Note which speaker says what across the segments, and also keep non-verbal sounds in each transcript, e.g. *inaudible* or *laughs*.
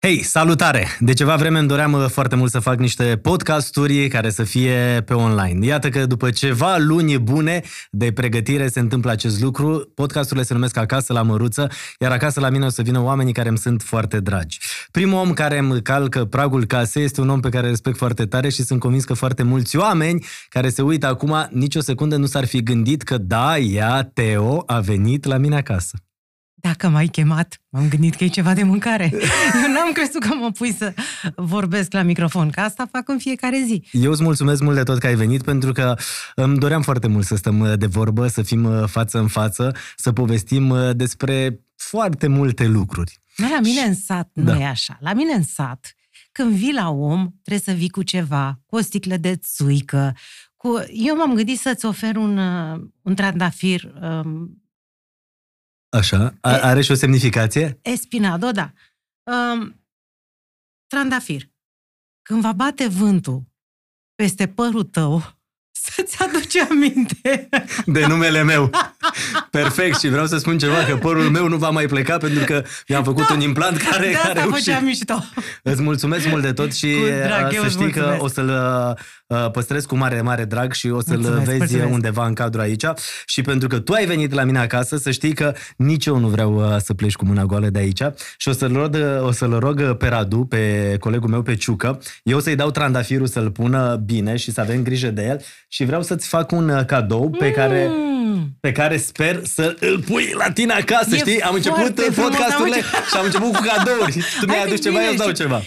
Speaker 1: Hei, salutare! De ceva vreme îmi doream uh, foarte mult să fac niște podcasturi care să fie pe online. Iată că după ceva luni bune de pregătire se întâmplă acest lucru. Podcasturile se numesc Acasă la Măruță, iar acasă la mine o să vină oamenii care îmi sunt foarte dragi. Primul om care îmi calcă pragul casei este un om pe care îl respect foarte tare și sunt convins că foarte mulți oameni care se uită acum, nicio secundă nu s-ar fi gândit că da, ea, Teo, a venit la mine acasă.
Speaker 2: Dacă m-ai chemat, m-am gândit că e ceva de mâncare. Eu n-am crezut că mă pui să vorbesc la microfon, că asta fac în fiecare zi.
Speaker 1: Eu îți mulțumesc mult de tot că ai venit, pentru că îmi doream foarte mult să stăm uh, de vorbă, să fim uh, față în față, să povestim uh, despre foarte multe lucruri.
Speaker 2: Dar la mine în sat nu
Speaker 1: Da.
Speaker 2: e așa. La mine în sat, când vii la om, trebuie să vii cu ceva, cu o sticlă de țuică. Cu... Eu m-am gândit să-ți ofer un, uh, un trandafir um,
Speaker 1: Așa? A-
Speaker 2: E-
Speaker 1: are și o semnificație?
Speaker 2: espinado, da. Um, trandafir. Când va bate vântul peste părul tău, *laughs* să-ți aduce aminte.
Speaker 1: De numele meu. Perfect și vreau să spun ceva, că părul meu nu va mai pleca pentru că mi-am făcut
Speaker 2: Da.
Speaker 1: un implant care,
Speaker 2: de asta
Speaker 1: care a reușit.
Speaker 2: făceam mișto.
Speaker 1: Îți mulțumesc mult de tot și
Speaker 2: Cu drag,
Speaker 1: uh,
Speaker 2: eu
Speaker 1: să
Speaker 2: îți
Speaker 1: știi că
Speaker 2: mulțumesc.
Speaker 1: o să-l uh, păstrez cu mare, mare drag și o să-l
Speaker 2: Mulțumesc,
Speaker 1: vezi
Speaker 2: mulțumesc.
Speaker 1: undeva în cadrul aici. Și pentru că tu ai venit la mine acasă, să știi că nici eu nu vreau uh, să pleci cu mâna goală de aici. Și o să-l rog, o să-l rog uh, pe Radu, pe colegul meu, pe Ciucă, eu să-i dau trandafirul să-l pună bine și să avem grijă de el și vreau să-ți fac un uh, cadou pe care...
Speaker 2: Mm.
Speaker 1: Pe care sper să îl pui la tine acasă,
Speaker 2: E
Speaker 1: știi? Am început
Speaker 2: foarte
Speaker 1: uh,
Speaker 2: frumos, am
Speaker 1: podcasturile
Speaker 2: început-
Speaker 1: și am început cu cadouri. Tu mi-ai
Speaker 2: Hai că
Speaker 1: adus ceva,
Speaker 2: bine,
Speaker 1: eu îți dau
Speaker 2: știi-
Speaker 1: ceva.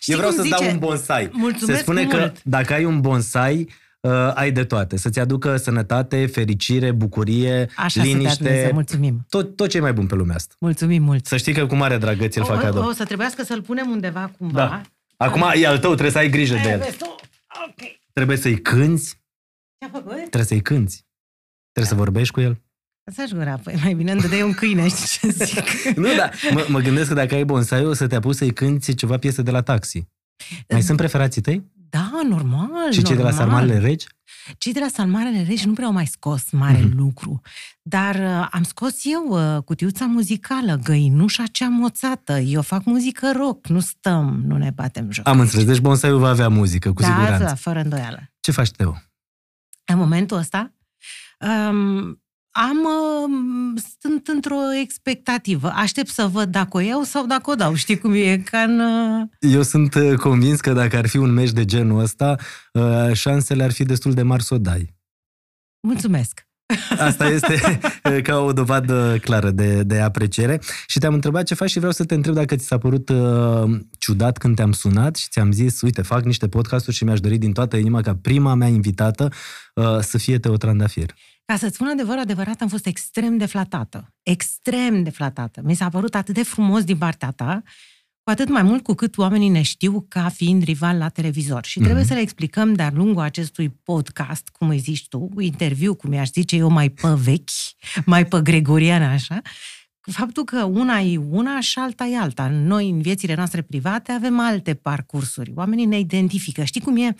Speaker 2: știi
Speaker 1: eu vreau
Speaker 2: cum
Speaker 1: să-ți dau
Speaker 2: zice?
Speaker 1: un bonsai.
Speaker 2: Mulțumesc
Speaker 1: Se spune că
Speaker 2: mult.
Speaker 1: dacă ai un bonsai, uh, ai de toate. Să-ți aducă sănătate, fericire, bucurie,
Speaker 2: Așa să dea Dumnezeu,
Speaker 1: liniște,
Speaker 2: mulțumim.
Speaker 1: tot, tot ce e mai bun pe lumea asta.
Speaker 2: Mulțumim mult.
Speaker 1: Să știi că cu mare drag ți-l fac
Speaker 2: o, o,
Speaker 1: cadou.
Speaker 2: o să trebuiască să-l punem undeva cumva.
Speaker 1: Da. Acum e al tău, trebuie să ai grijă de
Speaker 2: Aia
Speaker 1: el.
Speaker 2: vezi tu? Ok.
Speaker 1: Trebuie să-i cânți,
Speaker 2: Ce-a făcut?
Speaker 1: trebuie să-i cânți. Trebuie să vorbești cu el.
Speaker 2: Să-și gura, păi mai bine îmi dădeai un câine, știi ce zic?
Speaker 1: Nu, da. Mă, mă gândesc că dacă ai bonsai, o să te apuci să-i cânti ceva piese de la taxi. Mai sunt preferații tăi?
Speaker 2: Da, normal,
Speaker 1: Și cei de la
Speaker 2: normal.
Speaker 1: Sarmalele Regi?
Speaker 2: Cei de la Sarmalele Regi nu prea au mai scos mare
Speaker 1: Mhm.
Speaker 2: lucru, dar uh, am scos eu uh, cutiuța muzicală, găinușa cea moțată, eu fac muzică rock, nu stăm, nu ne batem joc.
Speaker 1: Am înțeles, deci bonsaiul va avea muzică, cu
Speaker 2: da,
Speaker 1: siguranță.
Speaker 2: da, fără îndoială.
Speaker 1: Ce faci, Teo?
Speaker 2: în momentul ăsta, um, am, um, sunt într-o expectativă. Aștept să văd dacă o iau sau dacă o dau. Știi cum e? Ca în, uh,
Speaker 1: Eu sunt uh, convins că dacă ar fi un meci de genul ăsta, uh, șansele ar fi destul de mari să o dai.
Speaker 2: mulțumesc.
Speaker 1: Asta este uh, ca o dovadă clară de, de apreciere. Și te-am întrebat ce faci și vreau să te întreb dacă ți s-a părut uh, ciudat când te-am sunat și ți-am zis, uite, fac niște podcasturi și mi-aș dori din toată inima ca prima mea invitată uh, să fie Teo Trandafir.
Speaker 2: Ca să-ți spun adevărul adevărat, am fost extrem de flatată. Extrem de flatată. Mi s-a părut atât de frumos din partea ta, cu atât mai mult cu cât oamenii ne știu ca fiind rival la televizor. Și trebuie
Speaker 1: Mhm.
Speaker 2: să le explicăm de-a lungul acestui podcast, cum îi zici tu, interviu, cum i-aș zice eu, mai pe vechi, mai pe gregorian, așa, faptul că una e una și alta e alta. Noi, în viețile noastre private, avem alte parcursuri. Oamenii ne identifică. Știi cum e?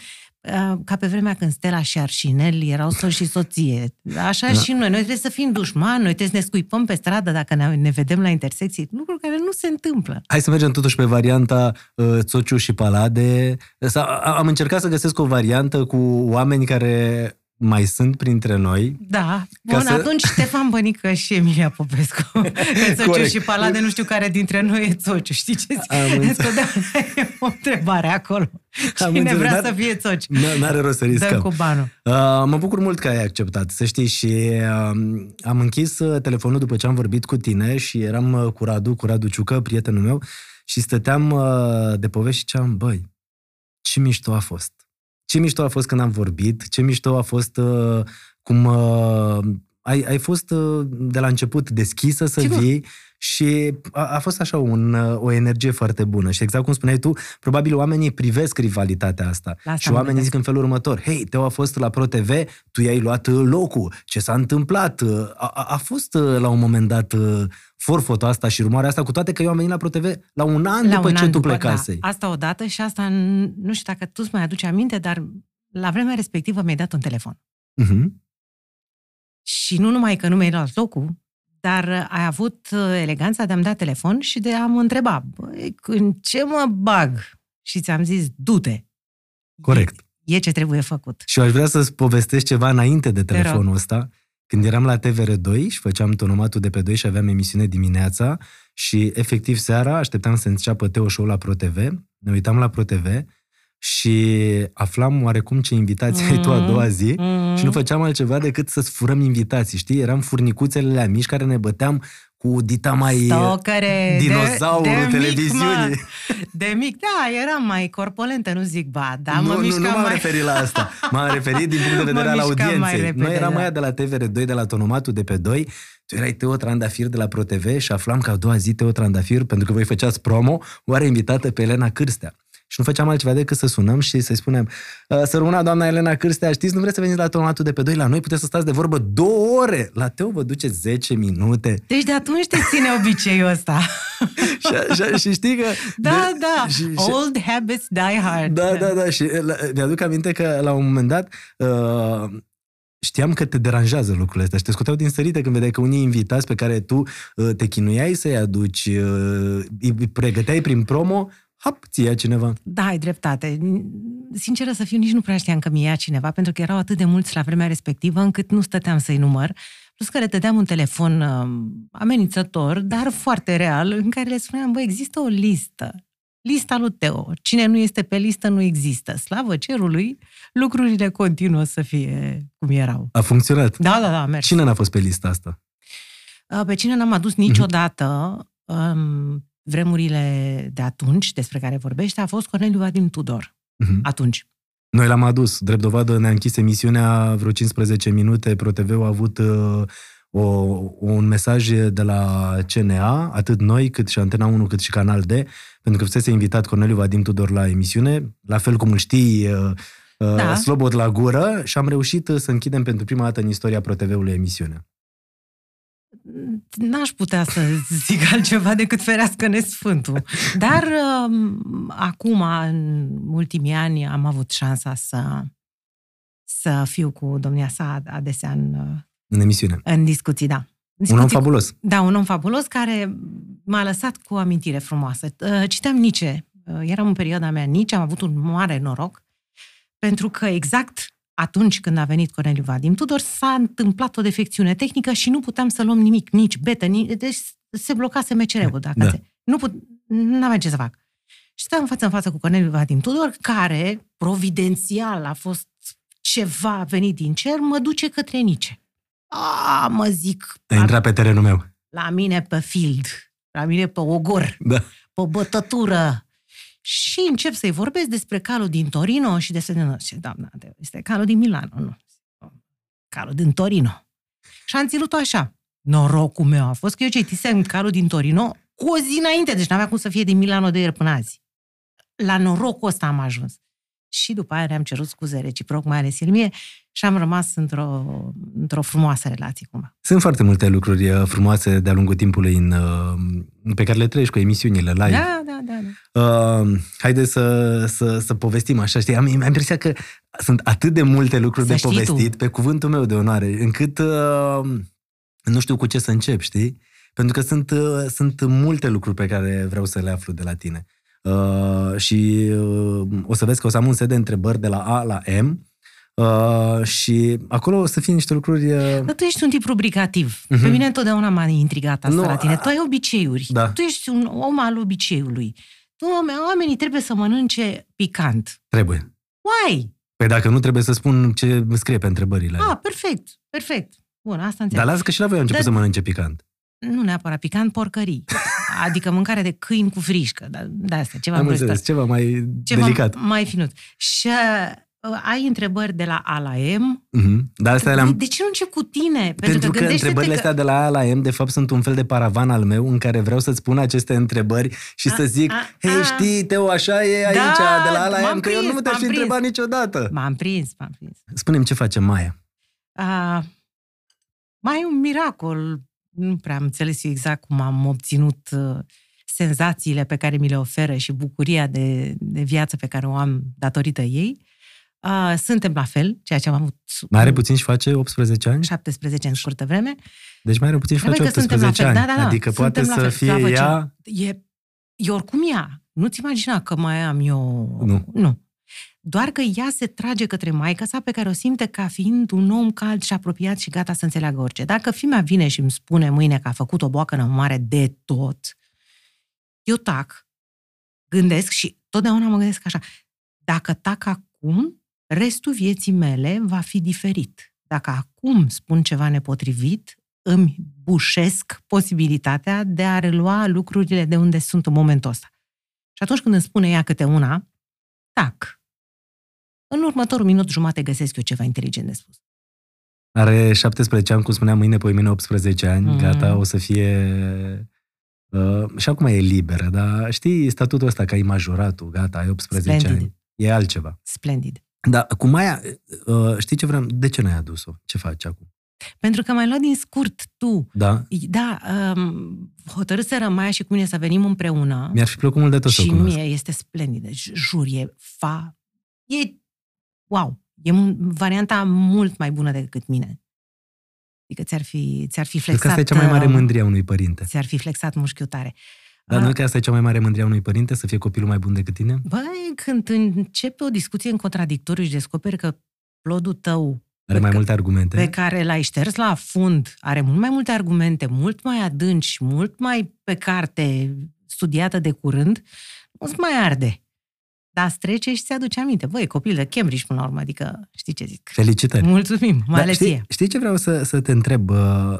Speaker 2: Uh, Ca pe vremea când Stella și Arșinel erau soț și soție. Așa
Speaker 1: Da.
Speaker 2: da. și noi. Noi trebuie să fim dușmani, noi trebuie să ne scuipăm pe stradă dacă ne, ne vedem la intersecții. Lucruri care nu se întâmplă.
Speaker 1: Hai să mergem totuși pe varianta uh, Țociu și Palade. Sau, a- am încercat să găsesc o variantă cu oameni care mai sunt printre noi.
Speaker 2: Da.
Speaker 1: Ca
Speaker 2: Bun,
Speaker 1: să-
Speaker 2: să... atunci Ștefan Bănică și Emilia
Speaker 1: *laughs*
Speaker 2: Popescu. Că Sociu
Speaker 1: Corect.
Speaker 2: și Palade, nu știu care dintre noi e Sociu. Știi ce zic?
Speaker 1: Am înțeles.
Speaker 2: Întotdeauna e o întrebare acolo.
Speaker 1: Am
Speaker 2: Cine
Speaker 1: înțeles,
Speaker 2: vrea
Speaker 1: dar-
Speaker 2: să fie Sociu?
Speaker 1: N- N-are rost să
Speaker 2: Dă
Speaker 1: riscăm.
Speaker 2: cu banul.
Speaker 1: Uh, mă bucur mult că ai acceptat, să știi, și uh, am închis uh, telefonul după ce am vorbit cu tine și eram uh, cu Radu, cu Radu Ciucă, prietenul meu, și stăteam uh, de povești și ceam, băi, ce mișto a fost. Ce mișto a fost când am vorbit, ce mișto a fost uh, cum uh, ai, ai fost uh, de la început deschisă să
Speaker 2: Sigur.
Speaker 1: vii și a, a fost așa un, uh, o energie foarte bună. Și exact cum spuneai tu, probabil oamenii privesc rivalitatea asta.
Speaker 2: La asta
Speaker 1: și
Speaker 2: mă
Speaker 1: oamenii
Speaker 2: gândesc.
Speaker 1: zic în felul următor, hei, Teo a fost la ProTV, tu i-ai luat uh, locul, ce s-a întâmplat? Uh, A, a, a fost uh, la un moment dat uh, forfotul asta și urmarea asta, cu toate că eu am venit la ProTV la un an după
Speaker 2: un
Speaker 1: ce
Speaker 2: an
Speaker 1: tu
Speaker 2: după-
Speaker 1: plecasei.
Speaker 2: Da, asta odată și asta, n- nu știu dacă tu îți mai aduci aminte, dar la vremea respectivă mi-ai dat un telefon.
Speaker 1: Mhm.
Speaker 2: Și nu numai că nu mi-ai luat locul, Dar uh, ai avut uh, eleganța de a-mi da telefon și de a mă întreba, "Băi, în ce mă bag? Și ți-am zis, du-te.
Speaker 1: Corect.
Speaker 2: E, e ce trebuie făcut.
Speaker 1: Și eu aș vrea să-ți povestesc ceva înainte de
Speaker 2: rog.
Speaker 1: telefonul ăsta. Când eram la TVR2 și făceam tonomatul de pe 2 și aveam emisiune dimineața și efectiv seara așteptam să înceapă Teo Show la ProTV, ne uitam la ProTV și aflam oarecum ce invitație ai tu a
Speaker 2: Mhm.
Speaker 1: doua zi
Speaker 2: Mm.
Speaker 1: și nu făceam altceva decât să-ți furăm invitații, știi? Eram furnicuțele la mici care ne băteam cu dita mai...
Speaker 2: Stocăre,
Speaker 1: uh, dinozaurul
Speaker 2: de, de
Speaker 1: televiziunii.
Speaker 2: Mic, mă, de mic, da, eram mai corpolentă, nu zic ba, dar
Speaker 1: nu,
Speaker 2: da, mă
Speaker 1: nu,
Speaker 2: mișcam
Speaker 1: nu m-am
Speaker 2: mai...
Speaker 1: referit la asta. M-am referit din punct de
Speaker 2: *laughs* Mă
Speaker 1: vedere al
Speaker 2: mișcam mai
Speaker 1: audienței.
Speaker 2: repede,
Speaker 1: Noi eram
Speaker 2: da.
Speaker 1: aia de la TVR2, de la Tonomatul de pe 2. Tu erai Teo Trandafir de la ProTV și aflam că a doua zi Teo Trandafir, pentru că voi făceați promo, o are invitată pe Elena Cârstea. Și nu făceam altceva decât să sunăm și să-i spunem "Ă, Sărmâna doamna Elena Cârstea, știți, nu vreți să veniți la tonatul de pe 2 la noi? Puteți să stați de vorbă două ore. La Teo vă duce 10 minute.
Speaker 2: Deci de atunci te ține obiceiul ăsta.
Speaker 1: și, și, și știi că...
Speaker 2: Da,
Speaker 1: de-
Speaker 2: da,
Speaker 1: și- și-
Speaker 2: old habits die hard.
Speaker 1: Da, da, da. Și la, mi-aduc aminte că la un moment dat uh, știam că te deranjează lucrurile astea și te scoteau din sărite când vedeai că unii invitați pe care tu uh, te chinuiai să-i aduci, uh, îi îi pregăteai prin promo, hap, ți ia cineva.
Speaker 2: Da, ai dreptate. Sinceră să fiu, nici nu prea știam că mi ia cineva, pentru că erau atât de mulți la vremea respectivă, încât nu stăteam să-i număr. Plus că le dădeam un telefon um, amenințător, dar foarte real, în care le spuneam, bă, există o listă. Lista lui Teo. Cine nu este pe listă, nu există. Slavă cerului, lucrurile continuă să fie cum erau.
Speaker 1: A funcționat.
Speaker 2: Da, da, da, a mers.
Speaker 1: Cine n-a fost pe lista asta?
Speaker 2: Uh, Pe cine n-am adus niciodată um, vremurile de atunci, despre care vorbește, a fost Corneliu Vadim Tudor,
Speaker 1: Mhm.
Speaker 2: atunci.
Speaker 1: Noi l-am adus. Drept dovadă ne-a închis emisiunea vreo 15 minute. ProTV a avut uh, o, un mesaj de la CNA, atât noi cât și Antena 1 cât și Canal D, pentru că fusese invitat Corneliu Vadim Tudor la emisiune, la fel cum îl știi uh, uh,
Speaker 2: Da.
Speaker 1: slobot la gură și am reușit uh, să închidem pentru prima dată în istoria ProTV-ului emisiunea.
Speaker 2: N-aș putea să zic altceva decât ferească nesfântul. Dar um, acum, în ultimii ani, am avut șansa să, să fiu cu domnia sa adesea în,
Speaker 1: În emisiune.
Speaker 2: în discuții, da.
Speaker 1: Un om
Speaker 2: Discuții,
Speaker 1: fabulos.
Speaker 2: da, un om fabulos care m-a lăsat cu o amintire frumoasă. Uh, Citeam Nice. Uh, Eram în perioada mea Nice, am avut un mare noroc, pentru că exact atunci când a venit Corneliu Vadim Tudor, s-a întâmplat o defecțiune tehnică și nu puteam să luăm nimic, nici betă, nici... deci se blocase MCR-ul. Dacă
Speaker 1: Da.
Speaker 2: da. Nu put... aveam ce să fac. Și stăm față în față cu Corneliu Vadim Tudor, care, providențial, a fost ceva venit din cer, mă duce către Nice. A, mă zic,
Speaker 1: A intrat pe terenul meu.
Speaker 2: la mine pe field, la mine pe ogor,
Speaker 1: Da.
Speaker 2: pe bătătură. Și încep să-i vorbesc despre calul din Torino și despre... Nu, ce, doamna, este calul din Milano, nu. Calul din Torino. Și am ținut-o așa. Norocul meu a fost că eu citisem calul din Torino cu o zi înainte, deci n-avea cum să fie din Milano de ieri până azi. La norocul ăsta am ajuns. Și după aia ne-am cerut scuze reciproc, mai ales el mie, și am rămas într-o, într-o frumoasă relație cumva.
Speaker 1: Sunt foarte multe lucruri uh, frumoase de-a lungul timpului în, uh, pe care le trăiești cu emisiunile live.
Speaker 2: Da, da, da, da.
Speaker 1: Uh, haideți să, să, să povestim așa, știi? Am, am impresia că sunt atât de multe lucruri
Speaker 2: Să
Speaker 1: de
Speaker 2: știi
Speaker 1: povestit,
Speaker 2: tu.
Speaker 1: pe cuvântul meu de onoare, încât uh, nu știu cu ce să încep, știi? Pentru că sunt, uh, sunt multe lucruri pe care vreau să le aflu de la tine. Uh, și uh, o să vezi că o să am un set de întrebări de la A la M uh, și acolo o să fie niște lucruri... Uh,
Speaker 2: Dar tu ești un tip rubricativ.
Speaker 1: Mhm.
Speaker 2: Uh-huh. Pe mine întotdeauna m-a intrigat asta
Speaker 1: Nu,
Speaker 2: nu, la tine.
Speaker 1: a-
Speaker 2: Tu ai obiceiuri.
Speaker 1: Da.
Speaker 2: Tu ești un om al obiceiului. Tu, oameni- oamenii trebuie să mănânce picant.
Speaker 1: trebuie.
Speaker 2: Why?
Speaker 1: Păi dacă nu, trebuie să spun ce îmi scrie pe întrebările. alea.
Speaker 2: Ah, perfect, perfect. Bun, asta
Speaker 1: Dar
Speaker 2: înțeleg.
Speaker 1: lasă că și la voi am început
Speaker 2: Da.
Speaker 1: să mănânce picant.
Speaker 2: Nu neapărat
Speaker 1: *laughs*
Speaker 2: picant, porcării. Adică mâncare de câini cu frișcă. Da, de asta, ceva
Speaker 1: Am
Speaker 2: îngrozitor.
Speaker 1: înțeles, ceva mai
Speaker 2: Ceva
Speaker 1: delicat.
Speaker 2: mai finut. Și uh, ai întrebări de la A la M. Păi,
Speaker 1: Mhm. Dar astea le-am...
Speaker 2: De ce nu încep cu tine?
Speaker 1: Pentru că,
Speaker 2: gândește-te
Speaker 1: întrebările astea de la A la M, de fapt, sunt un fel de paravan al meu în care vreau să-ți pun aceste întrebări și
Speaker 2: A,
Speaker 1: să zic,
Speaker 2: a,
Speaker 1: hei,
Speaker 2: a.
Speaker 1: știi, Teo, așa e aici,
Speaker 2: Da,
Speaker 1: de la A la
Speaker 2: m-am
Speaker 1: M, că eu
Speaker 2: prins,
Speaker 1: nu te-aș
Speaker 2: m-am
Speaker 1: fi
Speaker 2: prins.
Speaker 1: întrebat niciodată.
Speaker 2: M-am prins, m-am prins.
Speaker 1: Spune-mi ce face Maia.
Speaker 2: A, mai e un miracol. Nu prea am înțeles eu exact cum am obținut uh, senzațiile pe care mi le oferă și bucuria de, de viață pe care o am datorită ei. Uh, suntem la fel, ceea ce am avut
Speaker 1: Mai
Speaker 2: Mm.
Speaker 1: are puțin și face 18 ani?
Speaker 2: 17 în scurtă vreme.
Speaker 1: Deci mai are puțin și
Speaker 2: Hai,
Speaker 1: face
Speaker 2: băi, Păi că suntem la
Speaker 1: 18
Speaker 2: fel,
Speaker 1: ani.
Speaker 2: da, da, da.
Speaker 1: Adică
Speaker 2: suntem
Speaker 1: poate
Speaker 2: la
Speaker 1: să
Speaker 2: fel,
Speaker 1: fie
Speaker 2: slavă
Speaker 1: ea...
Speaker 2: Ce... E, e oricum ea. Nu-ți imagina că mai am eu...
Speaker 1: Nu.
Speaker 2: nu. Doar că ea se trage către maica sa pe care o simte ca fiind un om cald și apropiat și gata să înțeleagă orice. Dacă fimea vine și îmi spune mâine că a făcut o boacănă mare de tot, eu tac, gândesc și totdeauna mă gândesc așa, dacă tac acum, restul vieții mele va fi diferit. Dacă acum spun ceva nepotrivit, îmi bușesc posibilitatea de a relua lucrurile de unde sunt în momentul ăsta. Și atunci când îmi spune ea câte una, tac. În următorul minut jumate găsesc eu ceva inteligent de spus.
Speaker 1: Are 17 ani, cum spuneam, mâine, poimine 18 ani, mm.
Speaker 2: Mm.
Speaker 1: gata, o să fie... Uh, și acum e liberă, dar știi statutul ăsta că ai majoratul, gata, ai 18
Speaker 2: Splendid.
Speaker 1: ani. E altceva.
Speaker 2: Splendid.
Speaker 1: Dar cu Maia, uh, știi ce vreau? De ce n-ai adus-o? Ce faci acum?
Speaker 2: Pentru că mai luat din scurt tu.
Speaker 1: Da?
Speaker 2: Da, um, hotărâseră Maia și cu mine să venim împreună.
Speaker 1: Mi-ar fi plăcut mult de tot să o
Speaker 2: și
Speaker 1: cunosc.
Speaker 2: mie este splendidă. J- Jur, e fa... E... Wow! E un, varianta mult mai bună decât mine. Adică ți-ar fi, ți-ar fi
Speaker 1: Cred
Speaker 2: flexat...
Speaker 1: că asta e cea mai mare
Speaker 2: uh,
Speaker 1: mândrie a unui părinte.
Speaker 2: Ți-ar fi flexat mușchiul tare.
Speaker 1: Dar
Speaker 2: Ah.
Speaker 1: nu că asta e cea mai mare mândrie a unui părinte, să fie copilul mai bun decât tine?
Speaker 2: Băi, când începe o discuție în contradictoriu și descoperi că plodul tău
Speaker 1: Are
Speaker 2: Cred
Speaker 1: mai
Speaker 2: că-
Speaker 1: multe argumente.
Speaker 2: pe care l-ai șters la fund are mult mai multe argumente, mult mai adânci, mult mai pe carte studiată de curând, nu-ți mai arde. Dar strece și ți-aduce aminte. Băi, copil de Cambridge până la urmă, adică știi ce zic.
Speaker 1: Felicitări!
Speaker 2: Mulțumim, mai ales
Speaker 1: Da, știi,
Speaker 2: ție.
Speaker 1: știi ce vreau să, să te întreb? Uh,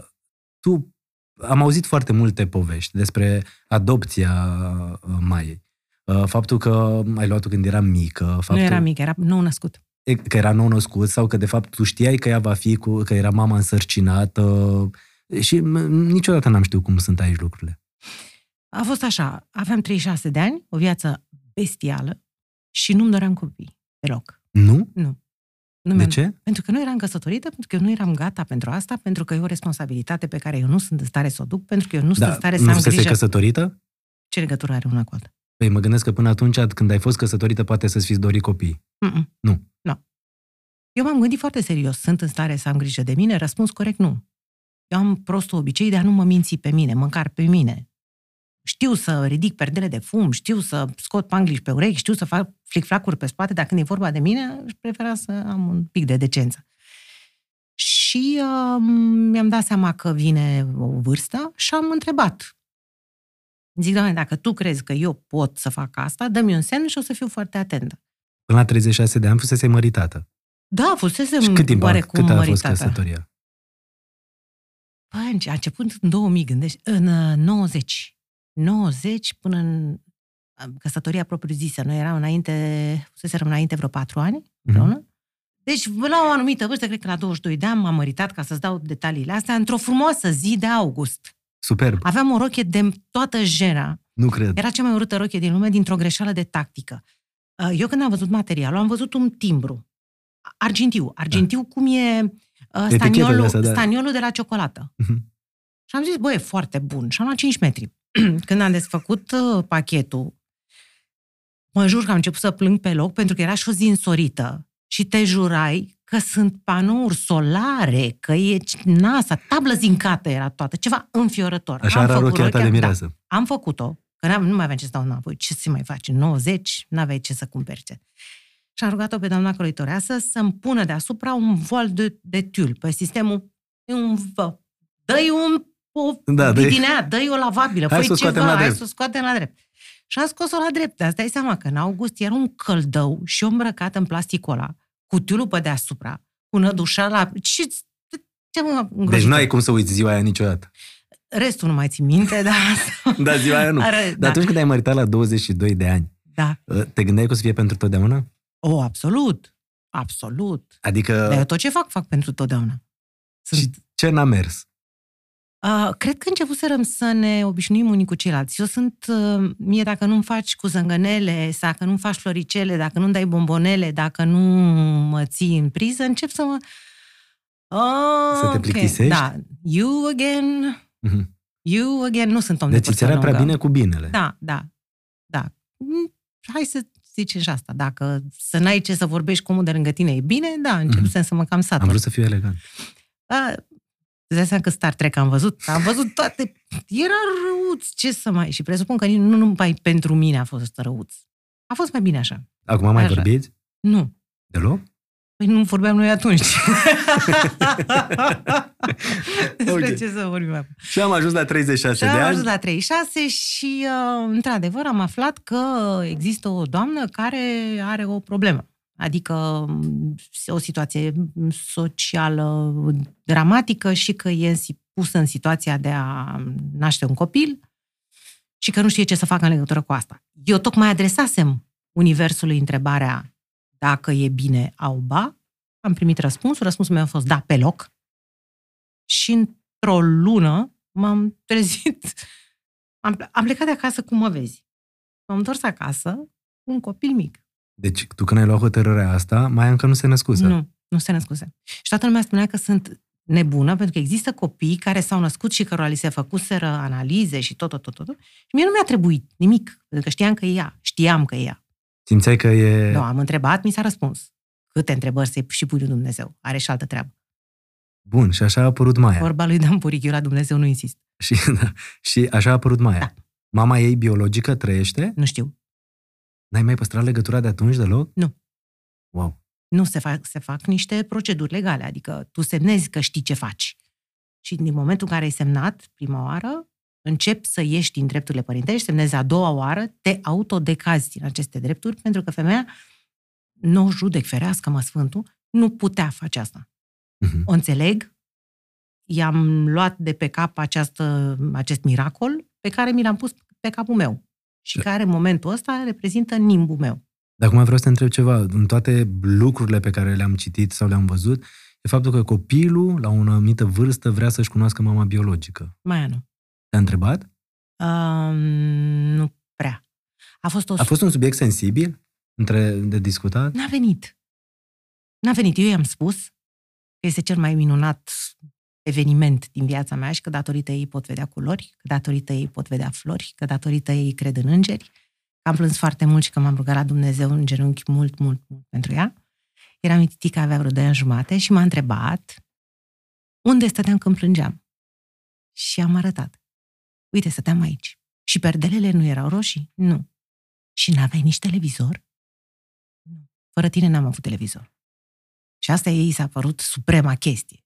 Speaker 1: Tu, am auzit foarte multe povești despre adopția uh, Maiei. Uh, Faptul că ai luat-o când era mică, faptul
Speaker 2: Nu era mic, era nou născut.
Speaker 1: e- că era nou născut sau că de fapt tu știai că ea va fi, cu, că era mama însărcinată și m- niciodată n-am știut cum sunt aici lucrurile.
Speaker 2: A fost așa, aveam 36 de ani, o viață bestială și nu-mi doream copii deloc.
Speaker 1: Nu?
Speaker 2: Nu
Speaker 1: De
Speaker 2: mi-am-
Speaker 1: ce?
Speaker 2: Pentru că nu eram căsătorită, pentru că eu nu eram gata pentru asta, pentru că e o responsabilitate pe care eu nu sunt în stare să o duc, pentru că eu nu sunt în stare să
Speaker 1: Da, nu
Speaker 2: am
Speaker 1: fusese
Speaker 2: grijă. Că...
Speaker 1: căsătorită?
Speaker 2: Ce legătură are una cu alta?
Speaker 1: Păi mă gândesc că până atunci, când ai fost căsătorită, poate să-ți fiți dori copii.
Speaker 2: Mm-mm.
Speaker 1: Nu.
Speaker 2: Nu. Eu m-am gândit foarte serios. Sunt în stare să am grijă de mine? Răspuns corect, nu. Eu am prostul obicei de a nu mă minți pe mine, măcar pe mine. Știu să ridic perdele de fum, știu să scot panglici pe urechi, știu să fac flic-flacuri pe spate, dar când e vorba de mine, aș prefera să am un pic de decență. Și uh, mi-am dat seama că vine o vârstă și am întrebat. Zic, doamne, dacă tu crezi că eu pot să fac asta, dă-mi un semn și o să fiu foarte atentă.
Speaker 1: Până la 36 de ani fusese măritată.
Speaker 2: Da, fusese
Speaker 1: și cât timp a,
Speaker 2: oarecum
Speaker 1: cât a fost
Speaker 2: măritată.
Speaker 1: căsătoria?
Speaker 2: Bă, a început în 2000, gândești, în uh, 90. 90 până în uh, căsătoria propriu-zisă. Noi eram înainte, fuseserăm înainte vreo patru ani
Speaker 1: Mhm.
Speaker 2: împreună. Deci, la o anumită vârstă, cred că la 22 de ani, m-am măritat, ca să-ți dau detaliile astea, într-o frumoasă zi de august.
Speaker 1: Superb,
Speaker 2: Aveam o rochie de toată jena.
Speaker 1: nu cred.
Speaker 2: Era cea mai urâtă rochie din lume dintr-o greșeală de tactică. Uh, Eu când am văzut materialul, am văzut un timbru. Argintiu. Argintiu cum e uh,
Speaker 1: Da. Etichetele
Speaker 2: staniolul,
Speaker 1: astea, da.
Speaker 2: staniolul de la ciocolată.
Speaker 1: Mhm.
Speaker 2: Și am zis, băi, e foarte bun. Și am luat 5 metri. *clears throat* Când am desfăcut uh, pachetul, mă jur că am început să plâng pe loc pentru că era și o zi însorită. Și te jurai că sunt panouri solare, că e NASA, tablă zincată era toată, ceva înfiorător.
Speaker 1: Așa
Speaker 2: am
Speaker 1: era
Speaker 2: făcut
Speaker 1: rochia ta de
Speaker 2: rochea- da,
Speaker 1: mireasă. Deci
Speaker 2: am făcut-o, că n-am, nu mai aveam ce să dau înapoi, ce să mai faci, în 90, n-aveai ce să cumperi ce. Și am rugat-o pe doamna croitoreasă să-mi pună deasupra un vol de, de tiul, pe sistemul, e un vă, dă-i un, o
Speaker 1: Da,
Speaker 2: da,
Speaker 1: dă-i-
Speaker 2: bidinea, dă-i o lavabilă,
Speaker 1: Hai
Speaker 2: fă-i
Speaker 1: să o scoatem
Speaker 2: ceva,
Speaker 1: la
Speaker 2: hai
Speaker 1: drept.
Speaker 2: să o scoatem la drept. Și am scos-o la drept, dar îți dai seama că în august era un căldău și eu îmbrăcat în plasticul ăla, cu tiulul pe deasupra, cu nădușa la... Ce, ce mă
Speaker 1: Deci
Speaker 2: îngrozită.
Speaker 1: nu ai cum să uiți ziua aia
Speaker 2: *laughs*
Speaker 1: niciodată.
Speaker 2: Restul nu mai țin minte, *laughs* dar...
Speaker 1: Da, ziua aia nu. Dar
Speaker 2: Ară- da,
Speaker 1: atunci când ai măritat la 22 de ani, ă,
Speaker 2: da.
Speaker 1: te gândeai că o să fie pentru totdeauna?
Speaker 2: O, oh, absolut. Absolut. Dar eu
Speaker 1: Adică
Speaker 2: tot ce fac, fac pentru totdeauna. Sunt,
Speaker 1: și ce n-a mers?
Speaker 2: uh, cred că începuserăm să ne obișnuim unii cu ceilalți. Eu sunt, uh, mie dacă nu-mi faci cu zângănele, sau dacă nu-mi faci floricele, dacă nu-mi dai bombonele, dacă nu mă ții în priză, încep să mă... Oh,
Speaker 1: Să te
Speaker 2: ok.
Speaker 1: plictisești?
Speaker 2: Da. You again,
Speaker 1: Mhm.
Speaker 2: you again. Nu sunt om de
Speaker 1: Deci ți
Speaker 2: cursă
Speaker 1: era prea
Speaker 2: lungă.
Speaker 1: bine cu binele.
Speaker 2: Da, da, da. Mm, Hai să zice și asta. Dacă să n-ai ce să vorbești cu omul de lângă tine e bine, da, încep mm-hmm. să mă cam
Speaker 1: Mhm. Am
Speaker 2: satur.
Speaker 1: vrut să fiu elegant.
Speaker 2: Da, îți dai seama că Star Trek am văzut, am văzut toate, era răuț, ce să mai... Și presupun că nici- nu numai pentru mine a fost răuț. A fost mai bine așa.
Speaker 1: Acum mai
Speaker 2: Așa.
Speaker 1: vorbiți?
Speaker 2: Nu.
Speaker 1: Deloc?
Speaker 2: Păi nu vorbeam noi
Speaker 1: *laughs*
Speaker 2: atunci. *laughs* Despre
Speaker 1: Ok.
Speaker 2: ce să vorbim acum.
Speaker 1: Și am ajuns la 36
Speaker 2: Și
Speaker 1: de
Speaker 2: am
Speaker 1: ani.
Speaker 2: ajuns la 36 și, uh, într-adevăr, am aflat că există o doamnă care are o problemă. Adică m, o situație socială dramatică și că e în si- pusă în situația de a naște un copil și că nu știe ce să facă în legătură cu asta. Eu tocmai adresasem Universului întrebarea dacă e bine au ba. Am primit răspunsul, răspunsul meu a fost da, pe loc. Și într-o lună m-am trezit, *laughs* am, ple- am plecat de acasă cum mă vezi. M-am întors acasă cu un copil mic.
Speaker 1: Deci tu când ai luat hotărârea asta, mai încă nu se născuse.
Speaker 2: Nu, nu se născuse. Și toată lumea spunea că sunt nebună, pentru că există copii care s-au născut și cărora li se făcuseră analize și tot, tot, tot, tot. tot. Și mie nu mi-a trebuit nimic, pentru că știam că e ea, știam că e ea.
Speaker 1: Simțeai că e...
Speaker 2: Nu, am întrebat, mi s-a răspuns. Câte întrebări se și pui lui Dumnezeu? Are și altă treabă.
Speaker 1: Bun, și așa a apărut Maia.
Speaker 2: Vorba lui Dan Puric, eu la Dumnezeu nu insist.
Speaker 1: *laughs* Și, da, și așa a apărut Maia.
Speaker 2: Da.
Speaker 1: Mama ei biologică trăiește?
Speaker 2: Nu știu.
Speaker 1: N-ai mai păstrat legătura de atunci deloc?
Speaker 2: Nu.
Speaker 1: Wow.
Speaker 2: Nu se fac, se fac niște proceduri legale, adică tu semnezi că știi ce faci. Și din momentul în care ai semnat prima oară, începi să ieși din drepturile părintești, semnezi a doua oară, te autodecazi din aceste drepturi, pentru că femeia, nu o judec ferească, mă sfântul, nu putea face asta.
Speaker 1: Mhm.
Speaker 2: O înțeleg, i-am luat de pe cap această, acest miracol pe care mi l-am pus pe capul meu și
Speaker 1: Da.
Speaker 2: care în momentul ăsta reprezintă nimbul meu.
Speaker 1: Dar acum vreau să te întreb ceva. În toate lucrurile pe care le-am citit sau le-am văzut, e faptul că copilul, la o anumită vârstă, vrea să-și cunoască mama biologică.
Speaker 2: Mai nu.
Speaker 1: Te-a întrebat?
Speaker 2: Um, nu prea. A fost o...
Speaker 1: A fost un subiect sensibil între de discutat?
Speaker 2: N-a venit. N-a venit. Eu i-am spus că este cel mai minunat eveniment din viața mea și că datorită ei pot vedea culori, că datorită ei pot vedea flori, că datorită ei cred în îngeri. Am plâns foarte mult și că m-am rugat la Dumnezeu în genunchi mult, mult, mult pentru ea. Era mititica, avea vreo 2 ani jumate și m-a întrebat unde stăteam când plângeam. Și am arătat. Uite, stăteam aici. Și perdelele nu erau roșii? Nu. Și n-aveai nici televizor? fără tine n-am avut televizor. Și asta ei s-a părut suprema chestie.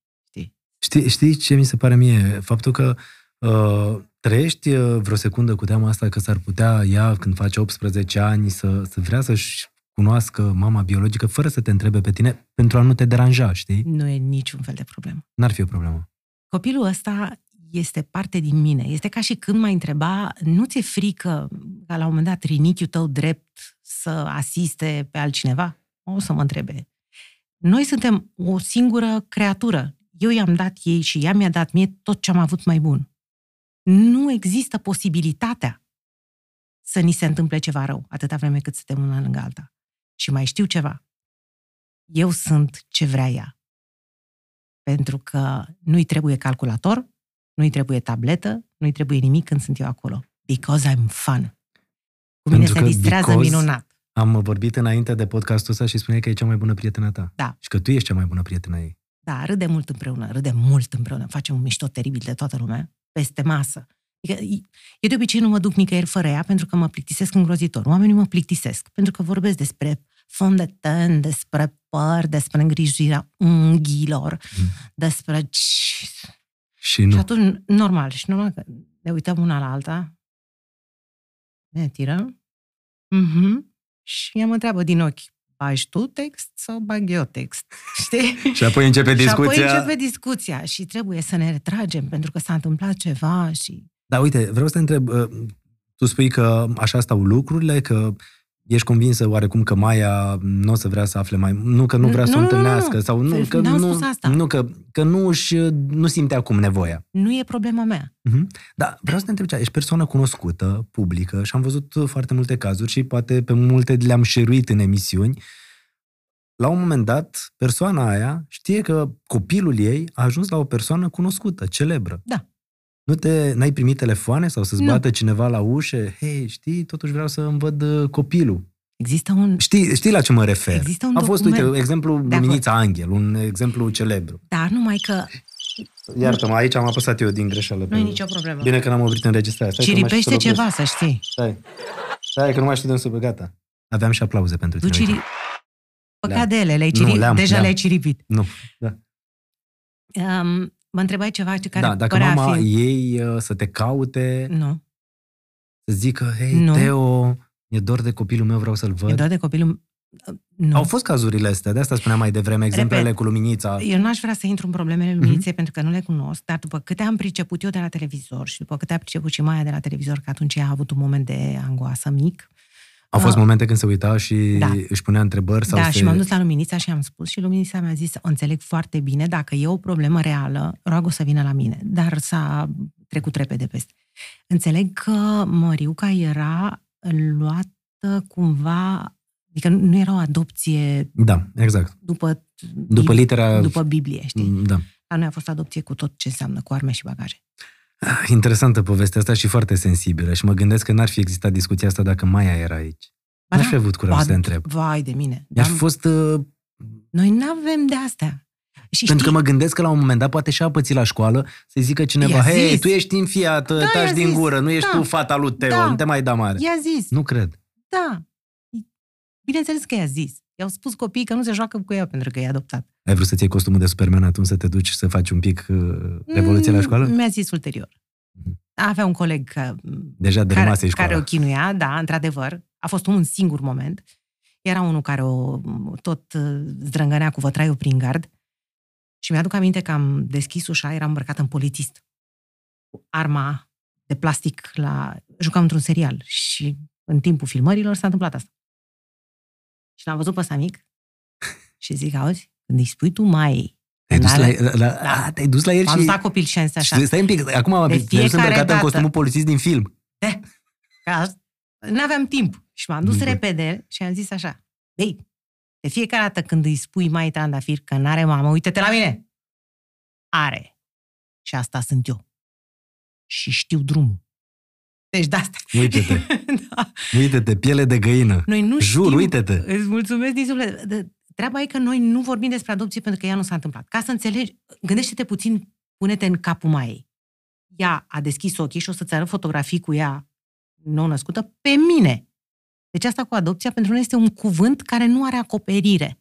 Speaker 1: Știi, știi ce mi se pare mie? Faptul că uh, trăiești uh, vreo secundă cu teama asta că s-ar putea ea, când face 18 ani, să, să vrea să-și cunoască mama biologică fără să te întrebe pe tine pentru a nu te deranja, știi?
Speaker 2: Nu e niciun fel de problemă.
Speaker 1: N-ar fi o problemă.
Speaker 2: Copilul ăsta este parte din mine. Este ca și când m-ai întreba, nu ți-e frică ca la un moment dat rinichiul tău drept să asiste pe altcineva? O să mă întrebe. Noi suntem o singură creatură. Eu i-am dat ei și ea mi-a dat mie tot ce am avut mai bun. Nu există posibilitatea să ni se întâmple ceva rău, atâta vreme cât suntem una lângă alta. Și mai știu ceva. Eu sunt ce vrea ea pentru că nu-i trebuie calculator, nu-i trebuie tabletă, nu-i trebuie nimic când sunt eu acolo. Because I'm fun. Cu mine
Speaker 1: Pentru
Speaker 2: se
Speaker 1: că
Speaker 2: distrează
Speaker 1: because-
Speaker 2: minunat.
Speaker 1: Am vorbit înainte de podcastul ăsta și spuneai că e cea mai bună prietena ta.
Speaker 2: Da.
Speaker 1: Și că tu ești cea mai bună prietena ei.
Speaker 2: Da, râdem mult împreună, râdem mult împreună, facem un mișto teribil de toată lumea, peste masă. Adică, eu de obicei nu mă duc nicăieri fără ea pentru că mă plictisesc îngrozitor. Oamenii mă plictisesc pentru că vorbesc despre fond de ten, despre păr, despre îngrijirea unghiilor,
Speaker 1: Mm.
Speaker 2: despre
Speaker 1: Și
Speaker 2: Și
Speaker 1: nu.
Speaker 2: atunci, normal, și normal că ne uităm una la alta, ne tirăm, mhm, și ea mă întreabă din ochi, bagi tu text sau bag eu text? *laughs* Știi?
Speaker 1: Și apoi începe
Speaker 2: *laughs* Și apoi
Speaker 1: discuția.
Speaker 2: începe discuția și trebuie să ne retragem pentru că s-a întâmplat ceva și...
Speaker 1: Dar Da, uite, vreau să te întreb, uh, tu spui că așa stau lucrurile, că ești convinsă oarecum că Maia nu o să vrea să afle mai nu că nu vrea să
Speaker 2: Nu,
Speaker 1: o
Speaker 2: nu, nu, nu,
Speaker 1: întâlnească sau nu
Speaker 2: Fel-
Speaker 1: că
Speaker 2: n-am
Speaker 1: nu,
Speaker 2: spus asta.
Speaker 1: nu că, că nu își, nu simte acum nevoia.
Speaker 2: Nu e problema mea.
Speaker 1: Dar Da, vreau să te întreb, ceva, ești persoană cunoscută, publică și am văzut uh, foarte multe cazuri și poate pe multe le-am șeruit în emisiuni. La un moment dat, persoana aia știe că copilul ei a ajuns la o persoană cunoscută, celebră.
Speaker 2: Da.
Speaker 1: Nu te, n-ai primit telefoane sau să-ți
Speaker 2: Nu.
Speaker 1: bată cineva la ușă? Hei, știi, totuși vreau să îmi văd uh, copilul.
Speaker 2: Există un...
Speaker 1: Știi, știi la ce mă refer?
Speaker 2: Există un
Speaker 1: A fost,
Speaker 2: document.
Speaker 1: uite, exemplu
Speaker 2: De acord.
Speaker 1: Luminița Angel, un exemplu celebru.
Speaker 2: Dar numai că
Speaker 1: Iartă-mă, aici am apăsat eu din greșeală.
Speaker 2: nu e nicio problemă.
Speaker 1: Mm. Bine că n-am oprit înregistrarea. Stai că nu mai știu
Speaker 2: Ciripește
Speaker 1: să-l opresc.
Speaker 2: ceva, să știi.
Speaker 1: Stai. Stai, Da, că nu mai știu de unde să pe gata. Aveam și aplauze pentru
Speaker 2: Tu
Speaker 1: tine.
Speaker 2: ciri...
Speaker 1: uite.
Speaker 2: Păcadele, le-ai
Speaker 1: Da. Nu,
Speaker 2: ciri...
Speaker 1: le-am,
Speaker 2: deja
Speaker 1: le-am.
Speaker 2: le-ai ciripit.
Speaker 1: Nu, da.
Speaker 2: Um, mă întrebai ceva ce care
Speaker 1: da, dacă
Speaker 2: părea a
Speaker 1: mama
Speaker 2: fi...
Speaker 1: ei uh, să te caute,
Speaker 2: Nu,
Speaker 1: să zică, hei,
Speaker 2: Nu.
Speaker 1: Teo, e dor de copilul meu, vreau să-l
Speaker 2: e
Speaker 1: văd.
Speaker 2: doar de copilul... Nu.
Speaker 1: Au fost cazurile astea, de asta spuneam mai devreme, exemplele
Speaker 2: Repet.
Speaker 1: cu luminița.
Speaker 2: Eu n-aș vrea să intru în problemele
Speaker 1: Mhm.
Speaker 2: luminiței mm-hmm. pentru că nu le cunosc, dar după câte am priceput eu de la televizor și după câte a priceput și Maia de la televizor, că atunci ea a avut un moment de angoasă mic,
Speaker 1: Au fost
Speaker 2: Ah.
Speaker 1: momente când se uita și
Speaker 2: Da.
Speaker 1: își punea întrebări sau
Speaker 2: da,
Speaker 1: se...
Speaker 2: și m-am dus la Luminița și am spus și Luminița mi-a zis, o înțeleg foarte bine, dacă e o problemă reală, roagă să vină la mine, dar s-a trecut repede peste. Înțeleg că Măriuca era luată cumva, adică nu era o adopție
Speaker 1: Da, exact.
Speaker 2: după,
Speaker 1: După litera...
Speaker 2: după Biblie, știi?
Speaker 1: Da.
Speaker 2: La noi a fost adopție cu tot ce înseamnă, cu arme și bagaje.
Speaker 1: Ah, Interesantă povestea asta și foarte sensibilă și mă gândesc că n-ar fi existat discuția asta dacă Maia era aici.
Speaker 2: Ba
Speaker 1: N-aș
Speaker 2: da.
Speaker 1: fi avut curaj
Speaker 2: Ba,
Speaker 1: să te întreb.
Speaker 2: Vai de mine.
Speaker 1: Mi-aș
Speaker 2: Dar
Speaker 1: fi fost... uh,
Speaker 2: Noi nu avem de astea. Și
Speaker 1: Pentru că mă
Speaker 2: știi,
Speaker 1: gândesc că la un moment dat poate și-a pățit la școală să-i zică cineva,
Speaker 2: I-a
Speaker 1: hei,
Speaker 2: zis.
Speaker 1: tu ești infiat, da, taci
Speaker 2: i-a
Speaker 1: din
Speaker 2: zis.
Speaker 1: gură, nu ești
Speaker 2: Da.
Speaker 1: tu fata lui Teo,
Speaker 2: Da.
Speaker 1: nu te mai da mare.
Speaker 2: i-a zis.
Speaker 1: Nu cred.
Speaker 2: Da. Bineînțeles că i-a zis. I-au spus copiii că nu se joacă cu ea pentru că e adoptat.
Speaker 1: Ai vrut să-ți iei costumul de Superman atunci să te duci și să faci un pic uh, revoluție la
Speaker 2: Mm,
Speaker 1: școală?
Speaker 2: Mi-a zis ulterior.
Speaker 1: Mhm.
Speaker 2: Avea un coleg că,
Speaker 1: Deja
Speaker 2: care,
Speaker 1: dărâmase școala.
Speaker 2: care o chinuia, da, într-adevăr. A fost un singur moment. Era unul care o tot uh, zdrângănea cu vătraiul prin gard. Și mi-aduc aminte că am deschis ușa, eram îmbrăcat în polițist. Cu arma de plastic la... Jucam într-un serial și în timpul filmărilor s-a întâmplat asta. Și l-am văzut pe ăsta mic și zic, auzi, când îi spui tu mai...
Speaker 1: Te-ai dus
Speaker 2: N-are-
Speaker 1: la, la, la,
Speaker 2: Da.
Speaker 1: a, te-ai dus la el
Speaker 2: M-am dus la
Speaker 1: și...
Speaker 2: copil și am zis așa.
Speaker 1: și Stai un pic, acum am
Speaker 2: De
Speaker 1: te-ai dus
Speaker 2: fiecare
Speaker 1: îmbrăcată în
Speaker 2: dată.
Speaker 1: costumul polițist din film.
Speaker 2: *laughs* Că a- n-aveam timp. Și m-am dus
Speaker 1: Mhm.
Speaker 2: repede și am zis așa, ei, de fiecare dată când îi spui mai trandafir că n-are mamă, uite-te la mine! Are. Și asta sunt eu. Și știu drumul. Deci de asta.
Speaker 1: Uite-te,
Speaker 2: *laughs* da.
Speaker 1: uite-te, piele de găină.
Speaker 2: Noi nu
Speaker 1: Jur,
Speaker 2: știm.
Speaker 1: uite-te.
Speaker 2: Îți mulțumesc din suflet. De- Treaba e că noi nu vorbim despre adopție pentru că ea nu s-a întâmplat. Ca să înțelegi, gândește-te puțin, pune-te în capul mai. Ea a deschis ochii și o să-ți arăt fotografii cu ea nou-născută pe mine. Deci asta cu adopția pentru noi este un cuvânt care nu are acoperire.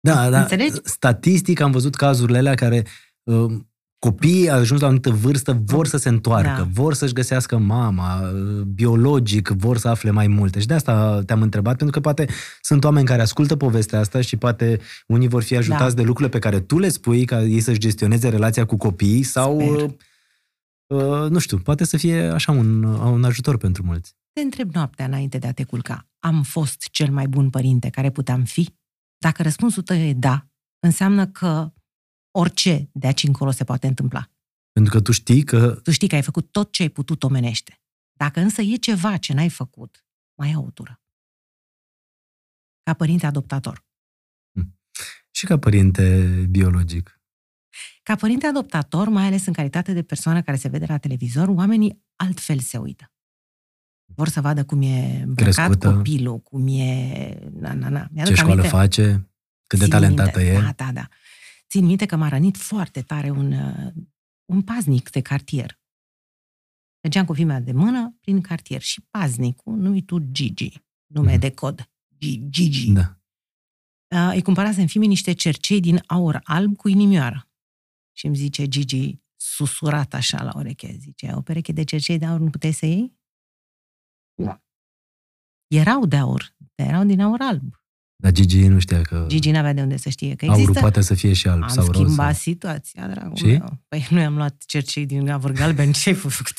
Speaker 1: Da, da.
Speaker 2: Înțelegi?
Speaker 1: Statistic am văzut cazurile alea care uh, copiii ajuns la o anumită vârstă vor să se întoarcă,
Speaker 2: Da.
Speaker 1: vor să-și găsească mama, uh, biologic vor să afle mai multe. Și de asta te-am întrebat, pentru că poate sunt oameni care ascultă povestea asta și poate unii vor fi ajutați da. de lucrurile pe care tu le spui ca ei să-și gestioneze relația cu copiii sau,
Speaker 2: Sper.
Speaker 1: uh, uh, nu știu, poate să fie așa un, un ajutor pentru mulți.
Speaker 2: Te întreb noaptea înainte de a te culca, am fost cel mai bun părinte care puteam fi? Dacă răspunsul tău e da, înseamnă că orice de aici încolo se poate întâmpla.
Speaker 1: Pentru că tu știi că
Speaker 2: Tu știi că ai făcut tot ce ai putut omenește. Dacă însă e ceva ce n-ai făcut, mai ia o tură. Ca părinte adoptator.
Speaker 1: și ca părinte biologic,
Speaker 2: Ca părinte adoptator, mai ales în calitate de persoană care se vede la televizor, oamenii altfel se uită. Vor să vadă cum e îmbrăcat
Speaker 1: Crescută.
Speaker 2: copilul, cum e... Na, na, na. Mi-aduc
Speaker 1: ce școală
Speaker 2: aminte-
Speaker 1: face, cât de
Speaker 2: Țin
Speaker 1: talentată
Speaker 2: minte.
Speaker 1: e.
Speaker 2: Da, da, da. Țin minte că m-a rănit foarte tare un, uh, un paznic de cartier. Mergeam cu fimea de mână prin cartier și paznicul, numit tu Gigi, nume
Speaker 1: Mhm.
Speaker 2: de cod. Gi- Gigi. Da.
Speaker 1: Da.
Speaker 2: Îi cumpărasem fimii niște cercei din aur alb cu inimioară. Și îmi zice Gigi, susurat așa la ureche, zice, o pereche de cercei de aur nu puteai să iei? Nu.
Speaker 1: Da.
Speaker 2: Erau de aur, dar erau din aur alb.
Speaker 1: Dar Gigi nu știa că Gigi
Speaker 2: Gigi n-avea de unde să știe că
Speaker 1: Da. aurul
Speaker 2: există
Speaker 1: poate să fie și alb
Speaker 2: Am
Speaker 1: sau roz.
Speaker 2: schimbat
Speaker 1: Sau...
Speaker 2: situația, dragul
Speaker 1: Și?
Speaker 2: meu. Păi nu am luat cercei din avur galben, *laughs* ce ai făcut?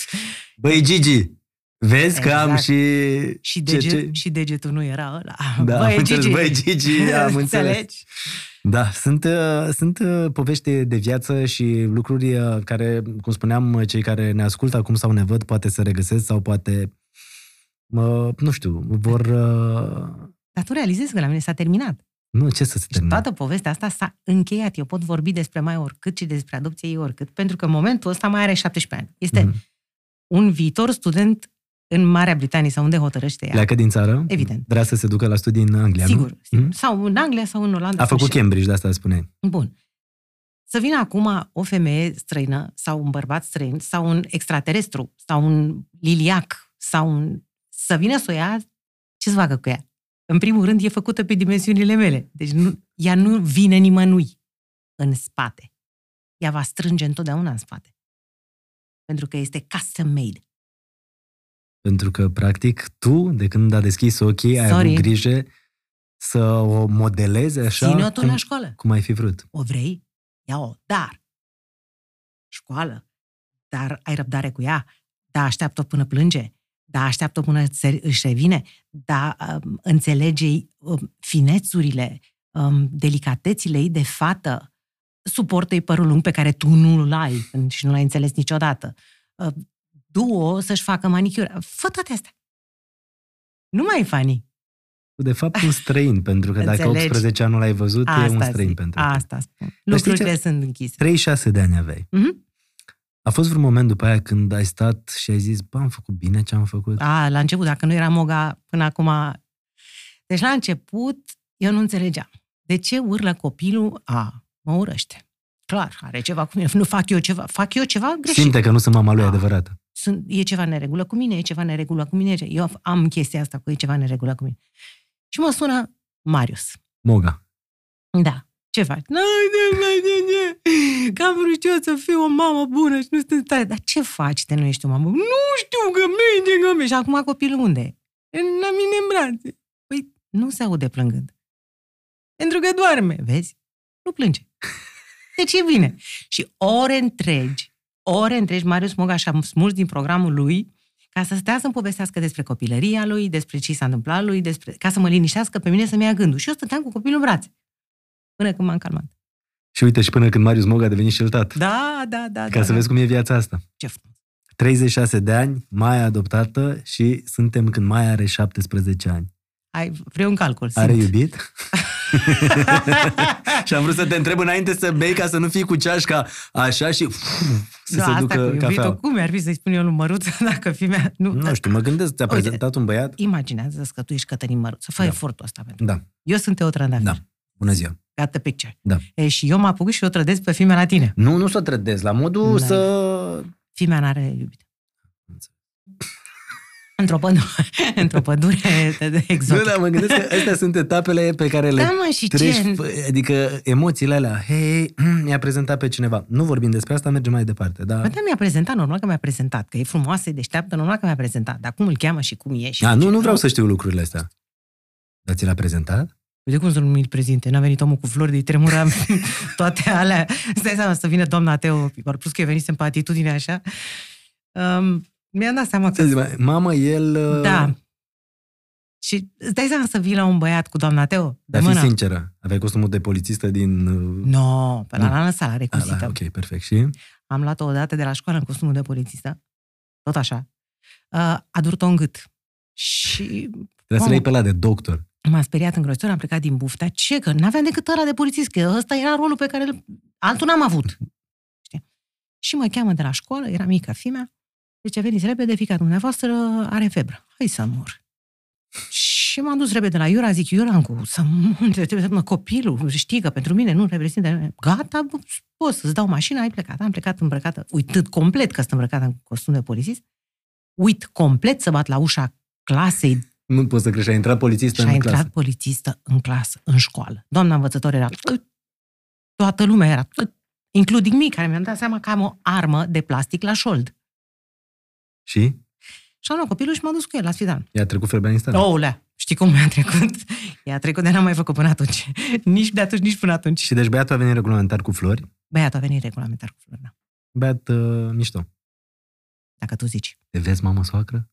Speaker 1: Băi, Gigi, vezi că am
Speaker 2: Exact.
Speaker 1: și...
Speaker 2: Și, deget,
Speaker 1: Cercei.
Speaker 2: și degetul nu era ăla.
Speaker 1: Da, am
Speaker 2: Băi,
Speaker 1: înțeles,
Speaker 2: Gigi.
Speaker 1: băi,
Speaker 2: *laughs*
Speaker 1: Gigi, am înțeles.
Speaker 2: Înțelegi?
Speaker 1: Da, sunt, uh, sunt uh, povești de viață și lucruri uh, care, cum spuneam, uh, cei care ne ascultă acum sau ne văd, poate se regăsesc sau poate, uh, nu știu, vor... uh,
Speaker 2: Dar tu realizezi că la mine s-a terminat.
Speaker 1: Nu, ce să se
Speaker 2: Și
Speaker 1: termine.
Speaker 2: toată povestea asta s-a încheiat. Eu pot vorbi despre mai oricât și despre adopție ei oricât, pentru că în momentul ăsta mai are 17 ani. Este
Speaker 1: Mhm.
Speaker 2: un viitor student în Marea Britanie sau unde hotărăște ea.
Speaker 1: Pleacă din țară?
Speaker 2: Evident.
Speaker 1: Vrea să se ducă la studii în Anglia,
Speaker 2: Sigur.
Speaker 1: nu?
Speaker 2: sigur.
Speaker 1: Mhm.
Speaker 2: Sau în Anglia sau în Olanda.
Speaker 1: A
Speaker 2: sau
Speaker 1: făcut
Speaker 2: și-
Speaker 1: Cambridge, de asta spune.
Speaker 2: Bun. Să vină acum o femeie străină sau un bărbat străin sau un extraterestru sau un liliac sau un... Să vină să o ia, ce să facă cu ea? În primul rând, e făcută pe dimensiunile mele. Deci nu, ea nu vine nimănui în spate. Ea va strânge întotdeauna în spate. Pentru că este custom-made.
Speaker 1: Pentru că, practic, tu, de când a deschis ochii, ai
Speaker 2: Sorry.
Speaker 1: avut grijă să o modelezi așa
Speaker 2: Ține-o tu
Speaker 1: cum,
Speaker 2: la școală.
Speaker 1: cum ai fi vrut.
Speaker 2: O vrei? Ia-o. Dar. Școală. Dar ai răbdare cu ea. Da, așteaptă până plânge. Da, așteaptă până se- își revine. Da, um, înțelege um, finețurile, um, delicatețile ei de fată. Suportă-i părul lung pe care tu nu-l ai și nu l-ai înțeles niciodată. Uh, Du-o să-și facă manicură. Fă toate astea. Nu mai e funny.
Speaker 1: Tu, de fapt, un
Speaker 2: *laughs*
Speaker 1: străin, pentru că dacă
Speaker 2: Înțelegi.
Speaker 1: 18 ani nu l-ai văzut, e un străin
Speaker 2: zic,
Speaker 1: pentru tine.
Speaker 2: asta spun. Lucrurile
Speaker 1: ce?
Speaker 2: sunt închise.
Speaker 1: 36 de ani aveai.
Speaker 2: Mhm.
Speaker 1: A fost vreun moment după aia când ai stat și ai zis, bă, am făcut bine ce am făcut?
Speaker 2: A, la început, dacă nu era moga până acum... Deci la început eu nu înțelegeam. De ce urlă copilul? A, mă urăște. Clar, are ceva cu mine. Nu fac eu ceva, fac eu ceva greșit.
Speaker 1: Simte că nu sunt mama lui
Speaker 2: Ah.
Speaker 1: adevărată.
Speaker 2: Sunt, e ceva în neregulă cu mine, e ceva în neregulă cu mine. Eu am chestia asta cu e ceva în neregulă cu mine. Și mă sună Marius.
Speaker 1: Moga.
Speaker 2: Da. Ce faci? Nu, nu, nu, nu, că am vrut și eu să fiu o mamă bună și nu sunt în stare. Dar ce faci de nu ești o mamă? Nu știu că merge, că merge. Și acum copilul unde e? În- La mine în brațe. Păi nu se aude plângând. Pentru că doarme, vezi? Nu plânge. Deci e bine. Și ore întregi, ore întregi, Marius Moga și-a smuls din programul lui ca să stea să-mi povestească despre copilăria lui, despre ce i s-a întâmplat lui, despre, ca să mă liniștească pe mine să-mi ia gândul. Și eu stăteam cu copilul în brațe până când m-am calmat.
Speaker 1: Și uite și până când Marius Moga a devenit și el tată.
Speaker 2: Da, da, da.
Speaker 1: Ca
Speaker 2: da,
Speaker 1: să
Speaker 2: da.
Speaker 1: vezi cum e viața asta.
Speaker 2: ce frumos.
Speaker 1: 36 de ani, Maia adoptată și suntem când Maia are 17 ani.
Speaker 2: Ai vreun calcul, simt.
Speaker 1: Are iubit? *laughs*
Speaker 2: *laughs*
Speaker 1: și am vrut să te întreb înainte să bei ca să nu fii cu ceașca așa și uf, să
Speaker 2: da,
Speaker 1: se
Speaker 2: asta
Speaker 1: ducă
Speaker 2: cu
Speaker 1: cafea.
Speaker 2: iubitul, cum ar fi să-i spun eu lui Măruță *laughs* dacă fi mea? Nu,
Speaker 1: Nu știu, mă gândesc, ți-a
Speaker 2: Uite.
Speaker 1: prezentat un băiat?
Speaker 2: Imaginează-ți că tu ești Cătălin Măruță. Fă
Speaker 1: Da.
Speaker 2: efortul ăsta pentru
Speaker 1: Da,
Speaker 2: Eu sunt eu trandafir.
Speaker 1: da. Bună ziua.
Speaker 2: Gata picture.
Speaker 1: Da.
Speaker 2: E, și eu m-am apucat și eu trădesc pe fimea la tine.
Speaker 1: Nu, nu să o trădez, la modul
Speaker 2: Da.
Speaker 1: să...
Speaker 2: Fimea n-are iubit.
Speaker 1: Înțeleg.
Speaker 2: Într-o pădure, *laughs* într-o pădure
Speaker 1: Nu,
Speaker 2: exotică.
Speaker 1: dar mă gândesc
Speaker 2: *laughs*
Speaker 1: că astea sunt etapele pe care le
Speaker 2: Da, mă, și
Speaker 1: treci,
Speaker 2: ce?
Speaker 1: f- adică emoțiile alea, hei, hei, *clears throat* mm, i-a prezentat pe cineva. Nu vorbim despre asta, mergem mai departe, da?
Speaker 2: Bă, da, mi-a prezentat, normal că mi-a prezentat, că e frumoasă, e deșteaptă, normal că mi-a prezentat, dar cum îl cheamă și cum e și
Speaker 1: A, Da, nu,
Speaker 2: ce-
Speaker 1: nu vreau să știu lucrurile astea. Dar ți l-a prezentat?
Speaker 2: Uite cum să nu mi-l prezinte, n-a venit omul cu flori de tremura *laughs* toate alea. Stai seama să vină doamna Teo, Pipar, plus că eu venisem pe atitudine așa. Um, mi-am dat seama
Speaker 1: Să
Speaker 2: că...
Speaker 1: zic, mai- mamă, el... uh,
Speaker 2: Da. Și îți dai seama să vii la un băiat cu doamna Teo? De
Speaker 1: Dar fi
Speaker 2: mână?
Speaker 1: sinceră, aveai costumul de polițistă din... uh,
Speaker 2: No, pe la
Speaker 1: Nu.
Speaker 2: l-am lăsat la
Speaker 1: ala,
Speaker 2: recuzită.
Speaker 1: ok, perfect. Și?
Speaker 2: Am luat-o odată de la școală în costumul de polițistă. Tot așa. Uh, a durat-o în gât. Și
Speaker 1: Trebuie să
Speaker 2: Mamă.
Speaker 1: le iei pe la de doctor.
Speaker 2: M-am speriat îngrozitor, am plecat din bufta. Ce? Că n-aveam decât ăla de polițist, că ăsta era rolul pe care îl... altul n-am avut. Știi? Și mă cheamă de la școală, era mică fimea, deci veniți repede, fica dumneavoastră are febră. Hai să mor. Și m-am dus repede la Iura, zic, Iorancu, să mă, trebuie să mă, copilul, știi că pentru mine nu reprezintă. Gata, bă, poți să-ți dau mașina, ai plecat. Am plecat îmbrăcată, uitând complet că sunt îmbrăcată în costum de polițist, uit complet să bat la ușa clasei
Speaker 1: Nu poți să crești, ai intrat polițistă
Speaker 2: și a
Speaker 1: în
Speaker 2: intrat
Speaker 1: clasă.
Speaker 2: polițistă în clasă, în școală. Doamna învățător era... Toată lumea era... Including me, care mi-am dat seama că am o armă de plastic la șold.
Speaker 1: Și?
Speaker 2: Și am luat copilul și m-am dus cu el la spital.
Speaker 1: I-a trecut ferbea instantaneu.
Speaker 2: Da. Oulea, știi cum mi-a trecut? I-a trecut, dar n-am mai făcut până atunci. *laughs* Nici de atunci, nici până atunci.
Speaker 1: Și deci băiatul a venit regulamentar cu flori,
Speaker 2: Băiatul a venit regulamentar cu Florina,
Speaker 1: băiat uh, mișto.
Speaker 2: dacă tu zici.
Speaker 1: Te vezi mama soacră?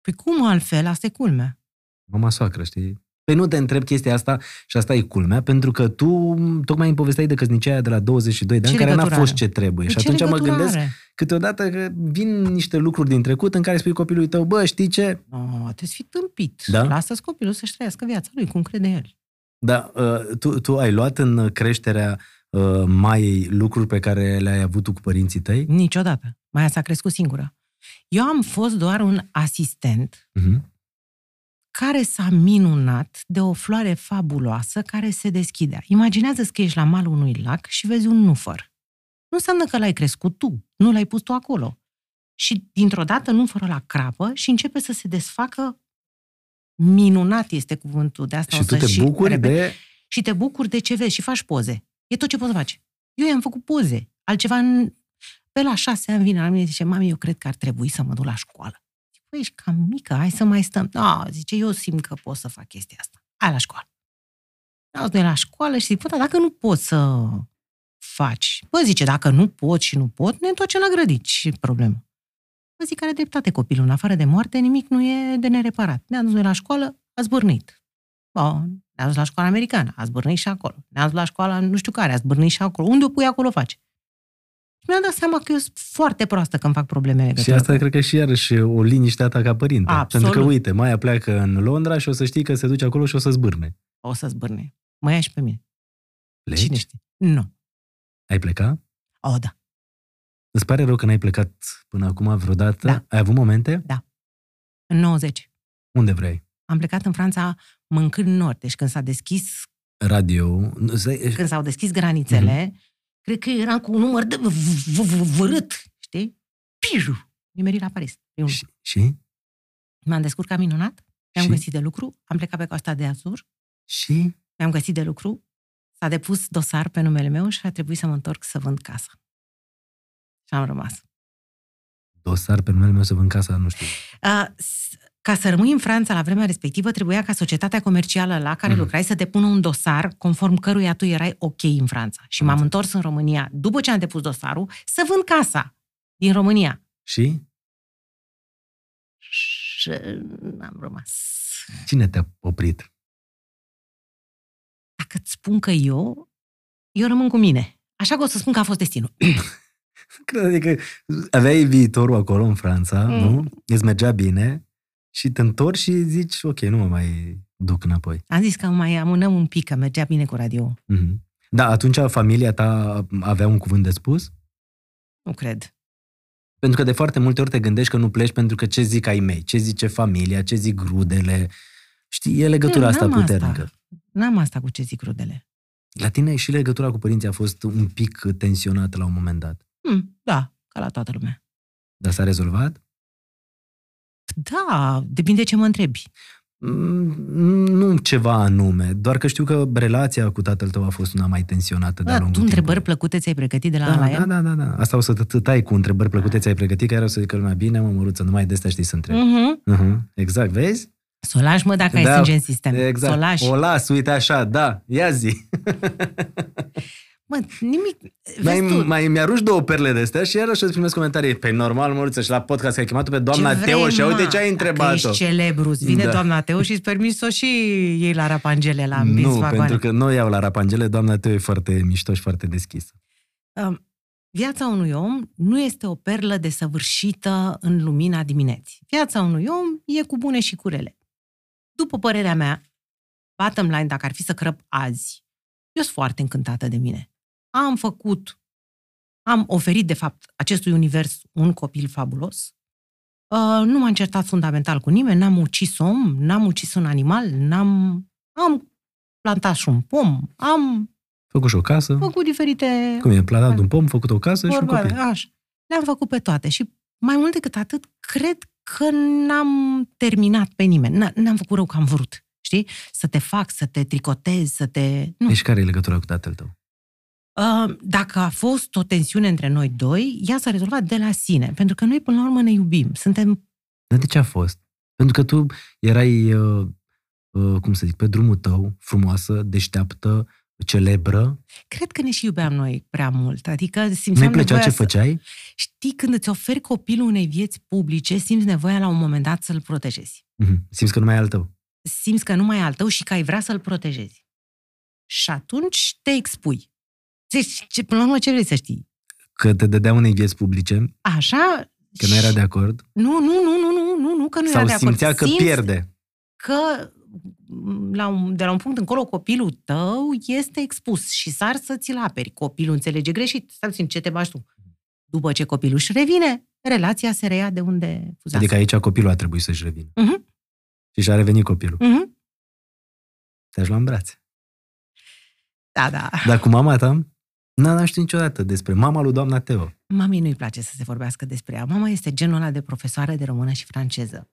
Speaker 2: Păi cum altfel? Asta e culmea.
Speaker 1: Mama soacră, știi? Păi nu te întreb chestia asta și asta e culmea, pentru că tu m, tocmai îmi povesteai de căsnicia aia de la 22 de
Speaker 2: Ce
Speaker 1: ani, care n-a
Speaker 2: legătură
Speaker 1: fost
Speaker 2: are?
Speaker 1: ce trebuie.
Speaker 2: Păi
Speaker 1: și
Speaker 2: ce
Speaker 1: atunci mă
Speaker 2: legătură
Speaker 1: gândesc
Speaker 2: are?
Speaker 1: câteodată că vin niște lucruri din trecut în care spui copilului tău, bă, știi ce?
Speaker 2: No, trebuie să fii tâmpit.
Speaker 1: Da?
Speaker 2: Lasă-ți copilul să-și trăiască viața lui, cum crede el.
Speaker 1: Da, uh, tu, tu ai luat în creșterea ă, uh, Maiei lucruri pe care le-ai avut tu cu părinții tăi?
Speaker 2: Niciodată. Maia s-a crescut singură. Eu am fost doar un asistent
Speaker 1: Mhm.
Speaker 2: care s-a minunat de o floare fabuloasă care se deschidea. Imaginează-ți că ești la malul unui lac și vezi un nufăr. Nu înseamnă că l-ai crescut tu, nu l-ai pus tu acolo. Și dintr-o dată nufărul la crapă și începe să se desfacă minunat este cuvântul de asta.
Speaker 1: Și
Speaker 2: o
Speaker 1: tu
Speaker 2: să
Speaker 1: te bucuri
Speaker 2: repet
Speaker 1: de...
Speaker 2: și te bucuri de ce vezi și faci poze. E tot ce poți să faci. Eu i-am făcut poze. Altceva, în... pe la șase ani vine la mine și zice, mami, eu cred că ar trebui să mă duc la școală. Zic, păi, ești cam mică, hai să mai stăm. Da, zice, eu simt că pot să fac chestia asta. Hai la școală. Au de la școală și zic, bă, dar dacă nu poți să faci, bă, zice, dacă nu pot și nu pot, ne întoarcem la grădici, problemă. Vă zic, are dreptate copilul, în afară de moarte, nimic nu e de nereparat. Ne-am dus noi la școală, a zbârnit. Bun, ne-a dus la școala americană, a zbârnit și acolo. Ne-a dus la școala nu știu care, a zbârnit și acolo. Unde o pui, acolo o faci. Și mi-am dat seama că eu sunt foarte proastă când fac probleme
Speaker 1: Și
Speaker 2: legătură.
Speaker 1: asta cred că și iarăși e o liniște a ta ca părinte.
Speaker 2: Absolut.
Speaker 1: Pentru că, uite, Maia pleacă în Londra și o să știi că se duce acolo și o să zbârne.
Speaker 2: O să zbârne. Mă ia și pe mine.
Speaker 1: Pleci?
Speaker 2: Cine știe? Nu.
Speaker 1: Ai plecat?
Speaker 2: O, da.
Speaker 1: Îți pare rău că n-ai plecat până acum vreodată?
Speaker 2: Da.
Speaker 1: Ai avut momente?
Speaker 2: În 90.
Speaker 1: Unde vrei?
Speaker 2: Am plecat în Franța mâncând nord. Deci când, s-a deschis,
Speaker 1: Radio. Nu, stai-
Speaker 2: când s-au deschis granițele,
Speaker 1: Mhm.
Speaker 2: cred că eram cu un număr de v- v- v- vărât, știi? Piru! Nimerit la Paris. E un
Speaker 1: Și? Și?
Speaker 2: M-am descurcat minunat, mi-am
Speaker 1: Și?
Speaker 2: găsit de lucru, am plecat pe coasta de Azur,
Speaker 1: și?
Speaker 2: mi-am găsit de lucru, s-a depus dosar pe numele meu și a trebuit să mă întorc să vând casa. Și am rămas.
Speaker 1: Dosar pe numele meu să vând casa, nu știu.
Speaker 2: A, s- ca să rămâi în Franța la vremea respectivă, trebuia ca societatea comercială la care
Speaker 1: Mhm.
Speaker 2: lucrai să depună un dosar conform căruia tu erai ok în Franța. Și
Speaker 1: Am
Speaker 2: m-am
Speaker 1: înțeles.
Speaker 2: întors în România, după ce am depus dosarul, să vând casa din România.
Speaker 1: Și?
Speaker 2: Și am rămas.
Speaker 1: Cine te-a oprit?
Speaker 2: dacă îți spun că eu, eu rămân cu mine. Așa că o să spun că a fost destinul.
Speaker 1: Cred adică aveai viitorul acolo în Franța,
Speaker 2: Mm.
Speaker 1: nu? Îți mergea bine și te întorci și zici, ok, nu mă mai duc înapoi.
Speaker 2: Am zis că mai amânăm un pic, că mergea bine cu radio.
Speaker 1: Mhm. Da, atunci familia ta avea un cuvânt de spus?
Speaker 2: Nu cred.
Speaker 1: Pentru că de foarte multe ori te gândești că nu pleci pentru că ce zic ai mei, ce zice familia, ce zic rudele. Știi, e legătura
Speaker 2: Eu
Speaker 1: asta
Speaker 2: n-am
Speaker 1: puternică.
Speaker 2: Asta. N-am asta cu ce zic rudele.
Speaker 1: La tine și legătura cu părinții a fost un pic tensionată la un moment dat.
Speaker 2: Hm, da, ca la toată lumea.
Speaker 1: Dar s-a rezolvat?
Speaker 2: Da, depinde ce mă întrebi.
Speaker 1: Mm, Nu ceva anume, doar că știu că relația cu tatăl tău a fost una mai tensionată de-a
Speaker 2: Da,
Speaker 1: lungul
Speaker 2: tu întrebări
Speaker 1: timpului.
Speaker 2: plăcute ți-ai pregătit de la,
Speaker 1: Da,
Speaker 2: la Ah.
Speaker 1: da,
Speaker 2: el?
Speaker 1: da, da, da. Asta o să te tai cu întrebări plăcute, ți-ai pregătit, că iar o să zică lumea, bine, mă, măruță, numai de astea știi să întrebi.
Speaker 2: Mhm.
Speaker 1: Mm. Uh-huh. Exact, vezi?
Speaker 2: Solaj, mă, dacă
Speaker 1: Da,
Speaker 2: ai sânge în sistem.
Speaker 1: Exact.
Speaker 2: Solaj.
Speaker 1: O las, uite așa, da, ia zi.
Speaker 2: Mă, nimic.
Speaker 1: Mai,
Speaker 2: Vezi tu,
Speaker 1: mai mi-arunci două perle de astea și iarăși îți primesc comentarii. Pe normal, măruță, și la podcast că ai chemat-o pe
Speaker 2: ce
Speaker 1: doamna
Speaker 2: vrei,
Speaker 1: Teo și
Speaker 2: mă,
Speaker 1: uite ce ai
Speaker 2: Dacă
Speaker 1: întrebat-o.
Speaker 2: ești celebru, îți vine
Speaker 1: Da.
Speaker 2: doamna Teo și îți permis să o și iei la rapangele, la împins
Speaker 1: Nu,
Speaker 2: vagoane.
Speaker 1: pentru că nu iau la rapangele, doamna Teo e foarte mișto și foarte deschisă.
Speaker 2: Um, Viața unui om nu este o perlă desăvârșită în lumina dimineții. Viața unui om e cu bune și cu rele. După părerea mea, bottom line, dacă ar fi să crăp azi, eu sunt foarte încântată de mine. Am făcut, am oferit, de fapt, acestui univers un copil fabulos. Uh, Nu m-am certat fundamental cu nimeni, n-am ucis om, n-am ucis un animal, n-am... Am plantat și un pom, am
Speaker 1: Făcut și o casă,
Speaker 2: făcut diferite
Speaker 1: cum e, plantat un pom, făcut o casă și un
Speaker 2: Vorba,
Speaker 1: copil.
Speaker 2: Așa. Le-am făcut pe toate și mai mult decât atât, cred că n-am terminat pe nimeni. N- N-am făcut rău că am vrut, știi? Să te fac, să te tricotezi, să te... Nu.
Speaker 1: Deci care e legătura cu tatăl tău?
Speaker 2: Uh, Dacă a fost o tensiune între noi doi, ea s-a rezolvat de la sine. Pentru că noi, până la urmă, ne iubim. Suntem...
Speaker 1: Dar de ce a fost? Pentru că tu erai, uh, uh, cum să zic, pe drumul tău, frumoasă, deșteaptă, celebră.
Speaker 2: Cred că ne și iubeam noi prea mult. Adică
Speaker 1: Nu-i
Speaker 2: simțeam
Speaker 1: plăcea
Speaker 2: nevoia
Speaker 1: ce
Speaker 2: să...
Speaker 1: făceai?
Speaker 2: Știi, când îți oferi copilul unei vieți publice, simți nevoia la un moment dat să-l protejezi.
Speaker 1: Mhm. Simți că nu mai e al tău.
Speaker 2: simți că nu mai e al tău și că ai vrea să-l protejezi. Și atunci te expui. Deci, ce, până la urmă, ce vrei să știi?
Speaker 1: Că te dădea unei vieți publice,
Speaker 2: Așa...
Speaker 1: că nu era de acord,
Speaker 2: Nu, nu, nu, nu, nu, nu, nu, că nu
Speaker 1: sau
Speaker 2: era de acord.
Speaker 1: simțea că
Speaker 2: Simți
Speaker 1: pierde.
Speaker 2: că m, la un, de la un punct încolo copilul tău este expus și sar să ți-l aperi. Copilul înțelege greșit. Stai puțin, ce te bași tu? După ce copilul își revine, relația se reia de unde fuzase.
Speaker 1: Adică aici copilul a trebuit să-și revină.
Speaker 2: Da. Mhm.
Speaker 1: Și și-a revenit copilul.
Speaker 2: Mhm.
Speaker 1: Te-aș lua în brațe.
Speaker 2: Da, da.
Speaker 1: Dar cu mama ta, n-a n-a știut niciodată despre mama lui doamna Teo.
Speaker 2: Mamei nu-i place să se vorbească despre ea. Mama este genul ăla de profesoară de română și franceză.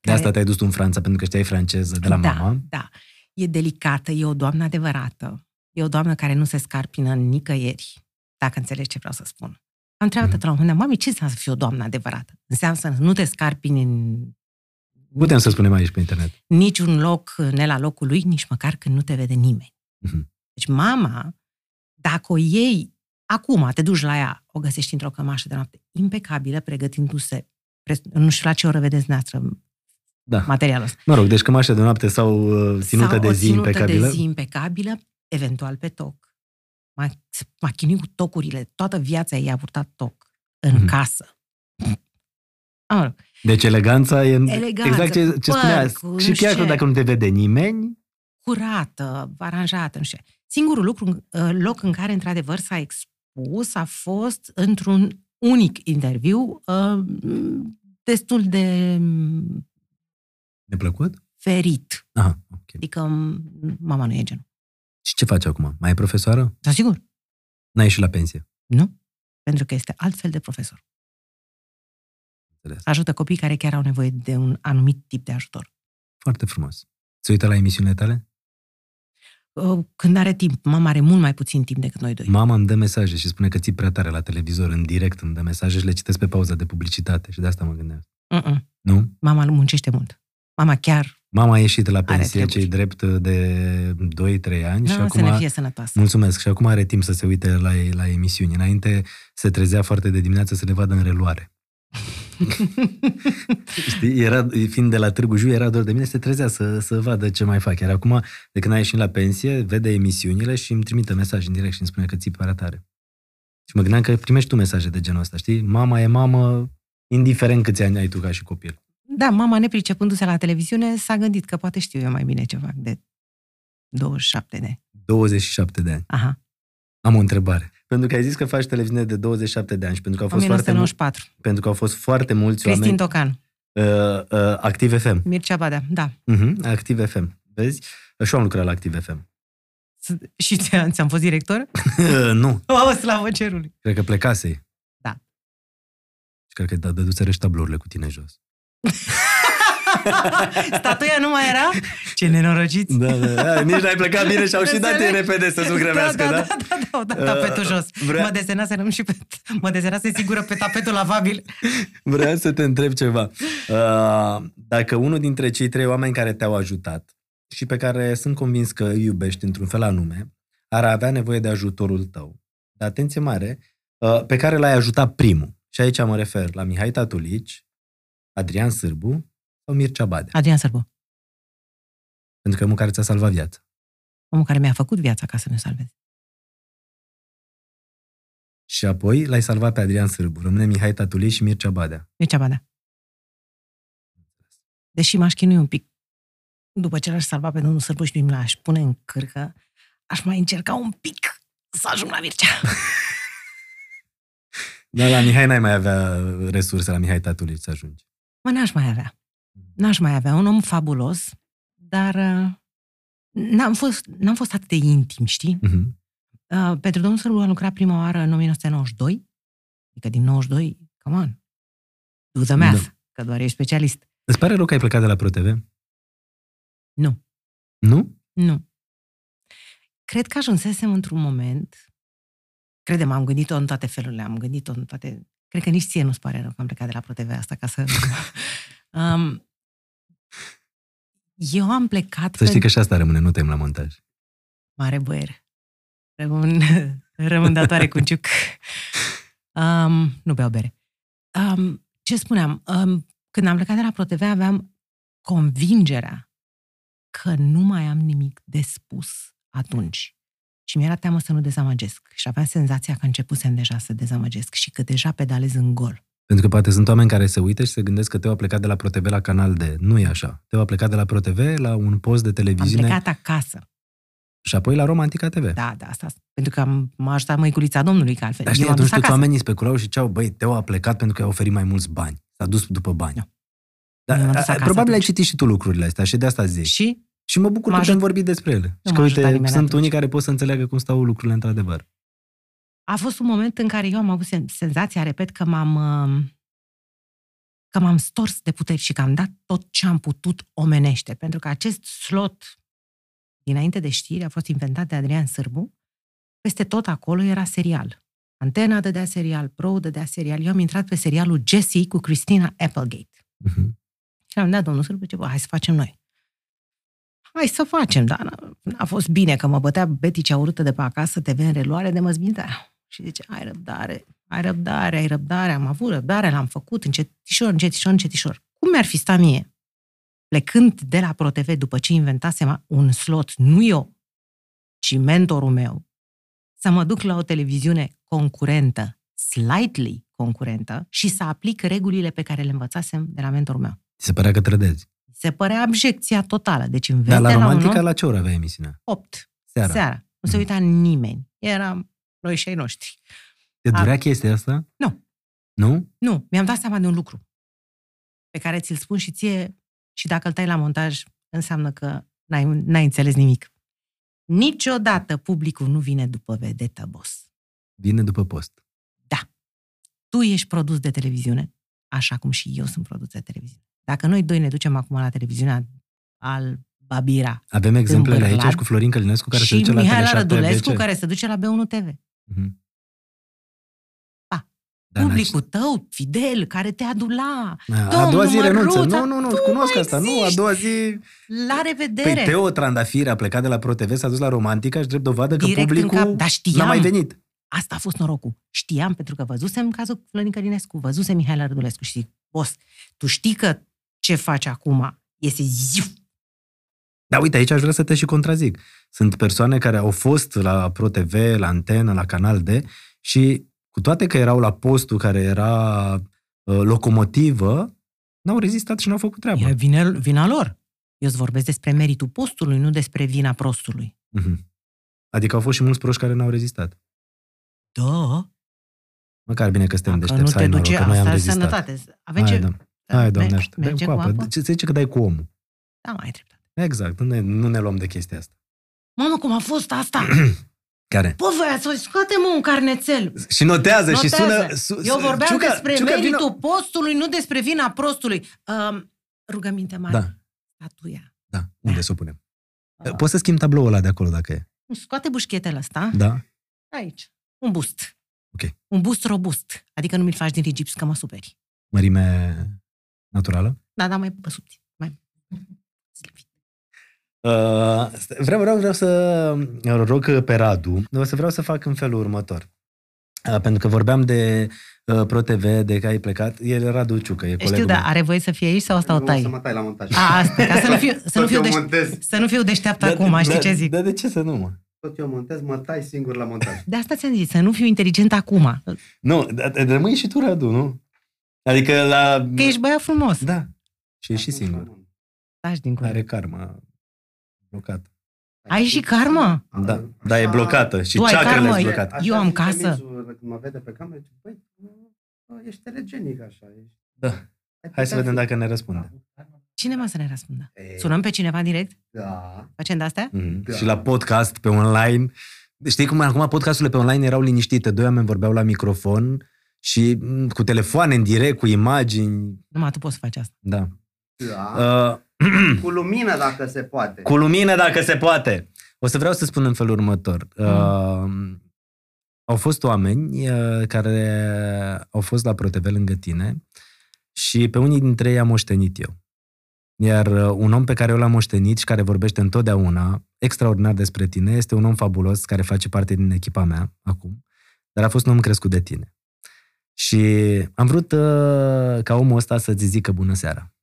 Speaker 1: De asta te-ai dus tu în Franța, pentru că știai franceză de la
Speaker 2: da,
Speaker 1: mama.
Speaker 2: Da, e delicată, e o doamnă adevărată. E o doamnă care nu se scarpină nicăieri, dacă înțelegi ce vreau să spun. Am întrebat
Speaker 1: Mhm.
Speaker 2: mm. la un moment dat, mami, ce înseamnă să fii o doamnă adevărată? Înseamnă să nu te scarpini în
Speaker 1: Putem să spunem aici pe internet.
Speaker 2: niciun loc, ne la locul lui, nici măcar când nu te vede nimeni.
Speaker 1: Mhm.
Speaker 2: Deci mama, dacă o iei acum, te duci la ea, o găsești într-o cămașă de noapte impecabilă, pregătindu-se, pres- nu știu la ce oră vedeți noastră
Speaker 1: Da.
Speaker 2: materialul ăsta.
Speaker 1: Mă rog, deci cămașă de noapte sau uh, ținută
Speaker 2: Sau
Speaker 1: de
Speaker 2: o
Speaker 1: zi
Speaker 2: ținută
Speaker 1: impecabilă.
Speaker 2: de zi impecabilă, eventual pe toc. M-a, m-a chinuit cu tocurile, toată viața i-a purtat toc în
Speaker 1: Mhm.
Speaker 2: casă. Am rog.
Speaker 1: Deci eleganța e
Speaker 2: Eleganță,
Speaker 1: exact ce, ce
Speaker 2: păr,
Speaker 1: spunea.
Speaker 2: cu
Speaker 1: Și chiar
Speaker 2: nu
Speaker 1: că
Speaker 2: știu
Speaker 1: dacă nu te vede nimeni,
Speaker 2: curată, aranjată, nu știu. Singurul lucru, în- ă, loc în care, într-adevăr, s-a expus a fost într-un unic interviu uh, destul de mm,
Speaker 1: neplăcut?
Speaker 2: ferit.
Speaker 1: Aha, ok.
Speaker 2: Adică mm, mama nu e genul.
Speaker 1: Și ce faci acum? Mai e profesoară?
Speaker 2: Dar sigur,
Speaker 1: N-ai ieșit la pensie.
Speaker 2: nu. Pentru că este altfel de profesor.
Speaker 1: Înțeles.
Speaker 2: Ajută copii care chiar au nevoie de un anumit tip de ajutor.
Speaker 1: Foarte frumos. Se uită la emisiunile tale?
Speaker 2: Uh, Când are timp, mama are mult mai puțin timp decât noi doi.
Speaker 1: Mama îmi dă mesaje și spune că ții prea tare la televizor, în direct îmi dă mesaje și le citesc pe pauza de publicitate și de asta mă gândeam.
Speaker 2: Mm-mm.
Speaker 1: Nu?
Speaker 2: Mama muncește mult. Mama chiar,
Speaker 1: Mama a ieșit la pensie,
Speaker 2: treburi.
Speaker 1: cei drept de 2-3 ani și
Speaker 2: nu, să
Speaker 1: acum...
Speaker 2: ne fie sănătoasă.
Speaker 1: Mulțumesc. Și acum are timp să se uite la, la emisiuni. Înainte se trezea foarte de dimineață să le vadă în reluare.
Speaker 2: *laughs*
Speaker 1: Știi, era, fiind de la Târgu Jiu, era doar de mine, se trezea să, să vadă ce mai fac. Iar acum, de când a ieșit la pensie, vede emisiunile și îmi trimite mesaj în direct și îmi spune că ții prea tare. Și mă gândeam că primești tu mesaje de genul ăsta, știi? Mama e mamă, indiferent câți ani ai tu ca și copil.
Speaker 2: Da, mama nepricepându-se la televiziune s-a gândit că poate știu eu mai bine ce fac de 27 de ani.
Speaker 1: 27 de ani.
Speaker 2: Aha,
Speaker 1: Am o întrebare. Pentru că ai zis că faci televiziune de 27 de ani și pentru că au fost, foarte, mul-
Speaker 2: 1994.
Speaker 1: pentru că au fost foarte mulți
Speaker 2: Cristin
Speaker 1: oameni
Speaker 2: Tocan,
Speaker 1: uh, uh, Activ FM.
Speaker 2: Mircea Badea, da.
Speaker 1: Uh-huh, Activ FM. Vezi? Și eu am lucrat la Activ FM.
Speaker 2: S- Și *laughs* ți-am, ți-am fost director?
Speaker 1: *laughs*
Speaker 2: *laughs*
Speaker 1: nu,
Speaker 2: O, slavă cerului! *laughs*
Speaker 1: cred că plecasei.
Speaker 2: Da.
Speaker 1: Și cred că da, dăduseră și tablourile cu tine jos.
Speaker 2: Statuia nu mai era? Ce nenorociți!
Speaker 1: Da, da, da, nici n-ai plecat bine și au și dat ei
Speaker 2: Înțeleg?
Speaker 1: repede să zugrăvească, da?
Speaker 2: da, da, da, da, da, da, tapetul
Speaker 1: Uh,
Speaker 2: jos.
Speaker 1: vrea-
Speaker 2: Mă desenaserăm și pe, mă desenase sigură pe tapetul lavabil.
Speaker 1: Vreau să te întreb ceva. Uh, Dacă unul dintre cei trei oameni care te-au ajutat și pe care sunt convins că îi iubești într-un fel anume, ar avea nevoie de ajutorul tău, de atenție mare, uh, pe care l-ai ajutat primul. Și aici mă refer la Mihai Tatulici, Adrian Sârbu sau Mircea Badea.
Speaker 2: Adrian Sărbu,
Speaker 1: Pentru că e omul care ți-a salvat viața.
Speaker 2: omul care mi-a făcut viața ca să ne salveze.
Speaker 1: Și apoi l-ai salvat pe Adrian Sârbu. Rămâne Mihai Tatulici și Mircea Badea.
Speaker 2: Mircea Badea. Deși m-aș chinui un pic, după ce l-aș salva pe domnul Sârbu și nu l-aș pune în cârcă, aș mai încerca un pic să ajung la Mircea.
Speaker 1: Dar la Mihai n-ai mai avea resurse, la Mihai Tatulici să ajungi.
Speaker 2: Mă, n-aș mai avea. N-aș mai avea. Un om fabulos, dar uh, n-am fost, n-am fost atât de intim, știi?
Speaker 1: Mhm.
Speaker 2: Uh, Pentru domnul Sârbu am lucrat prima oară în 1992, adică din 92, come on, do the math,
Speaker 1: Da.
Speaker 2: că doar ești specialist.
Speaker 1: Îți pare rău că ai plecat de la ProTV?
Speaker 2: Nu.
Speaker 1: Nu?
Speaker 2: Nu. Cred că ajunsesem într-un moment, credem, am gândit-o în toate felurile, am gândit-o în toate... Cred că nici ție nu-ți pare rău că am plecat de la ProTV asta ca să... *laughs* um, eu am
Speaker 1: Să
Speaker 2: plecat
Speaker 1: știi
Speaker 2: pentru
Speaker 1: că și asta rămâne, nu tem la montaj.
Speaker 2: mare băier. Rămân, *laughs* rămân datoare cu un ciuc. Um, nu beau bere. Um, ce spuneam? Um, când am plecat de la ProTV aveam convingerea că nu mai am nimic de spus atunci. Și mi-era teamă să nu dezamăgesc. Și aveam senzația că începusem deja să dezamăgesc și că deja pedalez în gol.
Speaker 1: Pentru că poate sunt oameni care se uită și se gândesc că Teo a plecat de la ProTV la Canal D. Nu e așa. Teo a plecat de la ProTV la un post de
Speaker 2: Am
Speaker 1: televiziune
Speaker 2: plecat acasă.
Speaker 1: Și apoi la Roma Antica TV.
Speaker 2: Da, da, asta. Pentru că am, m-a ajutat măiculița domnului, că altfel.
Speaker 1: Dar știi,
Speaker 2: eu am dus
Speaker 1: atunci toți
Speaker 2: acasă.
Speaker 1: oamenii speculau și ceau, băi, Teo a plecat pentru că i-a oferit mai mulți bani. S-a dus după bani.
Speaker 2: Da.
Speaker 1: Dar,
Speaker 2: Eu m-am dus
Speaker 1: a-
Speaker 2: acasă
Speaker 1: probabil ai
Speaker 2: atunci.
Speaker 1: citit și tu lucrurile astea și de asta zici. Și,
Speaker 2: Și
Speaker 1: și mă bucur
Speaker 2: m-a
Speaker 1: că putem
Speaker 2: ajut-
Speaker 1: vorbi despre ele.
Speaker 2: Nu
Speaker 1: și că,
Speaker 2: m-a
Speaker 1: uite,
Speaker 2: ajutat
Speaker 1: sunt
Speaker 2: nimeni
Speaker 1: unii
Speaker 2: atunci.
Speaker 1: care pot să înțeleagă cum stau lucrurile într-adevăr.
Speaker 2: a fost un moment în care eu am avut sen- senzația, repet, că m-am um, că m-am stors de puteri și că am dat tot ce am putut omenește. Pentru că acest slot, dinainte de știri, a fost inventat de Adrian Sârbu. Peste tot acolo era serial. Antena dădea serial, Pro dădea serial. Eu am intrat pe serialul Jesse cu Christina Applegate.
Speaker 1: Mhm.
Speaker 2: Și am dat domnul Sârbu, ce, bă, hai să facem noi. Hai să facem, dar n-a, n-a fost bine că mă bătea Beti cea urâtă de pe acasă, TV în reluare, de mă zbintea. Și zice, ai răbdare, ai răbdare, ai răbdare, am avut răbdare, l-am făcut, încetișor, încetișor, încetișor. Cum mi-ar fi stat mie? Plecând de la ProTV, după ce inventasem un slot, nu eu, ci mentorul meu, să mă duc la o televiziune concurentă, slightly concurentă, și să aplic regulile pe care le învățasem de la mentorul meu.
Speaker 1: Ți se părea că trădezi.
Speaker 2: Mi Se părea abjecția totală. Deci
Speaker 1: Dar
Speaker 2: în vestea
Speaker 1: la
Speaker 2: la, un
Speaker 1: Romantica
Speaker 2: om,
Speaker 1: la ce oră avea emisiunea?
Speaker 2: 8
Speaker 1: Seara.
Speaker 2: seara.
Speaker 1: Seara.
Speaker 2: seara. Nu se
Speaker 1: Mhm.
Speaker 2: uita nimeni. Eram noi și ai noștri.
Speaker 1: Te durea chestia asta?
Speaker 2: Nu.
Speaker 1: Nu?
Speaker 2: Nu, mi-am dat seama de un lucru pe care ți-l spun și ție și dacă îl tai la montaj, înseamnă că n-ai, n-ai înțeles nimic. Niciodată publicul nu vine după vedetă, boss.
Speaker 1: Vine după post.
Speaker 2: Tu ești produs de televiziune, așa cum și eu sunt produs de televiziune. Dacă noi doi ne ducem acum la televiziunea al Babira
Speaker 1: Avem exemplele aici
Speaker 2: Bârlad.
Speaker 1: și cu Florin Călinescu care
Speaker 2: și
Speaker 1: se duce la
Speaker 2: Mihaela
Speaker 1: Tele7
Speaker 2: Rădulescu
Speaker 1: ABC.
Speaker 2: care se duce la B1 TV.
Speaker 1: Mhm.
Speaker 2: Pa.
Speaker 1: Da, n-aș-
Speaker 2: publicul tău fidel care te adula.
Speaker 1: A doua zi
Speaker 2: Domnul
Speaker 1: renunță.
Speaker 2: Măruța,
Speaker 1: Nu, nu, nu,
Speaker 2: tu
Speaker 1: cunosc
Speaker 2: mai
Speaker 1: asta. Nu, a
Speaker 2: existi.
Speaker 1: doua zi...
Speaker 2: La revedere!
Speaker 1: Păi Teo Trandafir a plecat de la ProTV, s-a dus la Romantica și drept dovadă că
Speaker 2: Direct în
Speaker 1: publicul
Speaker 2: cap, dar știam.
Speaker 1: n-a mai venit.
Speaker 2: Asta a fost norocul. Știam, pentru că văzusem cazul Florin Călinescu, văzusem Mihail Rădulescu și zic, boss, tu știi că ce faci acum este ziu.
Speaker 1: Dar uite, aici aș vrea să te și contrazic. Sunt persoane care au fost la ProTV, la Antenă, la Canal D și cu toate că erau la postul care era uh, locomotivă, n-au rezistat și n-au făcut treaba.
Speaker 2: E vine, vina lor. Eu îți vorbesc despre meritul postului, nu despre vina prostului.
Speaker 1: Mhm. Adică au fost și mulți proști care n-au rezistat.
Speaker 2: Da,
Speaker 1: Măcar bine că suntem
Speaker 2: dacă nu
Speaker 1: deștepți, hai
Speaker 2: te
Speaker 1: noroc,
Speaker 2: duce,
Speaker 1: că noi am
Speaker 2: asta e
Speaker 1: rezistat.
Speaker 2: sănătate. Avem
Speaker 1: Hai,
Speaker 2: ce...
Speaker 1: doamne, hai, doamne
Speaker 2: Mer-
Speaker 1: ajută. Dai
Speaker 2: mergem
Speaker 1: cu apă.
Speaker 2: apă?
Speaker 1: Se zice că dai cu omul.
Speaker 2: Da, mai ai dreptate.
Speaker 1: Exact, nu ne, nu ne luăm de chestia asta.
Speaker 2: Mamă, cum a fost asta?
Speaker 1: Care?
Speaker 2: Bă, voi să scoate-mă un carnețel!
Speaker 1: Și notează, și sună...
Speaker 2: Notează.
Speaker 1: Su,
Speaker 2: Eu vorbeam
Speaker 1: Ciucă-
Speaker 2: despre
Speaker 1: Ciucă, vină-
Speaker 2: meritul postului, nu despre vina prostului. Um, rugăminte mare.
Speaker 1: Da,
Speaker 2: Statuia.
Speaker 1: da, unde să o
Speaker 2: *laughs*
Speaker 1: punem? Poți să schimbi tabloul ăla de acolo dacă e.
Speaker 2: Scoate bușchetele ăsta.
Speaker 1: Da?
Speaker 2: Aici. Un bust.
Speaker 1: Ok.
Speaker 2: Un bust robust. Adică nu mi-l faci din rigips, că mă superi.
Speaker 1: Mărime naturală?
Speaker 2: Da, da, mai păsuți. Mai...
Speaker 1: Uh, vreau, vreau, vreau să îl rog pe Radu, o să vreau să fac în felul următor. Uh, Pentru că vorbeam de uh, ProTV, de că ai plecat. El e Radu Ciucă, e
Speaker 2: Știu, da,
Speaker 1: colegul
Speaker 2: dar
Speaker 1: meu.
Speaker 2: are voie să fie aici sau asta o
Speaker 3: Nu, să
Speaker 2: tai?
Speaker 3: mă tai la montaj.
Speaker 2: A, asta, ca să nu fiu, să nu
Speaker 3: Tot
Speaker 2: fiu,
Speaker 3: eu
Speaker 2: deș-
Speaker 3: montez.
Speaker 2: să nu fiu deșteaptă
Speaker 1: Dar-
Speaker 2: acum, știi
Speaker 1: dar-
Speaker 2: ce zic?
Speaker 1: Dar de ce să nu, mă?
Speaker 3: Tot eu montez, mă tai singur la montaj.
Speaker 2: De asta ți-am zis, să nu fiu inteligent acum.
Speaker 1: Nu, dar- rămâi și tu, Radu, nu? Adică la...
Speaker 2: Că ești băiat frumos. Da.
Speaker 1: Da. Și e și singur.
Speaker 2: Taci din cură.
Speaker 1: Are karma blocată.
Speaker 2: Ai și karma?
Speaker 1: Da, dar e blocată și
Speaker 2: Ah. Tu ai
Speaker 1: ceacrele
Speaker 2: karma,
Speaker 1: sunt
Speaker 2: e-
Speaker 1: blocate.
Speaker 2: Eu am
Speaker 3: zice
Speaker 2: casă.
Speaker 3: Mizu, Când mă vede pe cameră, zice, băi, bă, ești telegenic așa. Ești.
Speaker 1: Da.
Speaker 3: Ai
Speaker 1: Hai să
Speaker 3: putea
Speaker 1: vedem dacă ne răspunde.
Speaker 2: Cine mă să ne răspundă?
Speaker 3: E,
Speaker 2: Sunăm pe cineva direct?
Speaker 3: Eh, Da.
Speaker 2: Facem de-astea?
Speaker 1: Mm.
Speaker 3: Da.
Speaker 1: Și la podcast, pe online. Știi cum acum podcasturile pe online erau liniștite. Doi oameni vorbeau la microfon și mm, cu telefoane în direct, cu imagini.
Speaker 2: Numai tu poți să faci asta.
Speaker 1: Da.
Speaker 3: Da.
Speaker 1: Uh,
Speaker 3: Cu lumină dacă se poate.
Speaker 1: cu lumină, dacă se poate. O să vreau să spun în felul următor. Uh, au fost oameni uh, care au fost la ProTV lângă tine și pe unii dintre ei am moștenit eu. Iar uh, un om pe care eu l-am moștenit și care vorbește întotdeauna extraordinar despre tine este un om fabulos care face parte din echipa mea acum, dar a fost un om crescut de tine. Și am vrut uh, ca omul ăsta să-ți zică bună seara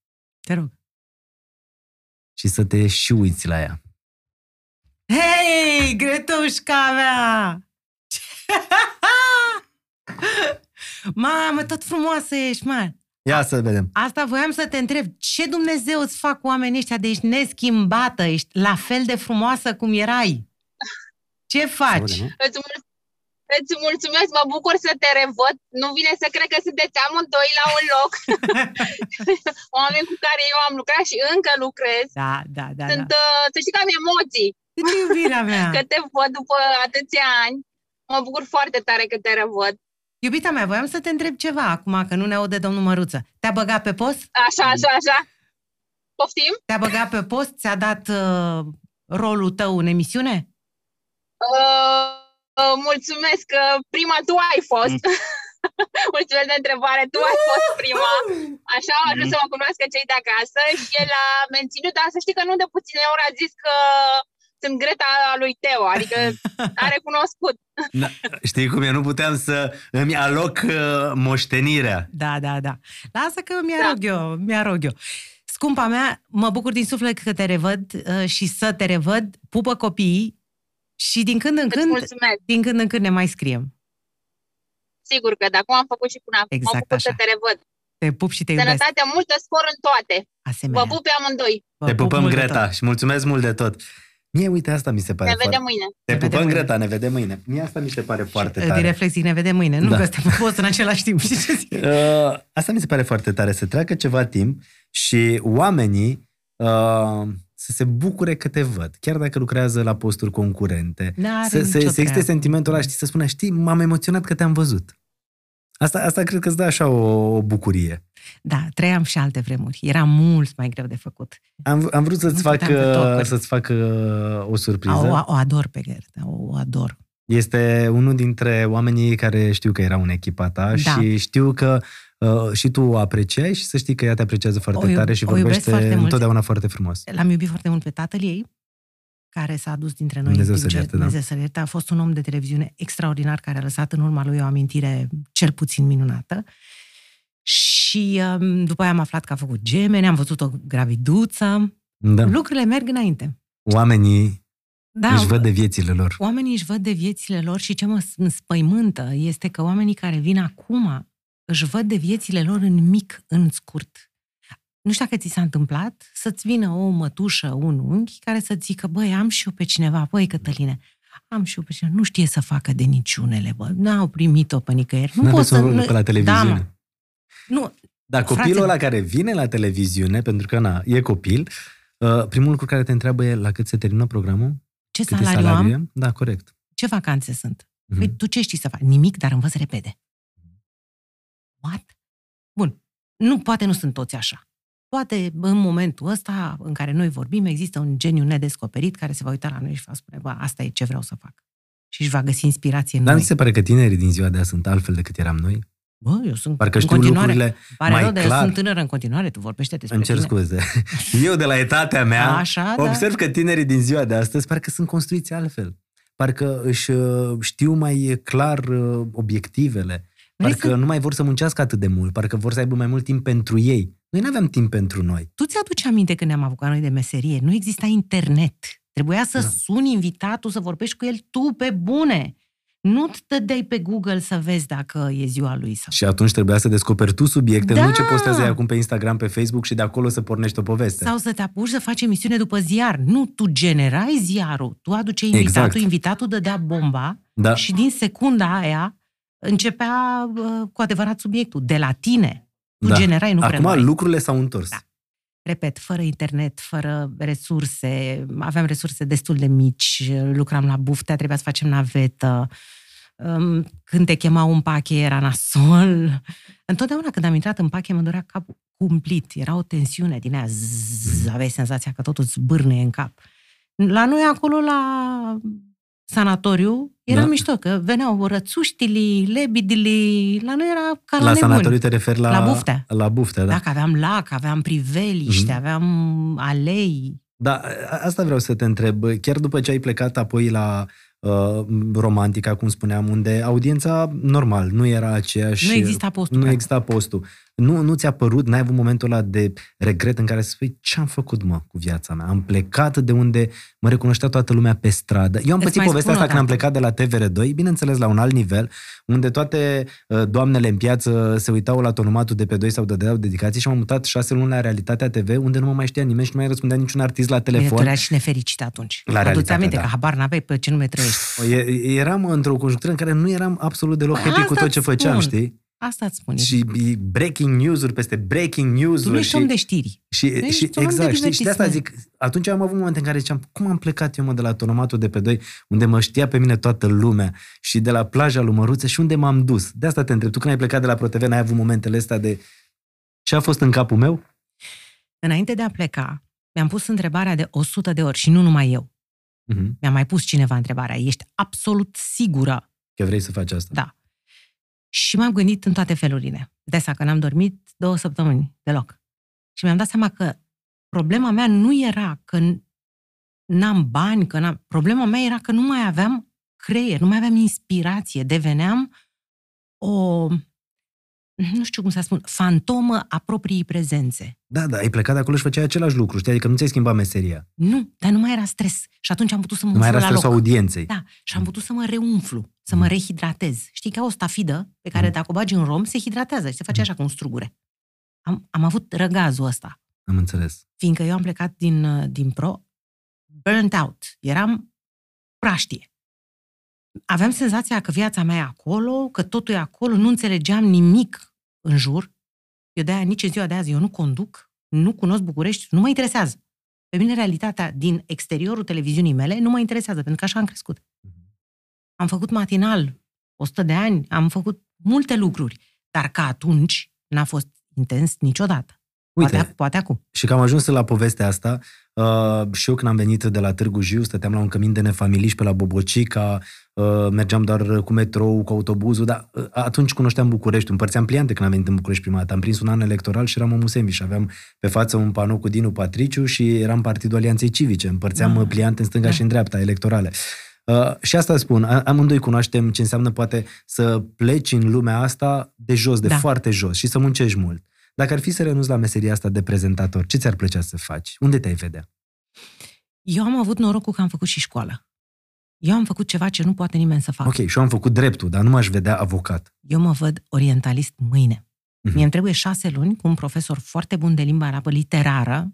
Speaker 2: Te rog.
Speaker 1: și să te și uiți la ea.
Speaker 2: Hei, gretușca mea! *laughs* Mamă, tot frumoasă ești, mă!
Speaker 1: Ia să vedem.
Speaker 2: Asta voiam să te întreb. Ce Dumnezeu îți fac oamenii ăștia de ești neschimbată? Ești la fel de frumoasă cum erai. Ce faci?
Speaker 3: Aude, nu?
Speaker 4: Îți, mul- îți mulțumesc, mă bucur să te revăd. Nu vine să cred că sunteți amândoi la un
Speaker 2: *laughs*
Speaker 4: loc. Oameni cu care eu am lucrat și încă lucrez.
Speaker 2: Da, da, da.
Speaker 4: Sunt,
Speaker 2: da. Ah.
Speaker 4: uh, să știi că am emoții
Speaker 2: Cât iubirea mea!
Speaker 4: *laughs* că te văd după atâția ani. Mă bucur foarte tare că te revăd.
Speaker 2: Iubita mea, voiam să te întreb ceva acum, că nu ne aude domnul Măruță. Te-a băgat pe post?
Speaker 4: Așa, așa, așa. Poftim?
Speaker 2: Te-a băgat pe post? Ți-a dat uh, rolul tău în emisiune?
Speaker 4: Uh, uh, mulțumesc că prima tu ai fost.
Speaker 2: Mm.
Speaker 4: *laughs* mulțumesc de întrebare. Tu
Speaker 2: Uhuh!
Speaker 4: ai fost prima. Așa au ajuns să mă cunoască cei de acasă și el a menținut, dar să știi că nu de puține ori a zis că sunt Greta a lui Teo, adică a recunoscut.
Speaker 1: Da, știi cum e? Nu puteam să îmi aloc uh, moștenirea.
Speaker 2: Da, da, da. Lasă că mi-a
Speaker 4: Da.
Speaker 2: rog eu, mi-a rog eu. Scumpa mea, mă bucur din suflet că te revăd uh, și să te revăd, pupă copiii și din când în
Speaker 4: Îți
Speaker 2: când,
Speaker 4: mulțumesc.
Speaker 2: din când în când ne mai scriem.
Speaker 4: Sigur că de acum am făcut și până acum.
Speaker 2: Exact
Speaker 4: mă bucur să
Speaker 2: așa.
Speaker 4: te revăd.
Speaker 2: Te pup și te iubesc.
Speaker 4: Sănătate multă, spor în toate. Vă
Speaker 2: Asemenea.
Speaker 4: pup pe amândoi.
Speaker 1: Te pupăm,
Speaker 2: mult de
Speaker 1: Greta,
Speaker 2: tot.
Speaker 1: și mulțumesc mult de tot. Mie, uite, asta mi se pare
Speaker 4: Ne
Speaker 1: foarte...
Speaker 4: vedem mâine.
Speaker 1: Te
Speaker 2: Ne vedem
Speaker 1: pupăm,
Speaker 2: mâine. uh,
Speaker 1: Greta, ne vedem mâine. Mie asta mi se pare foarte
Speaker 2: Din
Speaker 1: tare.
Speaker 2: reflexii ne vedem mâine. Nu
Speaker 1: Da.
Speaker 2: că suntem pe post în același timp. *laughs* Știi ce zic?
Speaker 1: Uh, asta mi se pare foarte tare, să treacă ceva timp și oamenii uh, să se bucure că te văd, chiar dacă lucrează la posturi concurente.
Speaker 2: N-are
Speaker 1: Să, să,
Speaker 2: nicio
Speaker 1: să existe
Speaker 2: treabă.
Speaker 1: sentimentul ăla, știi, să spună, știi, m-am emoționat că te-am văzut. Asta, asta cred că îți dă așa o, o bucurie.
Speaker 2: Da, trăiam și alte vremuri. Era mult mai greu de făcut.
Speaker 1: Am, am vrut
Speaker 2: Nu
Speaker 1: să-ți fac,
Speaker 2: puteam pe
Speaker 1: uh,
Speaker 2: tocuri.
Speaker 1: să-ți fac uh, o surpriză.
Speaker 2: O, o ador pe Greta, o, o ador.
Speaker 1: Este unul dintre oamenii care știu că erau în echipa ta
Speaker 2: Da.
Speaker 1: și știu că uh, și tu o apreciai și să știi că ea te apreciază foarte
Speaker 2: O iub-
Speaker 1: tare și
Speaker 2: o iubesc
Speaker 1: vorbește
Speaker 2: foarte mult.
Speaker 1: întotdeauna foarte frumos.
Speaker 2: L-am iubit foarte mult pe tatăl ei, care s-a dus dintre noi.
Speaker 1: Dumnezeu
Speaker 2: în timp
Speaker 1: să-l
Speaker 2: ce-
Speaker 1: ierte, da.
Speaker 2: Dumnezeu să-l ierte. A fost un om de televiziune extraordinar care a lăsat în urma lui o amintire cel puțin minunată. Și um, după aia am aflat că a făcut gemene, am văzut o graviduță.
Speaker 1: Da.
Speaker 2: Lucrurile merg înainte.
Speaker 1: Oamenii
Speaker 2: Da,
Speaker 1: își văd de viețile lor.
Speaker 2: oamenii își văd de viețile lor și ce mă s- înspăimântă este că oamenii care vin acum își văd de viețile lor în mic, în scurt. Nu știu dacă ți s-a întâmplat să-ți vină o mătușă, un unghi, care să zică, băi, am și eu pe cineva, băi, Cătăline, am și eu pe cineva, nu știe să facă de niciunele, bă, n-au primit-o pe nicăieri. Nu pot
Speaker 1: N-aveți
Speaker 2: să...
Speaker 1: un rol
Speaker 2: Nu,
Speaker 1: pe la
Speaker 2: Da,
Speaker 1: televiziune.
Speaker 2: mă. nu,
Speaker 1: Dar copilul
Speaker 2: Frate-
Speaker 1: ăla care vine la televiziune, pentru că na, e copil, uh, primul lucru care te întreabă e la cât se termină programul?
Speaker 2: ce
Speaker 1: Cât e
Speaker 2: salariu am,
Speaker 1: e? Da, corect.
Speaker 2: ce vacanțe sunt.
Speaker 1: Mhm.
Speaker 2: Păi tu ce știi să faci? Nimic, dar învăț repede. What? Bun. Nu, poate nu sunt toți așa. Poate în momentul ăsta în care noi vorbim există un geniu nedescoperit care se va uita la noi și va spune, bă, asta e ce vreau să fac. Și își va găsi inspirație în
Speaker 1: Dar nu
Speaker 2: noi.
Speaker 1: ți se pare că tinerii din ziua de azi sunt altfel decât eram noi?
Speaker 2: Bă, eu sunt
Speaker 1: Parcă
Speaker 2: în
Speaker 1: știu
Speaker 2: continuare.
Speaker 1: lucrurile...
Speaker 2: Pare
Speaker 1: mai
Speaker 2: rău, dar eu
Speaker 1: clar.
Speaker 2: sunt tânără în continuare, tu vorbește despre
Speaker 1: Îmi cer
Speaker 2: tine.
Speaker 1: scuze. *laughs* Eu de la etatea mea...
Speaker 2: Așa, da.
Speaker 1: Observ că tinerii din ziua de astăzi parcă sunt construiți altfel. Parcă își uh, știu mai clar uh, obiectivele.
Speaker 2: Vrei
Speaker 1: Parcă
Speaker 2: să-
Speaker 1: nu mai vor să muncească atât de mult, parcă vor să aibă mai mult timp pentru ei. Noi nu aveam timp pentru noi.
Speaker 2: Tu ți-aduci aminte când ne-am apucat noi de meserie? Nu exista internet. Trebuia să
Speaker 1: Da.
Speaker 2: da. suni invitatul, să vorbești cu el tu pe bune. Nu te dădeai pe Google să vezi dacă e ziua lui sau...
Speaker 1: Și atunci trebuia să descoperi tu subiecte,
Speaker 2: Da!
Speaker 1: nu ce postează ei acum pe Instagram, pe Facebook și de acolo să pornești o poveste.
Speaker 2: Sau să te apuci să faci emisiune după ziar. Nu, tu generai ziarul, tu aduceai invitatul,
Speaker 1: Exact.
Speaker 2: invitatul dădea bomba
Speaker 1: Da.
Speaker 2: da. și din secunda aia începea uh, cu adevărat subiectul, de la tine. Tu
Speaker 1: Da.
Speaker 2: generai, nu preluai.
Speaker 1: Acum lucrurile s-au întors.
Speaker 2: Da. repet, fără internet, fără resurse, aveam resurse destul de mici, lucram la buftea, trebuia să facem navetă, Îm, când te chemau un pache era nasol. Întotdeauna când am intrat în pache mă dorea capul cumplit, era o tensiune din aia, zzz, aveai senzația că totul zbârne în cap. La noi acolo, la sanatoriu, era
Speaker 1: Da.
Speaker 2: da. mișto, că veneau rățuștilii, lebidilii, la noi era ca la,
Speaker 1: La
Speaker 2: nebuni.
Speaker 1: sanatoriu da. te referi la...
Speaker 2: La buftea.
Speaker 1: La buftea, da.
Speaker 2: Dacă aveam lac, aveam priveliște,
Speaker 1: Mhm.
Speaker 2: mm-hmm. aveam alei.
Speaker 1: Da, a- asta vreau să te întreb. Chiar după ce ai plecat apoi la uh, Romantica, cum spuneam, unde audiența normal nu era aceeași...
Speaker 2: Nu exista postul.
Speaker 1: Nu
Speaker 2: practic.
Speaker 1: exista postul. Nu, nu ți-a părut, n-ai avut momentul ăla de regret în care să spui ce am făcut, mă, cu viața mea? Am plecat de unde mă recunoștea toată lumea pe stradă. Eu am
Speaker 2: Îți
Speaker 1: pățit
Speaker 2: mai
Speaker 1: povestea
Speaker 2: spun o
Speaker 1: asta când am
Speaker 2: dată.
Speaker 1: plecat de la TVR2, bineînțeles la un alt nivel, unde toate uh, doamnele în piață se uitau la tonomatul de pe 2 sau dădeau dedicații și m-am mutat șase luni la Realitatea TV, unde nu mă mai știa nimeni și nu mai răspundea niciun artist la
Speaker 2: Telefon.
Speaker 1: telefon.
Speaker 2: Era și nefericit atunci.
Speaker 1: La
Speaker 2: Aduți
Speaker 1: realitate,
Speaker 2: aminte
Speaker 1: da.
Speaker 2: că habar n-aveai pe ce nume trăiești.
Speaker 1: E- Eram într-o conjunctură în care nu eram absolut deloc
Speaker 2: Păi
Speaker 1: happy cu
Speaker 2: asta
Speaker 1: tot ce
Speaker 2: îți
Speaker 1: făceam,
Speaker 2: spun.
Speaker 1: știi?
Speaker 2: Asta îți spun.
Speaker 1: Și e breaking news-uri peste breaking
Speaker 2: tu nu
Speaker 1: news-uri.
Speaker 2: ești om
Speaker 1: Și,
Speaker 2: de știri.
Speaker 1: și,
Speaker 2: Păi, ești
Speaker 1: și
Speaker 2: un om de
Speaker 1: exact, știi? Și de asta zic,
Speaker 2: divertisment.
Speaker 1: atunci am avut momente în care ziceam, cum am plecat eu mă de la tonomatul de pe 2, unde mă știa pe mine toată lumea și de la plaja lui Măruță și unde m-am dus. De asta te întreb, tu când ai plecat de la ProTV, n-ai avut momentele astea de ce a fost în capul meu?
Speaker 2: Înainte de a pleca, mi-am pus întrebarea de 100 de ori și nu numai eu.
Speaker 1: Mhm.
Speaker 2: Mi-a mai pus cineva întrebarea. Ești absolut sigură
Speaker 1: Că vrei să faci asta.
Speaker 2: Da. Și m-am gândit în toate felurile. De asta că n-am dormit două săptămâni deloc. Și mi-am dat seama că problema mea nu era că n- n-am bani, că n-am... problema mea era că nu mai aveam creier, nu mai aveam inspirație, deveneam o, nu știu cum să spun, fantomă a propriei prezențe.
Speaker 1: Da, da, ai plecat de acolo și făceai același lucru, știi? Adică nu ți-ai schimbat meseria.
Speaker 2: Nu, dar nu mai era stres. Și atunci am putut să mă
Speaker 1: Nu mai
Speaker 2: umflu
Speaker 1: era
Speaker 2: la loc.
Speaker 1: stresul audienței.
Speaker 2: Da, și am putut să mă reumflu, să mă
Speaker 1: Mhm.
Speaker 2: rehidratez. Știi, ca o stafidă pe care
Speaker 1: Mhm.
Speaker 2: dacă o bagi în rom, se hidratează și se face
Speaker 1: Mhm.
Speaker 2: așa cu un strugure. Am, am avut răgazul ăsta,
Speaker 1: Am înțeles.
Speaker 2: fiindcă eu am plecat din, uh, din pro burnt out. Eram praștie. Aveam senzația că viața mea e acolo, că totul e acolo, nu înțelegeam nimic în jur. Eu de-aia, nici în ziua de azi, eu nu conduc, nu cunosc București, nu mă interesează. Pe mine realitatea din exteriorul televiziunii mele nu mă interesează, pentru că așa am crescut. Am făcut matinal 100 de ani, am făcut multe lucruri, dar ca atunci n-a fost intens niciodată.
Speaker 1: Uite,
Speaker 2: Poate, ac- poate acum.
Speaker 1: Și că am ajuns la povestea asta, uh, și eu când am venit de la Târgu Jiu, stăteam la un cămin de nefamiliști pe la Bobocica, uh, mergeam doar cu metrou, cu autobuzul, dar uh, atunci cunoșteam București, împărțeam pliante când am venit în București prima dată. Am prins un an electoral și eram omul Semiș, aveam pe față un panou cu Dinu Patriciu și eram Partidul Alianței Civice, împărțeam
Speaker 2: Ah.
Speaker 1: uh, pliante în stânga
Speaker 2: Da.
Speaker 1: și în dreapta electorale. Uh, și asta spun, a- amândoi cunoaștem ce înseamnă poate să pleci în lumea asta de jos, de
Speaker 2: Da.
Speaker 1: foarte jos și să muncești mult. Dacă ar fi să renunți la meseria asta de prezentator, ce ți-ar plăcea să faci? Unde te-ai vedea?
Speaker 2: Eu am avut norocul că am făcut și școală. Eu am făcut ceva ce nu poate nimeni să facă.
Speaker 1: Ok, și eu am făcut dreptul, dar nu m-aș vedea avocat.
Speaker 2: Eu mă văd orientalist mâine.
Speaker 1: Mhm.
Speaker 2: Mie îmi trebuie șase luni cu un profesor foarte bun de limba arabă literară,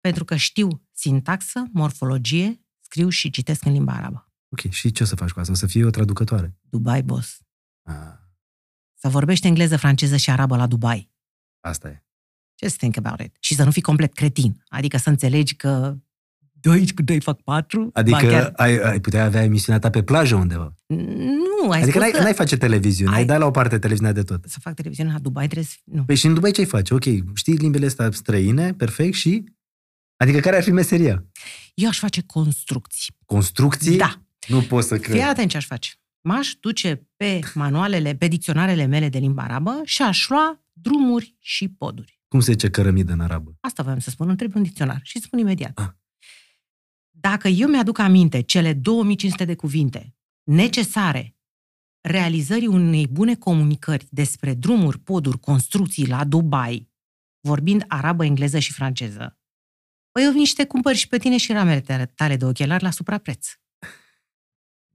Speaker 2: pentru că știu sintaxă, morfologie, scriu și citesc în limba arabă.
Speaker 1: Ok, și ce o să faci cu asta? O să fii o traducătoare?
Speaker 2: Dubai, boss.
Speaker 1: Ah,
Speaker 2: Să vorbești engleză, franceză și arabă la Dubai.
Speaker 1: asta e.
Speaker 2: Just think about it. Și să nu fii complet cretin. Adică să înțelegi că doi cu doi fac patru. ba
Speaker 1: Adică
Speaker 2: chiar-
Speaker 1: ai, ai putea avea emisiunea ta pe plajă undeva.
Speaker 2: Nu, ai
Speaker 1: Ai adică
Speaker 2: spus
Speaker 1: n-ai,
Speaker 2: că...
Speaker 1: n-ai face televiziune, ai... ai
Speaker 2: Ai-
Speaker 1: dat la o parte televiziunea de tot.
Speaker 2: Să fac televiziune la Dubai trebuie să... Nu.
Speaker 1: Păi și în Dubai ce-ai face? Ok, știi limbile astea străine, perfect, și... Adică care ar fi meseria?
Speaker 2: Eu aș face construcții.
Speaker 1: Construcții?
Speaker 2: Da.
Speaker 1: Nu pot să cred.
Speaker 2: Fii atent ce aș face. M-aș duce pe manualele, pe dicționarele mele de limba arabă și aș lua drumuri și poduri.
Speaker 1: Cum se zice cărămidă în arabă?
Speaker 2: Asta voiam să spun, întreb un dicționar și îți spun imediat.
Speaker 1: Ah.
Speaker 2: Dacă eu mi-aduc aminte cele 2500 de cuvinte necesare realizării unei bune comunicări despre drumuri, poduri, construcții la Dubai, vorbind arabă, engleză și franceză, păi eu vin și te cumpăr și pe tine și ramele tale- tale de ochelari la suprapreț.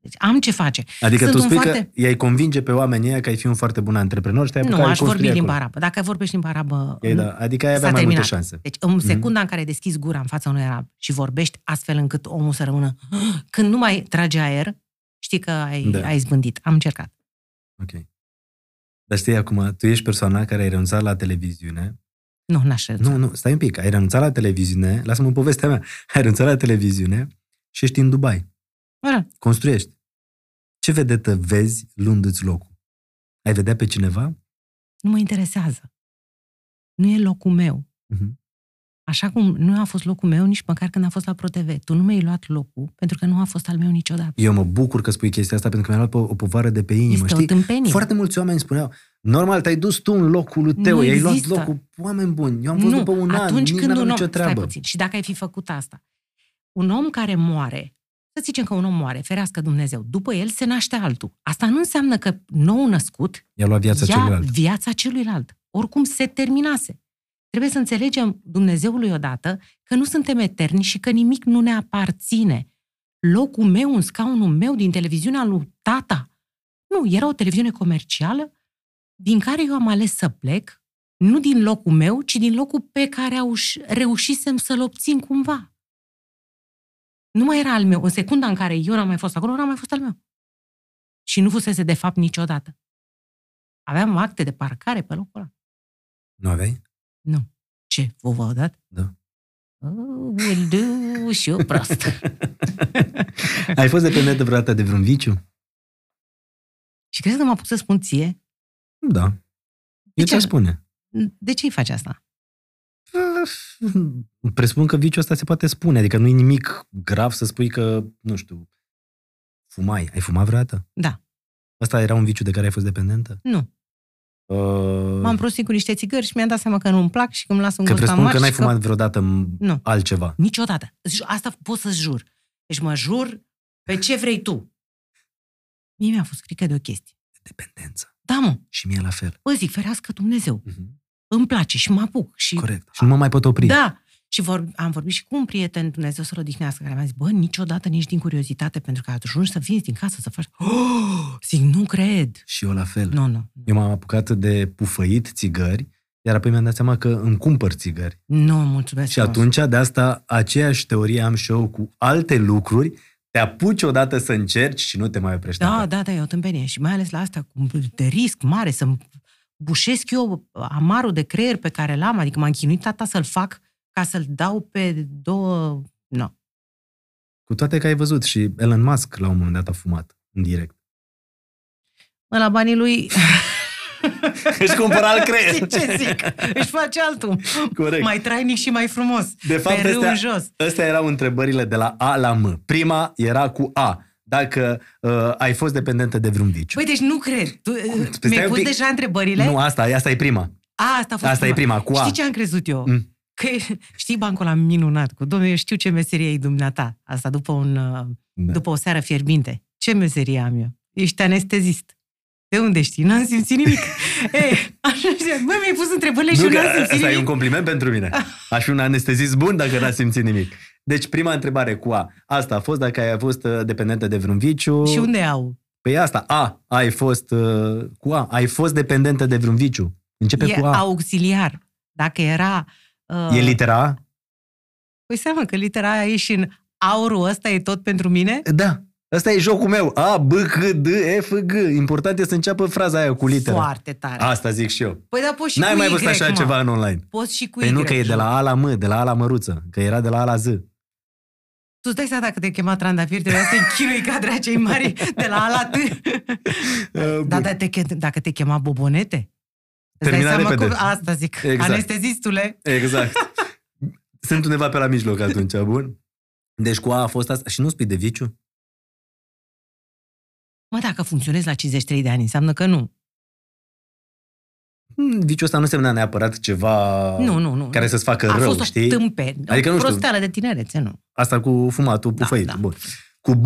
Speaker 2: Deci am ce face.
Speaker 1: Adică
Speaker 2: Sunt
Speaker 1: tu
Speaker 2: un
Speaker 1: spui
Speaker 2: foarte-
Speaker 1: că i-ai convinge pe oamenii ăia că ai fi un foarte bun antreprenor și te-ai
Speaker 2: nu,
Speaker 1: apucat, ai
Speaker 2: aș vorbi
Speaker 1: construi
Speaker 2: limba
Speaker 1: acolo.
Speaker 2: arabă. Dacă vorbești limba arabă,
Speaker 1: Ei, da. Adică ai
Speaker 2: Mm-hmm. S-a
Speaker 1: avea mai multe
Speaker 2: terminat.
Speaker 1: șanse.
Speaker 2: Deci în
Speaker 1: Mhm.
Speaker 2: secunda în care deschizi gura în fața unui arab și vorbești astfel încât omul să rămână *gasps* când nu mai trage aer, știi că ai,
Speaker 1: Da.
Speaker 2: da. ai zbândit. Am încercat.
Speaker 1: Ok. Dar știi acum, tu ești persoana care ai renunțat la televiziune.
Speaker 2: Nu, n-aș renunța.
Speaker 1: Nu, nu, stai un pic. Ai renunțat la televiziune, lasă-mă în povestea mea. *laughs* Ai renunțat la televiziune și ești în Dubai.
Speaker 2: Ora,
Speaker 1: Construiești. Ce vedetă vezi luându-ți locul? Ai vedea pe cineva?
Speaker 2: Nu mă interesează. Nu e locul meu.
Speaker 1: Mhm.
Speaker 2: Așa cum nu a fost locul meu nici măcar când a fost la ProTV. Tu nu mi-ai luat locul pentru că nu a fost al meu niciodată.
Speaker 1: Eu mă bucur că spui chestia asta pentru că mi-a luat po- o povară de pe inimă,
Speaker 2: Este o
Speaker 1: știi?
Speaker 2: tâmpenie.
Speaker 1: Foarte mulți oameni spuneau, normal, te-ai dus tu în locul lui Teo,
Speaker 2: Nu
Speaker 1: i-ai luat
Speaker 2: există.
Speaker 1: locul oameni buni. Eu am fost
Speaker 2: nu,
Speaker 1: după un an,
Speaker 2: atunci
Speaker 1: nici
Speaker 2: când
Speaker 1: n-am
Speaker 2: un om,
Speaker 1: nicio
Speaker 2: Stai
Speaker 1: treabă.
Speaker 2: puțin, și dacă ai fi făcut asta, un om care moare, să zicem că un om moare, ferească Dumnezeu, după el se naște altul. Asta nu înseamnă că nou născut
Speaker 1: I-a luat viața
Speaker 2: ia
Speaker 1: celuilalt.
Speaker 2: viața celuilalt. oricum se terminase. Trebuie să înțelegem Dumnezeului odată că nu suntem eterni și că nimic nu ne aparține. Locul meu, un scaunul meu din televiziunea lui tata. Nu, era o televiziune comercială din care eu am ales să plec, nu din locul meu, ci din locul pe care auș- reușisem să-l obțin cumva. Nu mai era al meu. În secunda în care eu n-am mai fost acolo, n-am mai fost al meu. Și nu fusese, de fapt, niciodată. Aveam acte de parcare pe locul ăla.
Speaker 1: Nu aveai?
Speaker 2: Nu. Ce? Vă v-au dat? Oh,
Speaker 1: Da.
Speaker 2: Aoleu, și eu
Speaker 1: *laughs*
Speaker 2: prost.
Speaker 1: Ai fost dependentă vreodată de vreun viciu?
Speaker 2: și crezi că m-a pus să spun ție?
Speaker 1: Da.
Speaker 2: De
Speaker 1: Eu
Speaker 2: ce?
Speaker 1: ți-o spune.
Speaker 2: De ce îi faci asta?
Speaker 1: Presupun că viciul ăsta se poate spune, adică nu e nimic grav să spui că, nu știu, fumai. Ai fumat vreodată?
Speaker 2: Da.
Speaker 1: Asta era un viciu de care ai fost dependentă?
Speaker 2: Nu.
Speaker 1: Uh,
Speaker 2: M-am prostit cu niște țigări și mi-am dat seama că nu-mi plac și că îmi las un
Speaker 1: că
Speaker 2: gust
Speaker 1: presupun
Speaker 2: amar
Speaker 1: că n-ai
Speaker 2: și
Speaker 1: fumat vreodată m-
Speaker 2: Nu.
Speaker 1: altceva.
Speaker 2: Niciodată. Deci Asta pot să-ți jur. Deci mă jur pe ce vrei tu. Mie mi-a fost frică de o chestie.
Speaker 1: Dependență.
Speaker 2: Da, mă,
Speaker 1: Și mie la fel.
Speaker 2: bă, zic, ferească Dumnezeu.
Speaker 1: Mhm.
Speaker 2: Îmi place și mă apuc. Și
Speaker 1: Corect. Și nu mă mai pot opri.
Speaker 2: Da. Și vor, am vorbit și cu un prieten, Dumnezeu să-l odihnească, care mi-a zis, bă, niciodată nici din curiozitate, pentru că ajungi să vinzi din casă să faci... *gasps* Oh! Zic, nu cred.
Speaker 1: Și eu la fel.
Speaker 2: Nu, nu.
Speaker 1: Eu m-am apucat de pufăit țigări, iar apoi mi-am dat seama că îmi cumpăr țigări.
Speaker 2: Nu, mulțumesc.
Speaker 1: Și
Speaker 2: frumos.
Speaker 1: atunci, de asta, aceeași teorie am și eu cu alte lucruri, te apuci odată să încerci și nu te mai oprești.
Speaker 2: Da,
Speaker 1: apoi.
Speaker 2: da, da, e o tâmpenie. Și mai ales la asta, cu de risc mare, să-mi bușesc eu amarul de creier pe care l-am, adică m-am chinuit tata să-l fac ca să-l dau pe două... No.
Speaker 1: Cu toate că ai văzut și Elon Musk la un moment dat a fumat în direct.
Speaker 2: La banii lui...
Speaker 1: *laughs*
Speaker 2: *laughs*
Speaker 1: Își cumpăra al *laughs* creier.
Speaker 2: Ce zic? Își face altul.
Speaker 1: Corect.
Speaker 2: Mai trainic și mai frumos.
Speaker 1: Deci- De fapt,
Speaker 2: pe râu
Speaker 1: astea-
Speaker 2: în jos.
Speaker 1: Astea erau întrebările de la A la M. Prima era cu A. Dacă uh, ai fost dependentă de vreun viciu.
Speaker 2: Păi, deci nu cred. Tu, uh,
Speaker 1: Păi stai
Speaker 2: mi-ai
Speaker 1: un
Speaker 2: pus
Speaker 1: pic.
Speaker 2: deja întrebările?
Speaker 1: nu, asta, Păi, asta e prima.
Speaker 2: A, asta a fost
Speaker 1: Asta e prima, cu A.
Speaker 2: Știi ce am crezut eu?
Speaker 1: Mm.
Speaker 2: Că, *laughs* știi bancul am minunat cu, domnule, eu știu ce meserie e dumneata. Asta după, un, uh,
Speaker 1: Da.
Speaker 2: după o seară fierbinte. Ce meserie am eu? Ești anestezist. De unde știi? N-am simțit
Speaker 1: *laughs*
Speaker 2: nimic. Ei, așa știa. Mă, mi-ai pus întrebările și
Speaker 1: Nu
Speaker 2: eu
Speaker 1: că
Speaker 2: n-am Deci simțit
Speaker 1: asta e
Speaker 2: nimic.
Speaker 1: un compliment pentru mine. Aș fi un anestezist bun dacă n-a simțit nimic. Deci prima întrebare cu A. Asta a fost dacă ai fost uh, dependentă de vreun viciu.
Speaker 2: Și unde au?
Speaker 1: Păi asta, A. Ai fost uh, cu A. Ai fost dependentă de vreun viciu. Începe
Speaker 2: E
Speaker 1: cu A.
Speaker 2: auxiliar. Dacă era... Uh,
Speaker 1: E litera A?
Speaker 2: Păi seama că litera aia e și în aurul ăsta e tot pentru mine?
Speaker 1: Da. Asta e jocul meu. A, B, C, D, F, G. Important e să înceapă fraza aia cu litera.
Speaker 2: Foarte tare.
Speaker 1: Asta zic și eu.
Speaker 2: Păi da, poți și
Speaker 1: N-ai
Speaker 2: cu
Speaker 1: mai
Speaker 2: y,
Speaker 1: văzut așa
Speaker 2: mă.
Speaker 1: ceva în online.
Speaker 2: Poți și cu
Speaker 1: Păi
Speaker 2: Y.
Speaker 1: nu că e de
Speaker 2: jur.
Speaker 1: la A la M, de la A la Măruță, că era de la A la Z.
Speaker 2: Tu îți dai seama dacă te chema Trandafir, trebuia să-i chinui ca dracei mari de la A la
Speaker 1: *laughs*
Speaker 2: T.
Speaker 1: Uh,
Speaker 2: Da, da, te, che- dacă te chema Bobonete, îți dai
Speaker 1: Termina
Speaker 2: seama
Speaker 1: repede.
Speaker 2: cum... Asta zic.
Speaker 1: Exact.
Speaker 2: Exact. Anestezistule.
Speaker 1: Exact. Sunt undeva pe la mijloc atunci, bun? Deci cu A a fost asta. Și nu spui de viciu?
Speaker 2: Mă, dacă funcționezi la 53 de ani, înseamnă că nu.
Speaker 1: Hmm, Viciul ăsta nu însemna neapărat ceva
Speaker 2: nu, nu, nu.
Speaker 1: care
Speaker 2: nu.
Speaker 1: să-ți facă
Speaker 2: A
Speaker 1: rău,
Speaker 2: fost o
Speaker 1: știi?
Speaker 2: tâmpe,
Speaker 1: Adică
Speaker 2: adică,
Speaker 1: nu
Speaker 2: o
Speaker 1: știu.
Speaker 2: prosteală de tinerețe, nu.
Speaker 1: Asta cu fumatul, cu
Speaker 2: Da,
Speaker 1: făitul.
Speaker 2: da.
Speaker 1: Bun. Cu B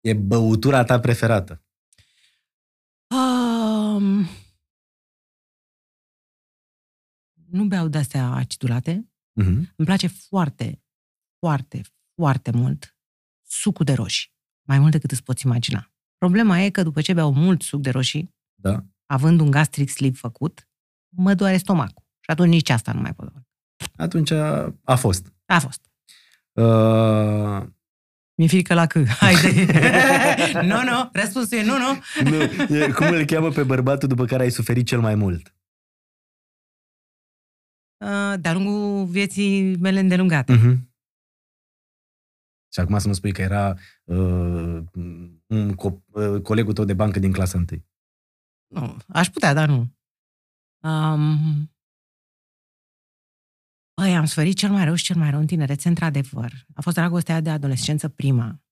Speaker 1: e băutura ta preferată.
Speaker 2: Um, nu beau de-astea acidulate.
Speaker 1: Mm-hmm.
Speaker 2: Îmi place foarte, foarte, foarte mult sucul de roșii. Mai mult decât îți poți imagina. Problema e că după ce beau mult suc de roșii,
Speaker 1: Da.
Speaker 2: având un gastric slip făcut, mă doare stomacul. Și atunci nici asta nu mai pot. face.
Speaker 1: Atunci a, a fost.
Speaker 2: A fost.
Speaker 1: Uh,
Speaker 2: Mi-e frică la *laughs* câ. Haide. nu, nu. Răspunsul e nu, nu.
Speaker 1: nu, e, cum îl cheamă pe bărbatul după care ai suferit cel mai mult?
Speaker 2: Uh, De-a lungul vieții mele îndelungate.
Speaker 1: Mm-hmm. Și acum să nu spui că era uh, un co- uh, colegul tău de bancă din clasa 1.
Speaker 2: Nu, aș putea, dar nu. Um, băi, am suferit cel mai rău și cel mai rău în tinerețe, într-adevăr. A fost dragostea de adolescență prima.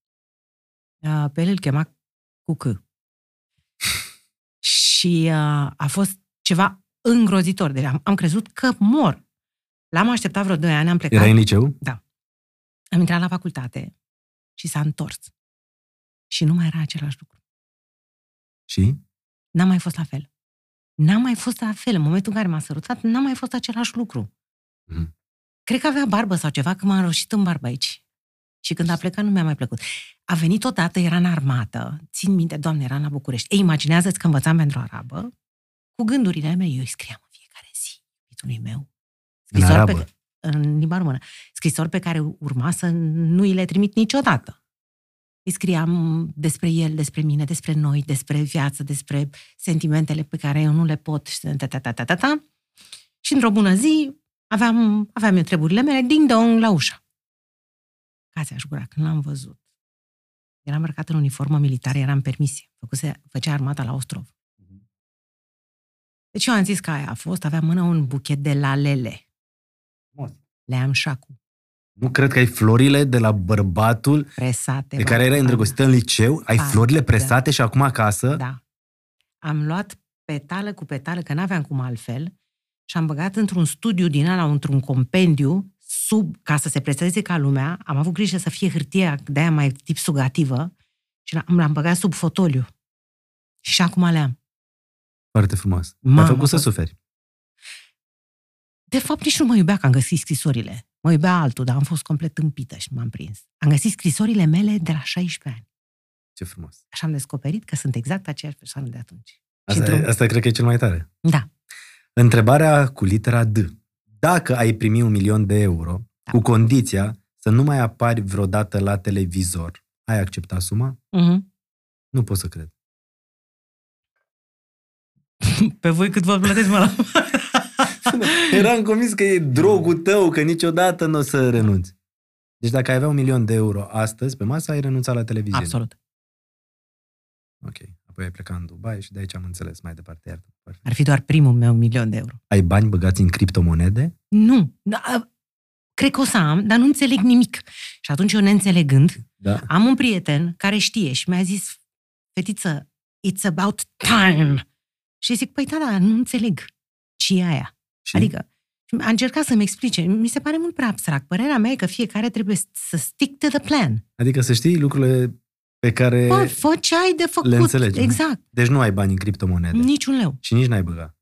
Speaker 2: Uh, pe el îl chema cu C. și uh, a fost ceva îngrozitor. Deci am, am crezut că mor. L-am așteptat vreo 2 ani, am plecat.
Speaker 1: Era în liceu?
Speaker 2: Am intrat la facultate și s-a întors. Și nu mai era același lucru.
Speaker 1: Și?
Speaker 2: N-am mai fost la fel. n-a mai fost la fel. În momentul în care m-a sărutat, n-a mai fost același lucru.
Speaker 1: Mhm.
Speaker 2: Cred că avea barbă sau ceva, că m-a înroșit în barbă aici. Și când a plecat, nu mi-a mai plăcut. A venit odată, era în armată. Țin minte, doamne, era la București. Ei, imaginează-ți că învățam pentru arabă. Cu gândurile mele, eu îi scriam în fiecare zi, iubitului meu.
Speaker 1: În
Speaker 2: Scrisoare
Speaker 1: arabă.
Speaker 2: Pe, în limba română. Scrisori pe care urma să nu îi le trimit niciodată. Îi scriam despre el, despre mine, despre noi, despre viață, despre sentimentele pe care eu nu le pot și ta, ta, ta, ta, ta, ta. Și într-o bună zi aveam, aveam eu treburile mele, ding-dong, la ușă. Ca aș gura, când l-am văzut. Eram îmbrăcat în uniformă militară, eram permisie. Făcuse, făcea armata la Ostrov. Deci eu am zis că aia a fost, aveam în mână un buchet de lalele.
Speaker 3: Frumos.
Speaker 2: Le am și acum,
Speaker 1: Nu cred că ai florile de la bărbatul
Speaker 2: presate.
Speaker 1: de care erai
Speaker 2: bă,
Speaker 1: îndrăgostită în liceu, ai
Speaker 2: Da,
Speaker 1: florile
Speaker 2: da.
Speaker 1: presate și acum acasă.
Speaker 2: Da. Am luat petală cu petală, că n-aveam cum altfel, și am băgat într-un studiu din ala, într-un compendiu, sub, ca să se preseze ca lumea, am avut grijă să fie hârtia de-aia mai tipsugativă și l-am, l-am băgat sub fotoliu. Și acum le am.
Speaker 1: Foarte frumos. Te-a
Speaker 2: Mamă,
Speaker 1: făcut să
Speaker 2: bă.
Speaker 1: suferi.
Speaker 2: De fapt, nici nu mă iubea că am găsit scrisorile. Mă iubea altul, dar am fost complet împită și m-am prins. Am găsit scrisorile mele de la 16 ani.
Speaker 1: Ce frumos.
Speaker 2: Așa am descoperit că sunt exact aceeași persoană de atunci. Și
Speaker 1: Asta,
Speaker 2: într-un-
Speaker 1: asta cred că e cel mai tare.
Speaker 2: Da.
Speaker 1: Întrebarea cu litera D. Dacă ai primi un milion de euro,
Speaker 2: Da.
Speaker 1: cu condiția să nu mai apari vreodată la televizor, ai accepta suma?
Speaker 2: Uh-huh.
Speaker 1: Nu pot să cred.
Speaker 2: *laughs* Pe voi cât vă plăteți, mă la...
Speaker 1: *laughs* Eram convins că e drogul tău, că niciodată nu o să renunți. Deci dacă ai avea un milion de euro astăzi pe masă, ai renunțat la televiziune.
Speaker 2: Absolut.
Speaker 1: Ok. Apoi ai plecat în Dubai și de aici am înțeles mai departe. Iartă. Perfect.
Speaker 2: Ar fi doar primul meu milion de euro.
Speaker 1: Ai bani băgați în criptomonede?
Speaker 2: Nu. Da, a, Cred că o să am, dar nu înțeleg nimic. Și atunci eu, neînțelegând,
Speaker 1: Da.
Speaker 2: am un prieten care știe și mi-a zis, fetiță, it's about time. Și zic, păi da, da, nu înțeleg. Ce e aia?
Speaker 1: Și
Speaker 2: Adică, a încercat să-mi explice. Mi se pare mult prea abstract. Părerea mea e că fiecare trebuie să stick to the plan.
Speaker 1: Adică să știi lucrurile pe care...
Speaker 2: Bă, fă ce ai de făcut.
Speaker 1: înțelegem.
Speaker 2: Exact.
Speaker 1: Deci nu ai bani în criptomonede.
Speaker 2: Niciun leu.
Speaker 1: Și nici n-ai băga.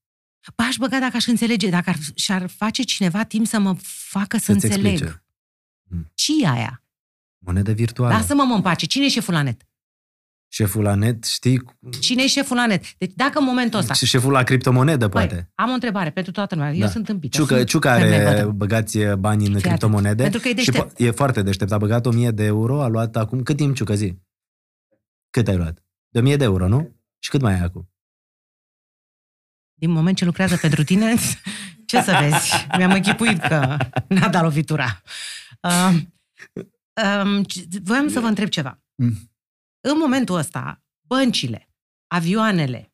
Speaker 2: Bă, aș băga dacă aș înțelege, dacă ar, și-ar face cineva timp să mă facă să
Speaker 1: Să-ți
Speaker 2: înțeleg.
Speaker 1: explice.
Speaker 2: Ce e aia?
Speaker 1: Monedă virtuală.
Speaker 2: Lasă-mă mă în pace. Cine e șeful la net?
Speaker 1: Șeful la net, știi?
Speaker 2: Cine e șeful la net? Deci dacă în momentul ăsta... Păi,
Speaker 1: Și șeful la criptomonedă,
Speaker 2: Băi,
Speaker 1: poate.
Speaker 2: am o întrebare pentru toată lumea. Eu
Speaker 1: Da.
Speaker 2: sunt împită.
Speaker 1: Ciucă,
Speaker 2: sunt
Speaker 1: Ciucă
Speaker 2: femeie
Speaker 1: are
Speaker 2: bătrână.
Speaker 1: băgați uh, bani în
Speaker 2: atent.
Speaker 1: criptomonede.
Speaker 2: Pentru că e
Speaker 1: și
Speaker 2: deștept.
Speaker 1: po- e foarte deștept. A băgat 1000 de euro, a luat acum... Cât timp, Ciucă, zi? Cât ai luat? De 1000 de euro, nu? Și cât mai ai acum?
Speaker 2: Din moment ce lucrează pentru tine, *laughs* ce să vezi? Mi-am închipuit că n-a dat lovitura. Uh, um, ce- voiam să vă întreb ceva.
Speaker 1: Mm.
Speaker 2: În momentul ăsta, băncile, avioanele,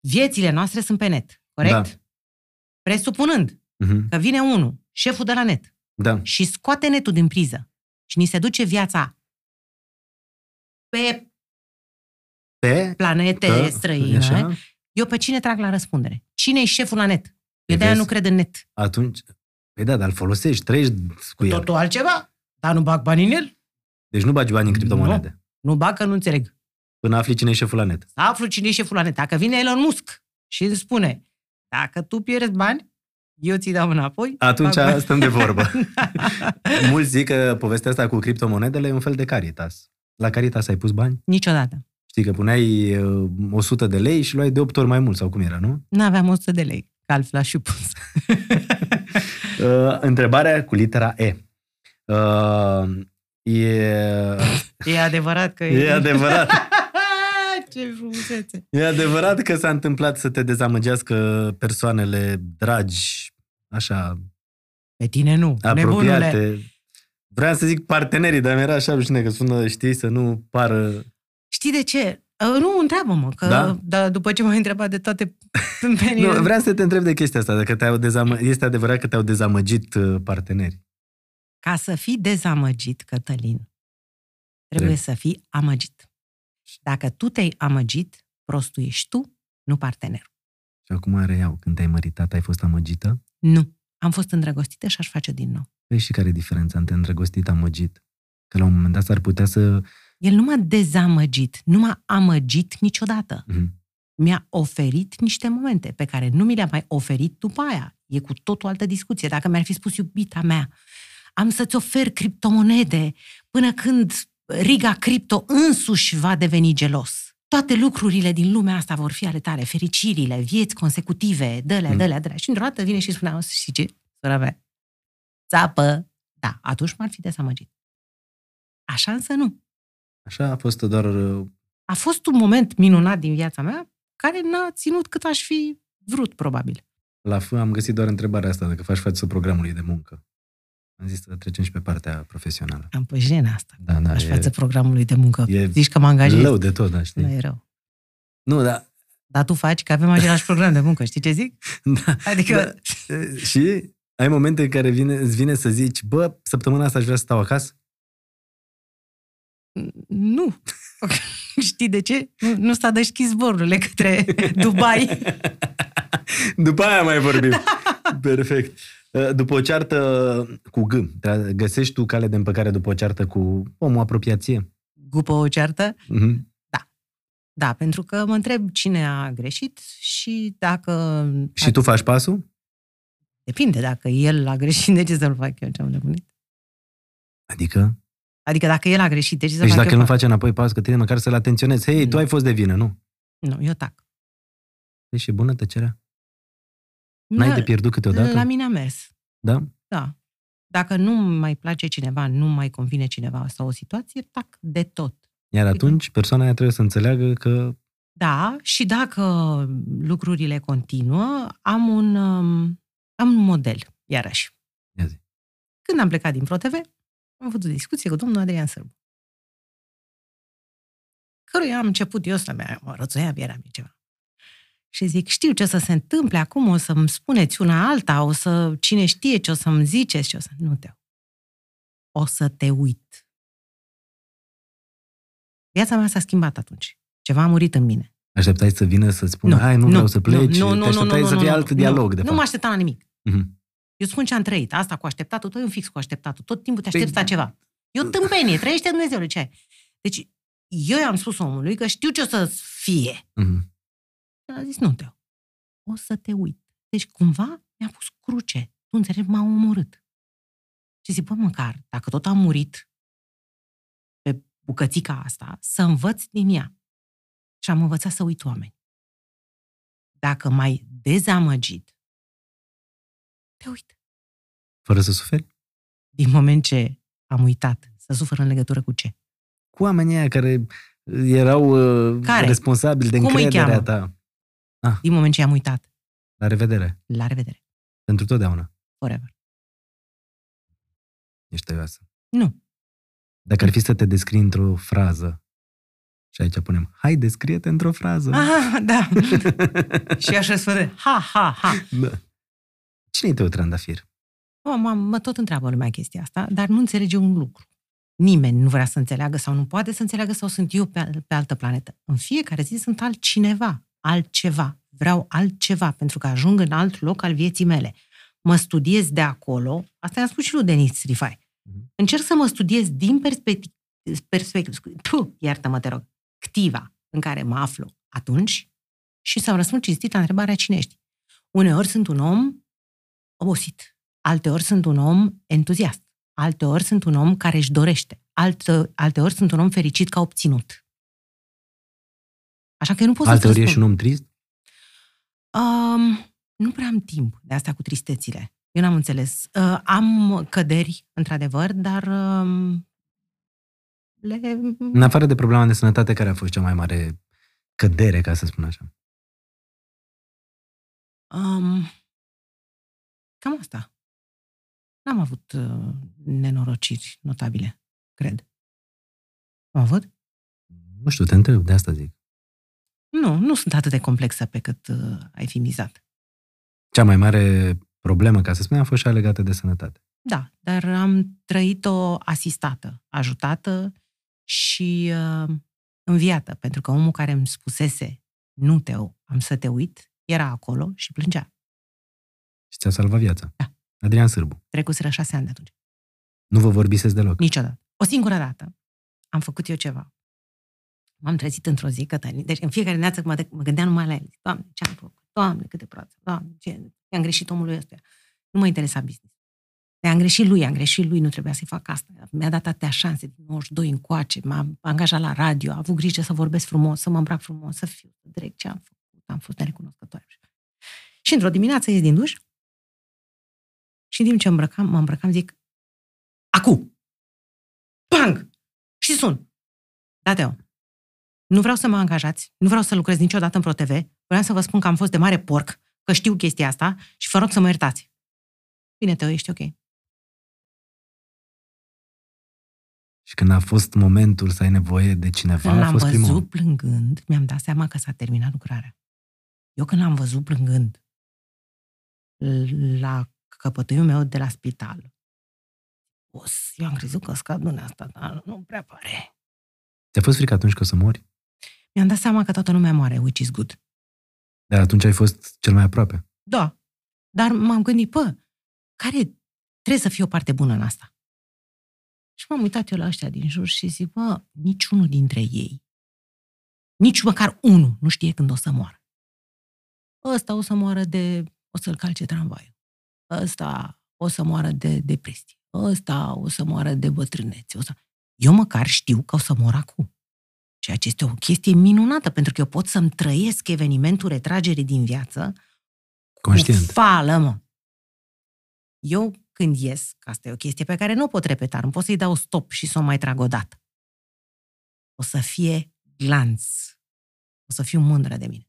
Speaker 2: viețile noastre sunt pe net, corect?
Speaker 1: Da.
Speaker 2: Presupunând
Speaker 1: Mhm.
Speaker 2: că vine unul, șeful de la net,
Speaker 1: Da.
Speaker 2: și scoate netul din priză și ni se duce viața pe
Speaker 1: Pe...
Speaker 2: planete
Speaker 1: că-
Speaker 2: străine,
Speaker 1: Da, Așa?
Speaker 2: eu pe cine trag la răspundere? Cine e șeful la net? Eu
Speaker 1: Îi
Speaker 2: de-aia
Speaker 1: vezi?
Speaker 2: nu cred în net.
Speaker 1: Atunci... Păi da, dar îl folosești, treci cu el.
Speaker 2: Totul altceva, dar nu bag bani în el.
Speaker 1: Deci nu bagi bani în criptomonede.
Speaker 2: Nu bag că nu înțeleg.
Speaker 1: Până afli cine e șeful la net.
Speaker 2: Să aflu cine e șeful la net. Dacă vine Elon Musk și îmi spune, dacă tu pierzi bani, eu ți dau înapoi.
Speaker 1: Atunci
Speaker 2: bag bani."
Speaker 1: stăm de vorbă. Mulți zic că povestea asta cu criptomonedele e un fel de Caritas. La Caritas ai pus bani?
Speaker 2: *laughs* Niciodată.
Speaker 1: Știi că puneai uh, 100 de lei și luai de 8 ori mai mult, sau cum era, nu?
Speaker 2: N-aveam 100 de lei, că altfel aș fi pus.
Speaker 1: Uh, întrebarea cu litera E. Uh, e...
Speaker 2: *laughs* e adevărat că
Speaker 1: E adevărat.
Speaker 2: *laughs* Ce frumusețe!
Speaker 1: E adevărat că s-a întâmplat să te dezamăgească persoanele dragi, așa,
Speaker 2: Pe tine nu, nebunule.
Speaker 1: apropiate. Vreau să zic partenerii, dar mi-era așa rușine că sună, știi, să nu pară...
Speaker 2: Știi de ce? Uh, Nu, întreabă-mă, că
Speaker 1: Da?
Speaker 2: da? Da, după ce m-ai întrebat de toate
Speaker 1: *laughs* Nu,
Speaker 2: tâmpenile...
Speaker 1: vreau să te întreb de chestia asta, dacă te-au dezamă... este adevărat că te-au dezamăgit uh, partenerii.
Speaker 2: Ca să fii dezamăgit, Cătălin, trebuie
Speaker 1: Trebuie.
Speaker 2: să fii amăgit. Dacă tu te-ai amăgit, prostul ești tu, nu partenerul.
Speaker 1: Și acum reiau, când te-ai măritat, ai fost amăgită?
Speaker 2: Nu. Am fost îndrăgostită și aș face din nou.
Speaker 1: Păi și care e diferența între îndrăgostit, amăgit? Că la un moment dat s-ar putea să...
Speaker 2: El nu m-a dezamăgit, nu m-a amăgit niciodată.
Speaker 1: Mhm.
Speaker 2: mi-a oferit niște momente pe care nu mi le-a mai oferit după aia. E cu tot o altă discuție. Dacă mi-ar fi spus iubita mea, am să-ți ofer criptomonede până când riga cripto însuși va deveni gelos. Toate lucrurile din lumea asta vor fi ale tale, fericirile, vieți consecutive, dălea,
Speaker 1: Mm.
Speaker 2: dălea, dălea. Și într-o dată vine și spune, "Auzi, știi ce, sora mea, țapă. Da, atunci m-ar fi dezamăgit. Așa însă nu.
Speaker 1: Așa a fost doar... uh,
Speaker 2: A fost un moment minunat din viața mea care n-a ținut cât aș fi vrut, probabil.
Speaker 1: La F am găsit doar întrebarea asta, dacă faci față programului de muncă. Am zis să trecem și pe partea profesională.
Speaker 2: Am pe jena asta.
Speaker 1: Da, da,
Speaker 2: Aș
Speaker 1: e-
Speaker 2: față programului de muncă.
Speaker 1: e
Speaker 2: Zici că mă angajez.
Speaker 1: Rău de tot, da, știi?
Speaker 2: Nu e rău.
Speaker 1: Nu, da.
Speaker 2: Dar tu faci că avem același program de muncă, știi ce zic?
Speaker 1: *laughs* da.
Speaker 2: Adică
Speaker 1: Da. E, Și ai momente în care vine, îți vine să zici, bă, săptămâna asta aș vrea să stau acasă? *laughs*
Speaker 2: nu. *laughs* știi de ce? Nu, nu s-a deschis zborurile către
Speaker 1: *laughs*
Speaker 2: Dubai.
Speaker 1: După aia mai
Speaker 2: *laughs*
Speaker 1: vorbim. Perfect. Uh, După o ceartă cu G, tra- găsești tu cale de împăcare după o ceartă cu omul apropiat ție?
Speaker 2: După o ceartă,
Speaker 1: Mhm.
Speaker 2: da, pentru că mă întreb cine a greșit și dacă...
Speaker 1: Și tu faci pasul?
Speaker 2: Depinde, dacă el a greșit, de ce să-l fac eu ce am nebunit?
Speaker 1: Adică?
Speaker 2: Adică dacă el a greșit, de ce să
Speaker 1: Deci
Speaker 2: fac
Speaker 1: dacă
Speaker 2: eu
Speaker 1: nu
Speaker 2: fac?
Speaker 1: face înapoi pas că tine, măcar să-l atenționezi. Hei, tu
Speaker 2: Nu.
Speaker 1: ai fost de vină, nu?
Speaker 2: Nu, eu tac.
Speaker 1: Deci e bună tăcerea? N-ai
Speaker 2: Nu,
Speaker 1: de pierdut câteodată?
Speaker 2: La mine a mers,
Speaker 1: Da?
Speaker 2: da. Dacă nu mai place cineva, nu mai convine cineva sau o situație, tac de tot.
Speaker 1: Iar atunci persoana aia trebuie să înțeleagă că
Speaker 2: Da, și dacă lucrurile continuă, am un, um, am un model, iarăși.
Speaker 1: Ia zi.
Speaker 2: Când am plecat din ProTV, am avut o discuție cu domnul Adrian Sârbu. Căruia am început eu să-mi mă rățuiam, eram eu ceva. Și zic, știu ce o să se întâmple acum, o să-mi spuneți una alta, o să, cine știe ce o să-mi ziceți, ce o să... Nu te O să te uit. Viața mea s-a schimbat atunci. Ceva a murit în mine.
Speaker 1: așteptai să vină să-ți spună, hai, nu, vreau să pleci, te așteptai să fie alt
Speaker 2: nu,
Speaker 1: dialog, de
Speaker 2: Nu
Speaker 1: fapt.
Speaker 2: mă așteptam la nimic.
Speaker 1: Mhm.
Speaker 2: Eu spun ce am trăit. Asta cu așteptatul tău, e un fix cu așteptatul. Tot timpul te
Speaker 1: Păi-
Speaker 2: aștepți la ceva. E o tâmpenie, trăiește Dumnezeule ce ai. Deci, eu i-am spus omului că știu ce o să fie.
Speaker 1: Mhm.
Speaker 2: El a zis, nu, Teo, o să te uit. Deci, cumva, mi-a pus cruce. Tu înțelegi, m-a omorât. Și zic, bă, măcar, dacă tot am murit pe bucățica asta, să învăț din ea. Și am învățat să uit oameni. Dacă mai dezamăgit, te uit.
Speaker 1: Fără să suferi?
Speaker 2: Din moment ce am uitat să sufăr în legătură cu ce.
Speaker 1: Cu oamenii aia care erau uh,
Speaker 2: Care?
Speaker 1: responsabili de
Speaker 2: Cum îi
Speaker 1: încrederea
Speaker 2: cheamă?
Speaker 1: ta.
Speaker 2: Din moment ce am uitat.
Speaker 1: La revedere.
Speaker 2: La revedere.
Speaker 1: Pentru totdeauna.
Speaker 2: Forever.
Speaker 1: Ești tăioasă.
Speaker 2: Nu.
Speaker 1: Dacă ar fi să te descrii într-o frază, și aici punem, hai, descrie-te într-o frază.
Speaker 2: Ah, da. *laughs* și așa spune, ha, ha, ha.
Speaker 1: da. Cine-i tău trandafir?
Speaker 2: Mă, mă, mă tot întreabă lumea chestia asta, dar nu înțelege un lucru. Nimeni nu vrea să înțeleagă sau nu poate să înțeleagă sau sunt eu pe, al- pe altă planetă. În fiecare zi sunt altcineva, altceva. Vreau altceva pentru că ajung în alt loc al vieții mele. Mă studiez de acolo, asta i-am spus și lui Denis Rifai.
Speaker 1: Mhm.
Speaker 2: Încerc să mă studiez din perspectivă, perspectiv, tu, iartă-mă, te rog, activa în care mă aflu atunci și să-mi răspund cinstit la întrebarea cine ești. Uneori sunt un om obosit, alteori sunt un om entuziast, alteori sunt un om care își dorește, altă, alteori sunt un om fericit că a obținut. Așa că eu nu pot să
Speaker 1: Alteori ești un om trist?
Speaker 2: Um, nu prea am timp de asta cu tristețile. Eu n-am înțeles. Uh, am căderi, într-adevăr, dar um, le... um,
Speaker 1: În afară de problema de sănătate, care a fost cea mai mare cădere, ca să spun așa?
Speaker 2: Um, cam asta. N-am avut uh, nenorociri notabile, cred. Am avut?
Speaker 1: Nu știu, te întreb, de asta zic.
Speaker 2: Nu, nu sunt atât de complexă pe cât uh, ai fi mizat.
Speaker 1: Cea mai mare problemă, ca să spunem, a fost cea legată de sănătate.
Speaker 2: Da, dar am trăit-o asistată, ajutată și uh, înviată, pentru că omul care îmi spusese nu te am să te uit, era acolo și plângea.
Speaker 1: Și ți-a salvat viața.
Speaker 2: Da.
Speaker 1: Adrian Sârbu.
Speaker 2: Trecuseră șase ani de atunci.
Speaker 1: Nu vă vorbisesc deloc.
Speaker 2: Niciodată. O singură dată am făcut eu ceva M-am trezit într-o zi, Cătălin. Deci în fiecare dimineață mă, mă gândeam numai la el. Zic, Doamne, ce am făcut? Doamne, cât de proastă. Doamne, ce... I-am greșit omului ăsta. Nu mă interesa business. Dar am greșit lui, am greșit lui, nu trebuia să-i fac asta. Mi-a dat atâtea șanse din 92 încoace, m-a angajat la radio, a avut grijă să vorbesc frumos, să mă îmbrac frumos, să fiu direct ce am făcut. Am fost nerecunoscătoare. Și într-o dimineață ies din duș și în timp ce îmbrăcam, mă îmbrăcam, zic, acum! Bang! Și sun. Da, Teo, nu vreau să mă angajați, nu vreau să lucrez niciodată în ProTV, vreau să vă spun că am fost de mare porc, că știu chestia asta și vă rog să mă iertați. Bine, Teo, ești ok.
Speaker 1: Și când a fost momentul să ai nevoie de cineva,
Speaker 2: Când
Speaker 1: a
Speaker 2: l-am
Speaker 1: fost
Speaker 2: văzut
Speaker 1: primul. om.
Speaker 2: plângând, mi-am dat seama că s-a terminat lucrarea. Eu când l-am văzut plângând la căpătâiul meu de la spital, os, eu am crezut că scad luna asta, dar nu prea pare.
Speaker 1: Ți-a fost frică atunci că o să mori?
Speaker 2: Mi-am dat seama că toată lumea moare, which is good.
Speaker 1: Dar atunci ai fost cel mai aproape.
Speaker 2: Da. Dar m-am gândit, pă, care trebuie să fie o parte bună în asta? Și m-am uitat eu la ăștia din jur și zic, bă, niciunul dintre ei, nici măcar unul nu știe când o să moară. Ăsta o să moară de... o să-l calce tramvaiul. Ăsta o să moară de depresie. Ăsta o să moară de bătrânețe. O să... Eu măcar știu că o să mor acum. Ceea ce este o chestie minunată, pentru că eu pot să-mi trăiesc evenimentul retragerii din viață
Speaker 1: Conștient.
Speaker 2: cu fală, mă. Eu când ies, că asta e o chestie pe care nu o pot repeta, nu pot să-i dau stop și să o mai trag odată. O să fie glanț. O să fiu mândră de mine.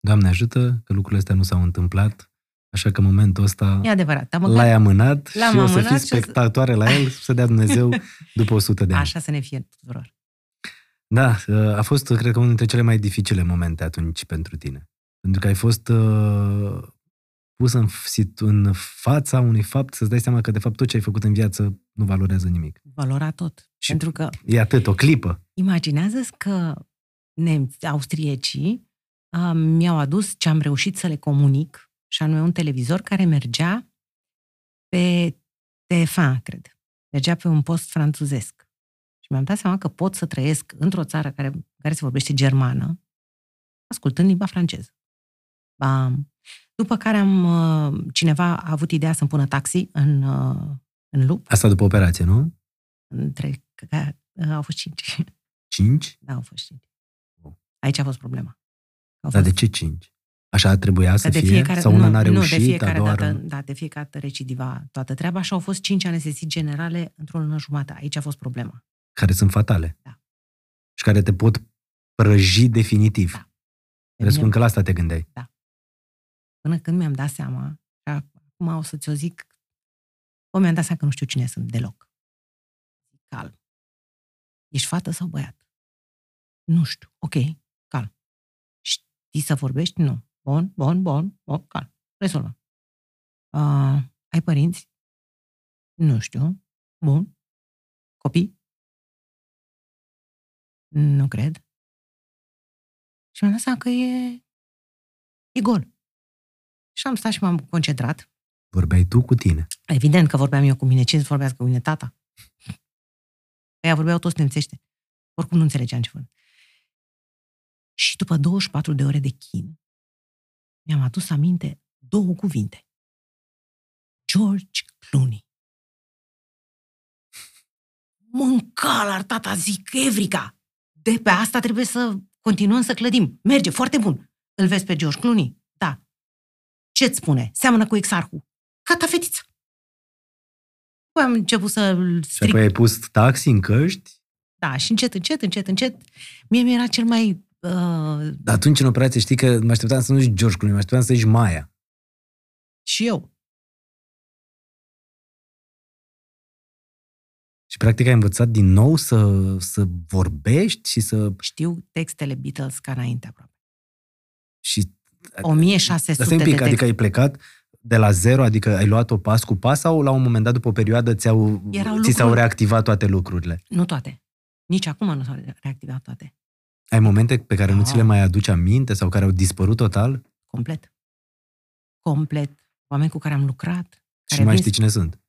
Speaker 1: Doamne ajută că lucrurile astea nu s-au întâmplat, așa că momentul ăsta
Speaker 2: E adevărat, dar
Speaker 1: l-ai
Speaker 2: măcar
Speaker 1: amânat și
Speaker 2: L-am
Speaker 1: o să fii
Speaker 2: amânat și o să-
Speaker 1: spectatoare la el, să dea
Speaker 2: *laughs*
Speaker 1: Dumnezeu după 100 de ani.
Speaker 2: așa să ne fie tuturor.
Speaker 1: Da, uh, a fost, cred că, unul dintre cele mai dificile momente atunci pentru tine. Pentru că ai fost uh, pus în, f- sit- în fața unui fapt să-ți dai seama că, de fapt, tot ce ai făcut în viață nu valorează nimic.
Speaker 2: Valora tot.
Speaker 1: Și-
Speaker 2: Pentru că
Speaker 1: E atât, o clipă.
Speaker 2: imaginează-ți că nemți, austriecii uh, mi-au adus ce am reușit să le comunic, și anume un televizor care mergea pe TF1, cred. Mergea pe un post franțuzesc. Și mi-am dat seama că pot să trăiesc într-o țară care, care se vorbește germană, ascultând limba franceză. Bam. După care am, uh, cineva a avut ideea să-mi pună taxi în, uh, în lup,
Speaker 1: Asta după operație, nu?
Speaker 2: între, că, uh, au fost cinci.
Speaker 1: Cinci?
Speaker 2: Da, au fost cinci.
Speaker 1: Bun.
Speaker 2: Aici a fost problema. Au
Speaker 1: Dar
Speaker 2: fost
Speaker 1: de ce cinci? Așa trebuia să
Speaker 2: că de
Speaker 1: fie?
Speaker 2: fiecare,
Speaker 1: Sau
Speaker 2: nu,
Speaker 1: una n-a
Speaker 2: nu, de
Speaker 1: reușit,
Speaker 2: fiecare
Speaker 1: a doua...
Speaker 2: dată, da, de fiecare dată recidiva toată treaba și au fost cinci anestezii generale într-o lună jumătate. Aici a fost problema.
Speaker 1: Care sunt fatale.
Speaker 2: Da.
Speaker 1: Și care te pot prăji definitiv.
Speaker 2: Da. Pe
Speaker 1: Răspund
Speaker 2: mine-
Speaker 1: că la asta te gândeai.
Speaker 2: Până când mi-am dat seama, că acum o să ți-o zic, o mi-am dat seama că nu știu cine sunt deloc. Calm. Ești fată sau băiat? Nu știu. Ok, calm. Știi să vorbești? Nu. Bun, bun, bun, bun, calm. Rezolvăm. Uh, ai părinți? Nu știu. Bun. Copii? Nu cred. Și mi-am dat seama că e, e gol. Și am stat și m-am concentrat.
Speaker 1: Vorbeai tu cu tine.
Speaker 2: Evident că vorbeam eu cu mine. Cine să vorbească cu mine? Tata. Ea vorbeau toți nemțește. Oricum nu înțelegeam ce vorbeam. Și după 24 de ore de chin, mi-am adus aminte două cuvinte. George Clooney. Mânca la tata, zic, Evrica! De pe asta trebuie să continuăm să clădim. Merge, foarte bun. Îl vezi pe George Clooney? Da. Ce-ți spune? Seamănă cu exarhul. Gata, fetiță. Păi am început să-l
Speaker 1: Și
Speaker 2: stric
Speaker 1: apoi ai pus taxi în căști
Speaker 2: da, și încet, încet, încet, încet, mie mi era cel mai... Uh,
Speaker 1: Dar atunci în operație știi că mă așteptam să nu zici George Clooney, mă așteptam să zici Maia.
Speaker 2: și eu.
Speaker 1: Și practic ai învățat din nou să, să vorbești și să...
Speaker 2: Știu textele Beatles ca înainte aproape.
Speaker 1: Și,
Speaker 2: 1600
Speaker 1: Asta e un
Speaker 2: de
Speaker 1: pic,
Speaker 2: texte.
Speaker 1: adică ai plecat de la zero, adică ai luat-o pas cu pas sau la un moment dat, după o perioadă, ți-au,
Speaker 2: Erau
Speaker 1: ți s-au
Speaker 2: lucruri-
Speaker 1: reactivat toate lucrurile?
Speaker 2: Nu toate. Nici acum nu s-au reactivat toate.
Speaker 1: Ai momente pe care nu
Speaker 2: Da.
Speaker 1: ți le mai aduci aminte sau care au dispărut total
Speaker 2: Complet. Complet. Oameni cu care am lucrat, care
Speaker 1: și mai
Speaker 2: vin-
Speaker 1: știi cine sunt?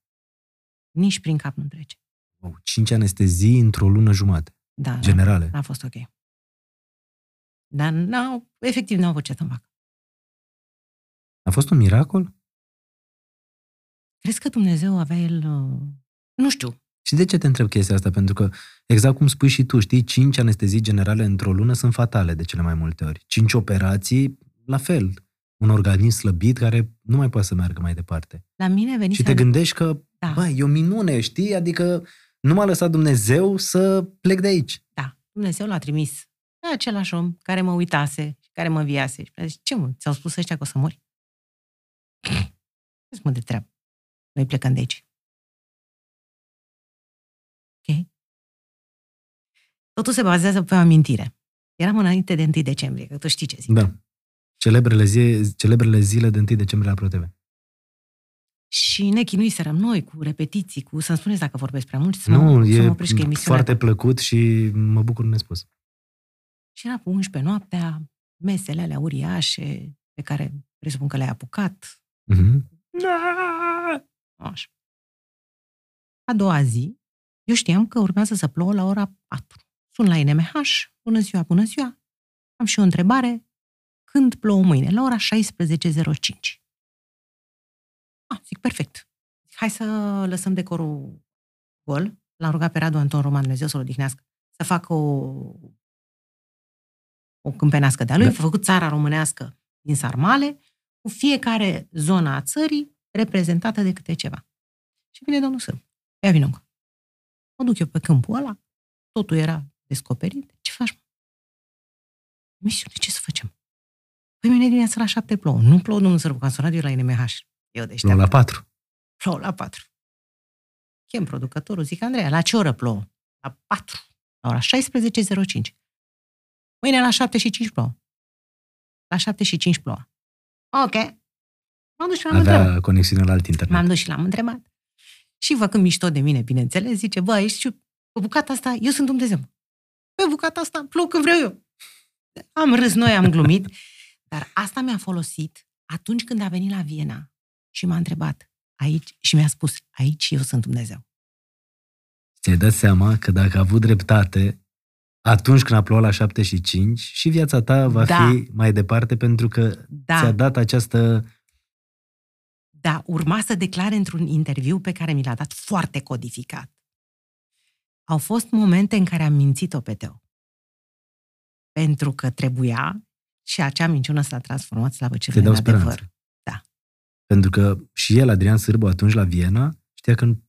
Speaker 2: nici prin cap nu trece.
Speaker 1: Wow, cinci anestezii într-o lună jumate.
Speaker 2: Da, da,
Speaker 1: generale.
Speaker 2: n-a fost ok. Dar n-au, efectiv n-au avut ce să fac.
Speaker 1: A fost un miracol?
Speaker 2: Crezi că Dumnezeu avea el... uh, Nu știu.
Speaker 1: Și de ce te întreb chestia asta? Pentru că, exact cum spui și tu, știi, cinci anestezii generale într-o lună sunt fatale de cele mai multe ori. Cinci operații, la fel. Un organism slăbit care nu mai poate să meargă mai departe.
Speaker 2: La mine veni
Speaker 1: și te gândești că,
Speaker 2: Da.
Speaker 1: băi, e o minune, știi? Adică nu m-a lăsat Dumnezeu să plec de aici.
Speaker 2: Da, Dumnezeu l-a trimis. E același om care mă uitase și care mă înviase. Și mi-a zis, ce mă, ți-au spus ăștia că o să mori? *sniffs* Ce mă de treabă? Noi plecăm de aici. Ok? Totul se bazează pe o amintire. Eram înainte de 1 decembrie, că tu știi ce zic.
Speaker 1: Da. Celebrele, zi, celebrele zile de 1 decembrie la ProTV.
Speaker 2: Și ne chinuiserăm noi cu repetiții, cu să-mi spuneți dacă vorbesc prea mult, să, mă,
Speaker 1: Nu,
Speaker 2: să mă
Speaker 1: e
Speaker 2: oprești că emisiunea
Speaker 1: foarte plăcut și mă bucur nespus.
Speaker 2: Și era pe 11 noaptea, mesele alea uriașe, pe care presupun că le-ai apucat.
Speaker 1: Mm-hmm.
Speaker 2: Deci Așa. A doua zi, eu știam că urmează să plouă la ora 4. Sun la NMH, bună ziua, bună ziua. Am și o întrebare. Când plouă mâine? La ora 16.05. Ah, zic, perfect. Zic, hai să lăsăm decorul gol. L-am rugat pe Radu Anton Roman, Dumnezeu să-l odihnească, să facă o o câmpenească de-a lui,
Speaker 1: Da.
Speaker 2: da. făcut țara românească din sarmale, cu fiecare zona a țării reprezentată de câte ceva. Și vine domnul Sâm. Ia vină încă. Mă duc eu pe câmpul ăla, totul era descoperit. Ce faci, mă? Misiune, ce să facem? Păi mine dimineața la șapte plouă. Nu plouă, domnul Sărbu, că am sunat eu la NMH. Eu
Speaker 1: Luăm
Speaker 2: deșteaptă.
Speaker 1: la 4.
Speaker 2: Plouă la patru. Chem producătorul, zic, Andreea, la ce oră plouă? La patru. La ora 16.05. Mâine la 7 și 5 plouă. La 7 și 5 plouă. Ok. M-am dus și l-am întrebat.
Speaker 1: Avea conexiune la alt internet.
Speaker 2: M-am dus și l-am întrebat. Și făcând mișto de mine, bineînțeles, zice, bă, ești și pe bucata asta, eu sunt Dumnezeu. Pe bucata asta, plou când vreau eu. Am râs noi, am glumit, *laughs* dar asta mi-a folosit atunci când a venit la Viena și m-a întrebat aici și mi-a spus, aici eu sunt Dumnezeu.
Speaker 1: Ți-ai dat seama că dacă a avut dreptate, atunci când a plouat la 7 și 5, și viața ta va
Speaker 2: Da.
Speaker 1: fi mai departe pentru că
Speaker 2: Da.
Speaker 1: ți-a dat această...
Speaker 2: Da, urma să declare într-un interviu pe care mi l-a dat foarte codificat. Au fost momente în care am mințit-o pe Teo. Pentru că trebuia și acea minciună s-a transformat slavă
Speaker 1: Te
Speaker 2: cerului
Speaker 1: dau
Speaker 2: în
Speaker 1: speranță.
Speaker 2: adevăr. Da.
Speaker 1: Pentru că și el, Adrian Sârbu, atunci la Viena, știa că nu-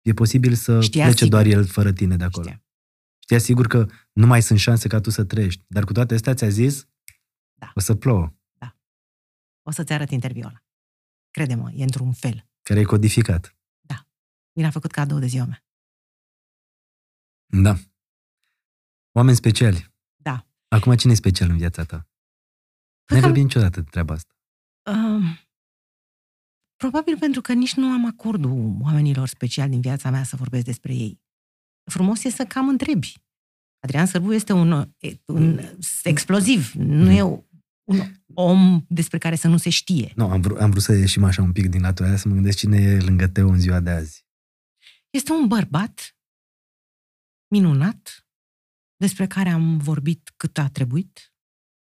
Speaker 1: e posibil să
Speaker 2: Știa
Speaker 1: plece
Speaker 2: sigur.
Speaker 1: doar el fără tine de acolo. Știa.
Speaker 2: Știa.
Speaker 1: știa sigur că nu mai sunt șanse ca tu să trăiești. Dar cu toate astea ți-a zis,
Speaker 2: Da.
Speaker 1: o să plouă,
Speaker 2: O să-ți arăt interviul ăla. Crede-mă, e într-un fel.
Speaker 1: care e codificat.
Speaker 2: Mi l-a făcut cadou de ziua mea.
Speaker 1: Da. Oameni speciali.
Speaker 2: Da.
Speaker 1: Acum cine e special în viața ta?
Speaker 2: Păi
Speaker 1: N-ai
Speaker 2: că-
Speaker 1: vorbit niciodată de treaba asta.
Speaker 2: Um, probabil pentru că nici nu am acordul oamenilor speciali din viața mea să vorbesc despre ei. Frumos e să cam întrebi. Adrian Sărbu este un, un exploziv, nu e un om despre care să nu se știe.
Speaker 1: Nu, am, vr- am vrut să ieșim așa un pic din latura aia, să mă gândesc cine e lângă Teo în ziua de azi.
Speaker 2: Este un bărbat minunat, despre care am vorbit cât a trebuit.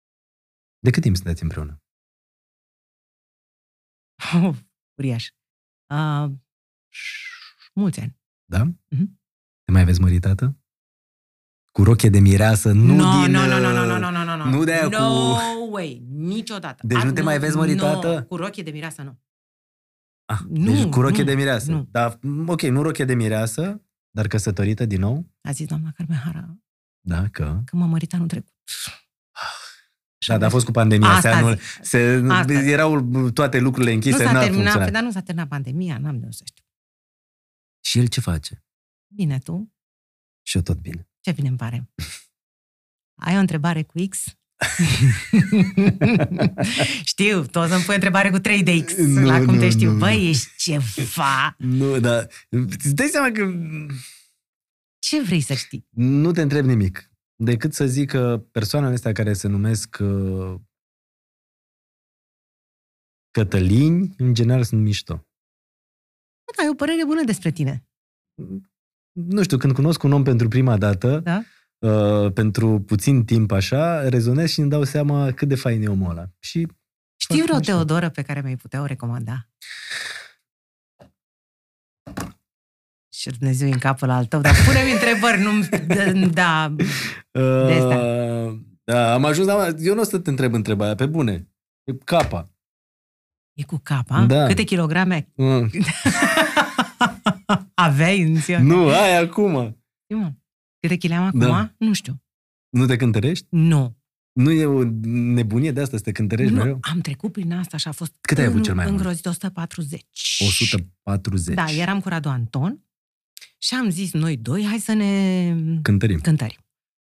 Speaker 2: *laughs*
Speaker 1: De cât timp sunteți împreună?
Speaker 2: Uriaș. Uh, mulți ani.
Speaker 1: Da?
Speaker 2: Mhm.
Speaker 1: Te mai aveți măritată? Cu roche de mireasă, nu
Speaker 2: no,
Speaker 1: din...
Speaker 2: no, no, no, no,
Speaker 1: uh,
Speaker 2: no, no, no, no,
Speaker 1: nu de aia
Speaker 2: no
Speaker 1: cu-
Speaker 2: way, niciodată.
Speaker 1: Deci nu te mai vezi măritată?
Speaker 2: No, cu rochie de mireasă, nu.
Speaker 1: Ah,
Speaker 2: Nu,
Speaker 1: deci cu roche
Speaker 2: nu,
Speaker 1: de mireasă.
Speaker 2: nu.
Speaker 1: Dar, m, ok, nu roche de mireasă, dar căsătorită din nou?
Speaker 2: A zis doamna Carmen Hara
Speaker 1: Da, că...
Speaker 2: că m-a mărit anul trecut.
Speaker 1: Da, dar a fost cu pandemia.
Speaker 2: Asta
Speaker 1: se anul,
Speaker 2: zic.
Speaker 1: se,
Speaker 2: Asta zic.
Speaker 1: erau toate lucrurile
Speaker 2: Nu
Speaker 1: închise,
Speaker 2: s-a
Speaker 1: n-a
Speaker 2: terminat,
Speaker 1: funcționat.
Speaker 2: pe- da- dar nu s-a terminat pandemia, n-am de unde să știu.
Speaker 1: Și el ce face?
Speaker 2: Bine tu,
Speaker 1: Și eu tot bine.
Speaker 2: ce bine îmi
Speaker 1: *laughs*
Speaker 2: pare. Ai o întrebare cu X? știu, tu o să-mi pui o întrebare cu 3 de X,
Speaker 1: Nu,
Speaker 2: la cum
Speaker 1: nu,
Speaker 2: te știu.
Speaker 1: nu, nu.
Speaker 2: Băi, ești ceva.
Speaker 1: Nu, dar îți dai seama că
Speaker 2: Ce vrei să știi?
Speaker 1: nu te întreb nimic. Decât să zic că persoanele astea care se numesc uh, Cătălini, în general sunt mișto.
Speaker 2: Bă, da, ai o părere bună despre tine.
Speaker 1: Nu știu, când cunosc un om pentru prima dată,
Speaker 2: Da.
Speaker 1: uh, pentru puțin timp așa, rezonez și îmi dau seama cât de fain e omul ăla. Și
Speaker 2: Știi vreo
Speaker 1: Așa.
Speaker 2: Teodoră pe care mi-ai putea o recomanda? Și Dumnezeu e în capul al tău, dar pune-mi întrebări,
Speaker 1: *laughs*
Speaker 2: nu Da,
Speaker 1: uh,
Speaker 2: De
Speaker 1: da, am ajuns la... Eu nu o să te întreb întrebarea, pe bune. E capa.
Speaker 2: e cu capa?
Speaker 1: Da.
Speaker 2: Câte kilograme *laughs* ai?
Speaker 1: Mm.
Speaker 2: aveai în ziua?
Speaker 1: Nu, ai acum.
Speaker 2: Știi, mă? Câte chile am acum?
Speaker 1: Da.
Speaker 2: Nu știu.
Speaker 1: Nu te cântărești?
Speaker 2: Nu.
Speaker 1: Nu e o nebunie de asta să te cântărești Deci mereu?
Speaker 2: nu. Am trecut prin asta și a fost
Speaker 1: Cât ai
Speaker 2: în-
Speaker 1: avut cel mai mult?
Speaker 2: îngrozit 140.
Speaker 1: 140.
Speaker 2: Da, eram cu Radu Anton și am zis noi doi, hai să ne
Speaker 1: Cântărim.
Speaker 2: cântărim.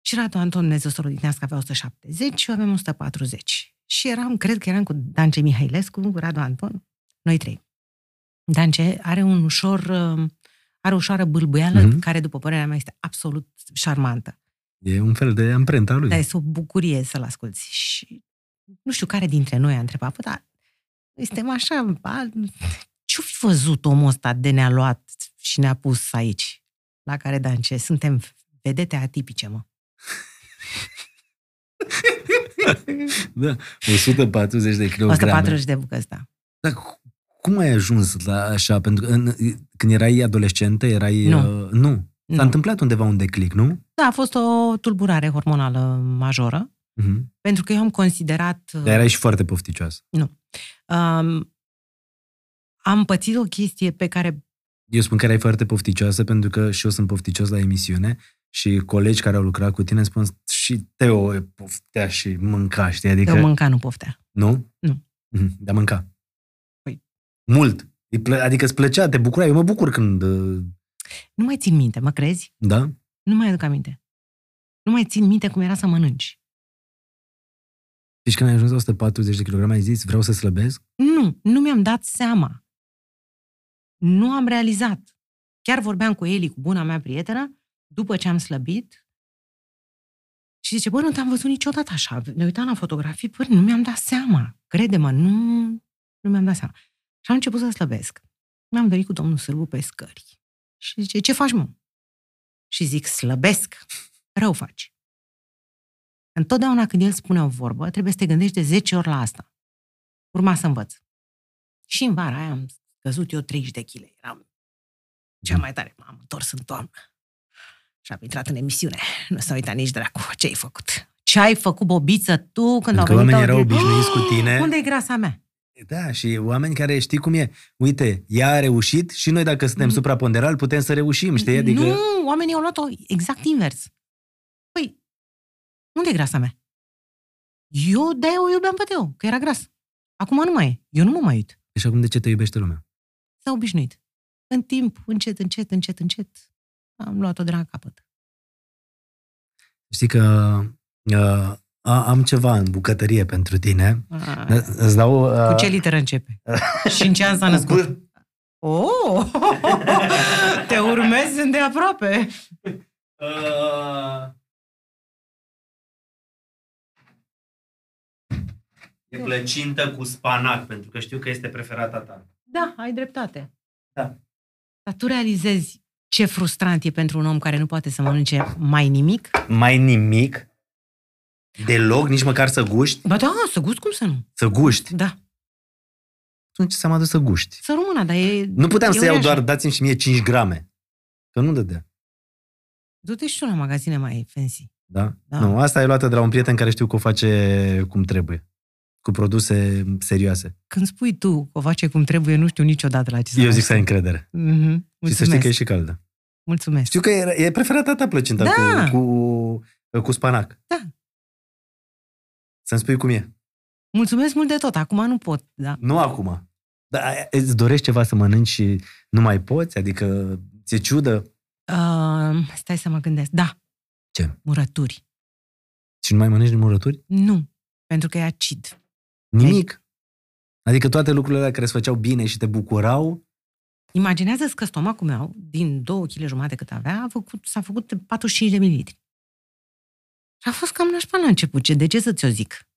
Speaker 2: Și Radu Anton, Dumnezeu să-l odihnească, avea 170 și eu aveam 140. Și eram, cred că eram cu Dance Mihailescu, cu Radu Anton, noi trei. Dance are un ușor, uh, are o ușoară bâlbâială,
Speaker 1: Mhm.
Speaker 2: mm-hmm. care, după părerea mea, este absolut șarmantă.
Speaker 1: E un fel de amprenta lui.
Speaker 2: Dar este o bucurie să-l asculți. Și nu știu care dintre noi a întrebat, "Bă, dar noi suntem așa, ba, ce-o fi văzut omul ăsta de ne-a luat și ne-a pus aici? La care, Dance, suntem vedete atipice, mă.
Speaker 1: Da, 140 de kilograme.
Speaker 2: 140 de bucăți, da.
Speaker 1: Dar cu- cum ai ajuns la așa? Pentru că în, când erai adolescentă, erai...
Speaker 2: Nu.
Speaker 1: Uh, nu. S-a
Speaker 2: Nu.
Speaker 1: întâmplat undeva un declic, nu?
Speaker 2: Da, a fost o tulburare hormonală majoră,
Speaker 1: Mhm.
Speaker 2: pentru că eu am considerat...
Speaker 1: Dar erai și foarte pofticioasă.
Speaker 2: Um, am pățit o chestie pe care...
Speaker 1: Eu spun că erai foarte pofticioasă pentru că și eu sunt pofticios la emisiune și colegi care au lucrat cu tine îmi spun și Teo e poftea și mânca, știi? Adică,
Speaker 2: Că mânca nu poftea.
Speaker 1: nu?
Speaker 2: Nu.
Speaker 1: Mhm, Dar mânca.
Speaker 2: Păi.
Speaker 1: Mult. Îi plă- Adică îți plăcea, te bucurai. Eu mă bucur când... uh,
Speaker 2: Nu mai țin minte, mă crezi?
Speaker 1: Da?
Speaker 2: Nu mai aduc aminte. Nu mai țin minte cum era să mănânci.
Speaker 1: Deci când ai ajuns la 140 de kilograme, ai zis, vreau să slăbesc?
Speaker 2: Nu, nu mi-am dat seama. Nu am realizat. Chiar vorbeam cu Eli, cu buna mea prietenă, după ce am slăbit, și zice, bă, nu te-am văzut niciodată așa. Ne uitam la fotografii, bă, nu mi-am dat seama. Crede-mă, nu, nu mi-am dat seama. Și am început să slăbesc. Mi-am venit cu domnul Sârbu pe scări. Și zice, ce faci, mă? Și zic, slăbesc. Rău faci. Întotdeauna când el spune o vorbă, trebuie să te gândești de 10 ori la asta urma să învăț. Și în vara aia am căzut eu 30 de kg. Eram cea mai tare. M-am întors în toamnă. Și am intrat în emisiune. Nu s-a uitat nici dracu. Ce ai făcut? Ce ai făcut, bobiță, tu, când
Speaker 1: Pentru că
Speaker 2: au venit...
Speaker 1: oamenii
Speaker 2: au
Speaker 1: erau
Speaker 2: zis,
Speaker 1: obișnuiți cu tine.
Speaker 2: Unde e grasa mea?
Speaker 1: Da, și oameni care știi cum e. Uite, ea a reușit și noi dacă suntem
Speaker 2: Mm.
Speaker 1: supraponderal putem să reușim, știi? Adică...
Speaker 2: Nu, oamenii au luat-o exact invers. Păi, unde e grasa mea? Eu de o iubeam pe Teo, că era gras. Acum nu mai e. Eu nu mă mai uit.
Speaker 1: Și acum de ce te iubește lumea?
Speaker 2: s-a obișnuit. În timp, încet, încet, încet, încet, am luat-o de la capăt.
Speaker 1: Știi că uh, a, am ceva în bucătărie pentru tine.
Speaker 2: A,
Speaker 1: Da, Îți dau... Uh,
Speaker 2: Cu ce literă începe?
Speaker 1: *laughs*
Speaker 2: Și în ce an s-a născut? Oh! Te urmezi de aproape.
Speaker 5: E plăcintă cu spanac, pentru că știu că este preferata ta.
Speaker 2: Da, ai dreptate.
Speaker 5: Da.
Speaker 2: Dar tu realizezi ce frustrant e pentru un om care nu poate să mănânce mai nimic?
Speaker 1: Mai nimic? Deloc? Nici măcar să guști?
Speaker 2: Ba da, să gust cum să nu.
Speaker 1: Să guști?
Speaker 2: Da.
Speaker 1: Atunci s-am adus să guști.
Speaker 2: Să rămână, dar e...
Speaker 1: Nu puteam
Speaker 2: e
Speaker 1: să iau
Speaker 2: uriașă.
Speaker 1: doar, dați-mi și mie 5 grame. Că nu dădea.
Speaker 2: Du-te și tu la magazine mai fancy.
Speaker 1: Da?
Speaker 2: Da.
Speaker 1: da? Nu, asta e luată de la un prieten care știu că o face cum trebuie. Cu produse serioase.
Speaker 2: Când spui tu că o face cum trebuie, nu știu niciodată la ce să
Speaker 1: Eu zic să ai încredere.
Speaker 2: Mm-hmm.
Speaker 1: Și să știi
Speaker 2: Exact. Mulțumesc.
Speaker 1: că e și caldă.
Speaker 2: Mulțumesc.
Speaker 1: Știu că e, e preferata ta plăcinta
Speaker 2: Da.
Speaker 1: cu, cu, cu spanac.
Speaker 2: Da.
Speaker 1: Să-mi spui cum e.
Speaker 2: Mulțumesc mult de tot, acum nu pot, da.
Speaker 1: Nu acum. Dar îți dorești ceva să mănânci și nu mai poți? Adică ți-e ciudă
Speaker 2: Uh, stai să mă gândesc, da.
Speaker 1: Ce?
Speaker 2: Murături.
Speaker 1: și nu mai mănânci din murături?
Speaker 2: Nu, pentru că e acid. Deci-
Speaker 1: Nimic. Adică toate lucrurile alea care îți făceau bine și te bucurau,
Speaker 2: Imaginează-ți că stomacul meu, din 2 kg jumate cât avea, a făcut, s-a făcut de 45 de mililitri. Și a fost cam nașpa la început, ce, de ce să ți-o zic?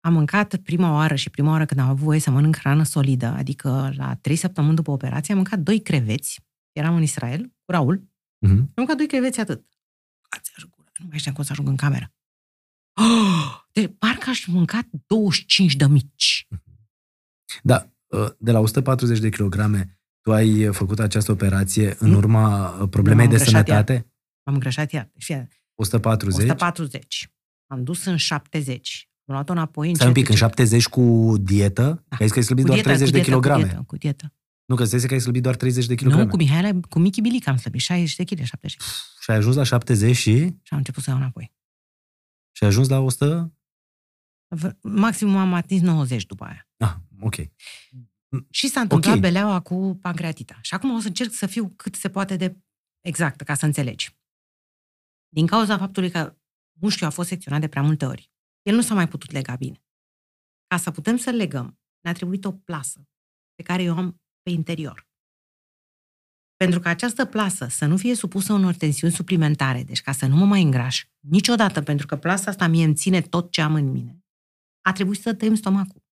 Speaker 2: Am mâncat prima oară și prima oară când am avut voie să mănânc hrană solidă, adică la 3 săptămâni după operație, am mâncat doi creveți, eram în Israel, cu Raul,
Speaker 1: Mhm.
Speaker 2: am mâncat doi creveți atât. Ați ajungura nu mai știam cum să ajung în cameră. *gasps* Oh, de parcă aș fi mâncat 25 de mici.
Speaker 1: Da, uh, de la 140 de kilograme, tu ai uh, făcut această operație în urma uh, problemei
Speaker 2: Nu,
Speaker 1: de
Speaker 2: am greșat
Speaker 1: sănătate?
Speaker 2: M-am îngrășat iar. Deci, fie-
Speaker 1: 140?
Speaker 2: 140. Am dus în 70. Am luat-o înapoi în
Speaker 1: Stai un pic, în
Speaker 2: 70.
Speaker 1: 70 cu dietă? Da. Că ai zis că ai slăbit doar 30 de kilograme.
Speaker 2: Cu dietă, cu dietă.
Speaker 1: Nu, că zis că ai slăbit doar 30 de kilograme.
Speaker 2: Nu, cu Mihaela, cu Michi Bilic am slăbit 60 de kg, 70.
Speaker 1: Și ai ajuns la 70 și...
Speaker 2: Și am început să iau înapoi.
Speaker 1: Și ai ajuns la 100?
Speaker 2: V- Maximum am atins 90 după aia.
Speaker 1: Ah, ok.
Speaker 2: Și s-a întâmplat
Speaker 1: Ok.
Speaker 2: okay. beleaua cu pancreatita. Și acum o să încerc să fiu cât se poate de exact, ca să înțelegi. Din cauza faptului că mușchiul a fost secționat de prea multe ori, el nu s-a mai putut lega bine. Ca să putem să-l legăm, ne-a trebuit o plasă pe care eu am pe interior. Pentru că această plasă să nu fie supusă unor tensiuni suplimentare, deci ca să nu mă mai îngraș niciodată, pentru că plasa asta mie îmi ține tot ce am în mine, a trebuit să tăiem stomacul.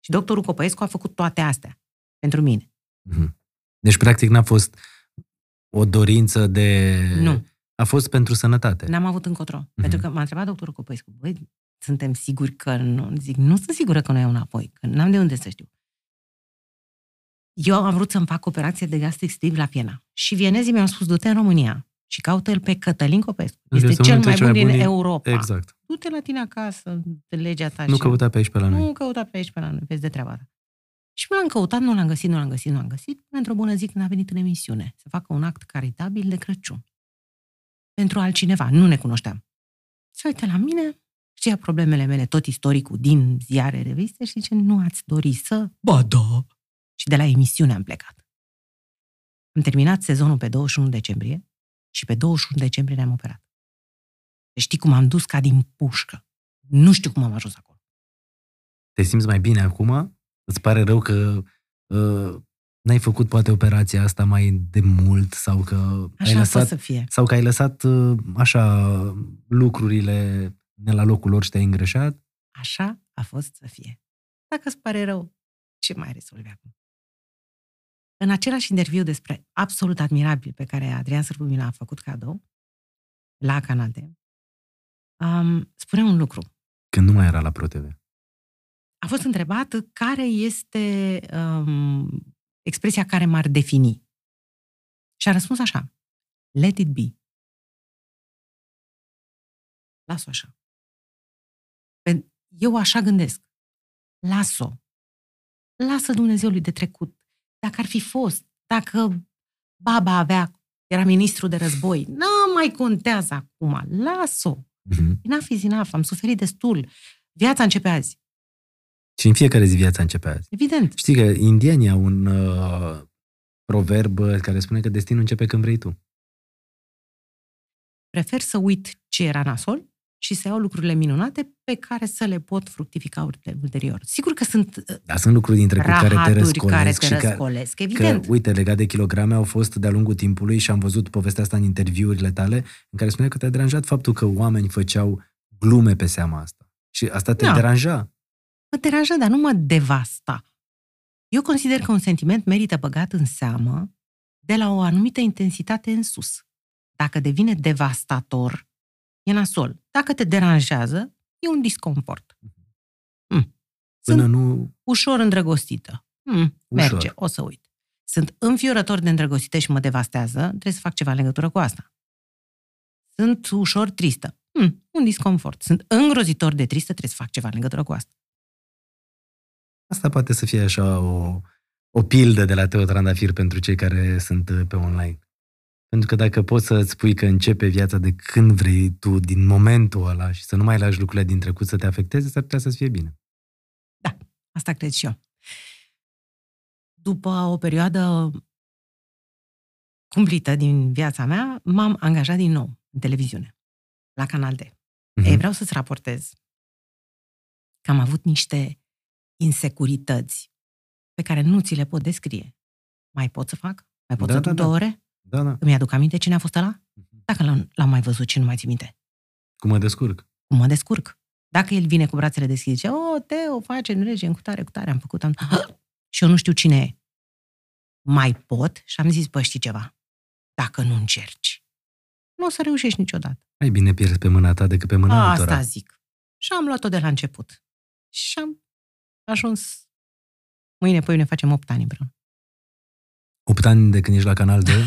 Speaker 2: Și doctorul Copăescu a făcut toate astea pentru mine.
Speaker 1: Mhm. Deci, practic, n-a fost o dorință de...
Speaker 2: Nu,
Speaker 1: A fost pentru sănătate.
Speaker 2: n-am avut încotro.
Speaker 1: Mhm.
Speaker 2: Pentru că m-a întrebat doctorul Copăescu, băi, suntem siguri că nu? Zic, nu sunt sigură că nu iau înapoi, că n-am de unde să știu. Eu am vrut să-mi fac operație de gastric la Viena. Și vienezii mi-au spus, du-te în România și caută-l pe Cătălin Copescu.
Speaker 1: Este
Speaker 2: Este cel
Speaker 1: unul
Speaker 2: mai
Speaker 1: dintre
Speaker 2: bun
Speaker 1: cei
Speaker 2: din
Speaker 1: mai buni-
Speaker 2: Europa.
Speaker 1: Exact.
Speaker 2: Du-te la tine acasă, de legea ta.
Speaker 1: Nu
Speaker 2: și...
Speaker 1: căuta pe aici pe la noi.
Speaker 2: Nu căuta pe aici, pe la noi, vezi de treaba ta. Și până l-am căutat, nu l-am găsit, nu l-am găsit, nu l-am găsit, până într-o bună zi când a venit în emisiune să facă un act caritabil de Crăciun. Pentru altcineva, nu ne cunoșteam. Se uită la mine, știa problemele mele, tot istoricul din ziare, reviste și zice, nu ați dori să... Ba da! Și de la emisiune am plecat. Am terminat sezonul pe 21 decembrie și pe 21 decembrie ne-am operat. Deci știi cum am dus ca din pușcă. Nu știu cum am ajuns acolo.
Speaker 1: Te simți mai bine acum? Îți pare rău că uh, n-ai făcut poate operația asta mai de mult sau că ai
Speaker 2: Așa a
Speaker 1: lăsat
Speaker 2: fost să fie.
Speaker 1: sau că ai lăsat uh, așa lucrurile ne la locul lor și te-ai îngreșat?
Speaker 2: Așa a fost să fie. Dacă îți pare rău, ce mai rezolvi acum? În același interviu despre absolut admirabil pe care Adrian Sârbu mi l-a făcut cadou la Canal D, um, spune un lucru.
Speaker 1: Când nu mai era la ProTV.
Speaker 2: A fost întrebat care este um, expresia care m-ar defini. Și a răspuns așa. Let it be. Las-o așa. Pen- Eu așa gândesc. Las-o. Lasă Dumnezeului de trecut. Dacă ar fi fost, dacă baba avea, era ministru de război, nu mai contează acum. Las-o.
Speaker 1: Mhm.
Speaker 2: Enough is enough. Am suferit destul. Viața începe azi.
Speaker 1: Și în fiecare zi viața începe azi.
Speaker 2: Evident.
Speaker 1: Știi că indienii au un uh, proverb uh, care spune că destinul începe când vrei tu.
Speaker 2: Prefer să uit ce era nasol și să iau lucrurile minunate pe care să le pot fructifica ul- ulterior. Sigur că sunt uh,
Speaker 1: Dar sunt lucruri din trecut care te
Speaker 2: rahaturi
Speaker 1: răscolesc
Speaker 2: care te
Speaker 1: și ca-
Speaker 2: răscolesc,
Speaker 1: Că,
Speaker 2: evident.
Speaker 1: uite, legat de kilograme, au fost de-a lungul timpului și am văzut povestea asta în interviurile tale, în care spunea că te-a deranjat faptul că oameni făceau glume pe seama asta. Și asta te
Speaker 2: Da.
Speaker 1: deranja.
Speaker 2: Mă deranjează, dar nu mă devasta. Eu
Speaker 1: Da.
Speaker 2: consider că un sentiment merită băgat în seamă de la o anumită intensitate în sus. Dacă devine devastator, e nasol. Dacă te deranjează, e un disconfort. Mm.
Speaker 1: Până nu...
Speaker 2: ușor îndrăgostită. Mm,
Speaker 1: Ușor.
Speaker 2: merge, o să uit. Sunt înfiorător de îndrăgostită și mă devastează, trebuie să fac ceva în legătură cu asta. Sunt ușor tristă. Mm, un disconfort. Sunt îngrozitor de tristă, trebuie să fac ceva în legătură cu asta.
Speaker 1: Asta poate să fie așa o, o pildă de la Teo Trandafir pentru cei care sunt uh, pe online. Pentru că dacă poți să-ți spui că începe viața de când vrei tu, din momentul ăla, și să nu mai lași lucrurile din trecut să te afecteze, s-ar putea să-ți fie bine.
Speaker 2: Asta cred și eu. După o perioadă cumplită din viața mea, m-am angajat din nou în televiziune, la Canal D.
Speaker 1: Mhm.
Speaker 2: Ei, vreau să-ți raportez că am avut niște insecurități pe care nu ți le pot descrie. Mai pot să fac? Mai pot
Speaker 1: Da,
Speaker 2: să
Speaker 1: da,
Speaker 2: duc
Speaker 1: da. Mhm.
Speaker 2: două ore?
Speaker 1: Da, da.
Speaker 2: Îmi aduc aminte cine a fost ăla? Dacă l-am, l-am mai văzut și nu mai țin minte.
Speaker 1: Cum mă descurc.
Speaker 2: Cum mă descurc? Dacă el vine cu brațele deschise, zice, o, Teo, face, nu lege, cu tare, cu tare, am făcut, am... *gasps* și eu nu știu cine e. Mai pot? Și am zis, bă, știi ceva? Dacă nu încerci, nu o să reușești niciodată.
Speaker 1: Mai bine pierzi pe mâna ta decât pe mâna
Speaker 2: A,
Speaker 1: altora.
Speaker 2: asta zic. Și am luat-o de la început. Și am ajuns... Mâine, poi ne facem 8 ani împreună.
Speaker 1: 8 ani de când ești la Canal
Speaker 2: *laughs*
Speaker 1: 2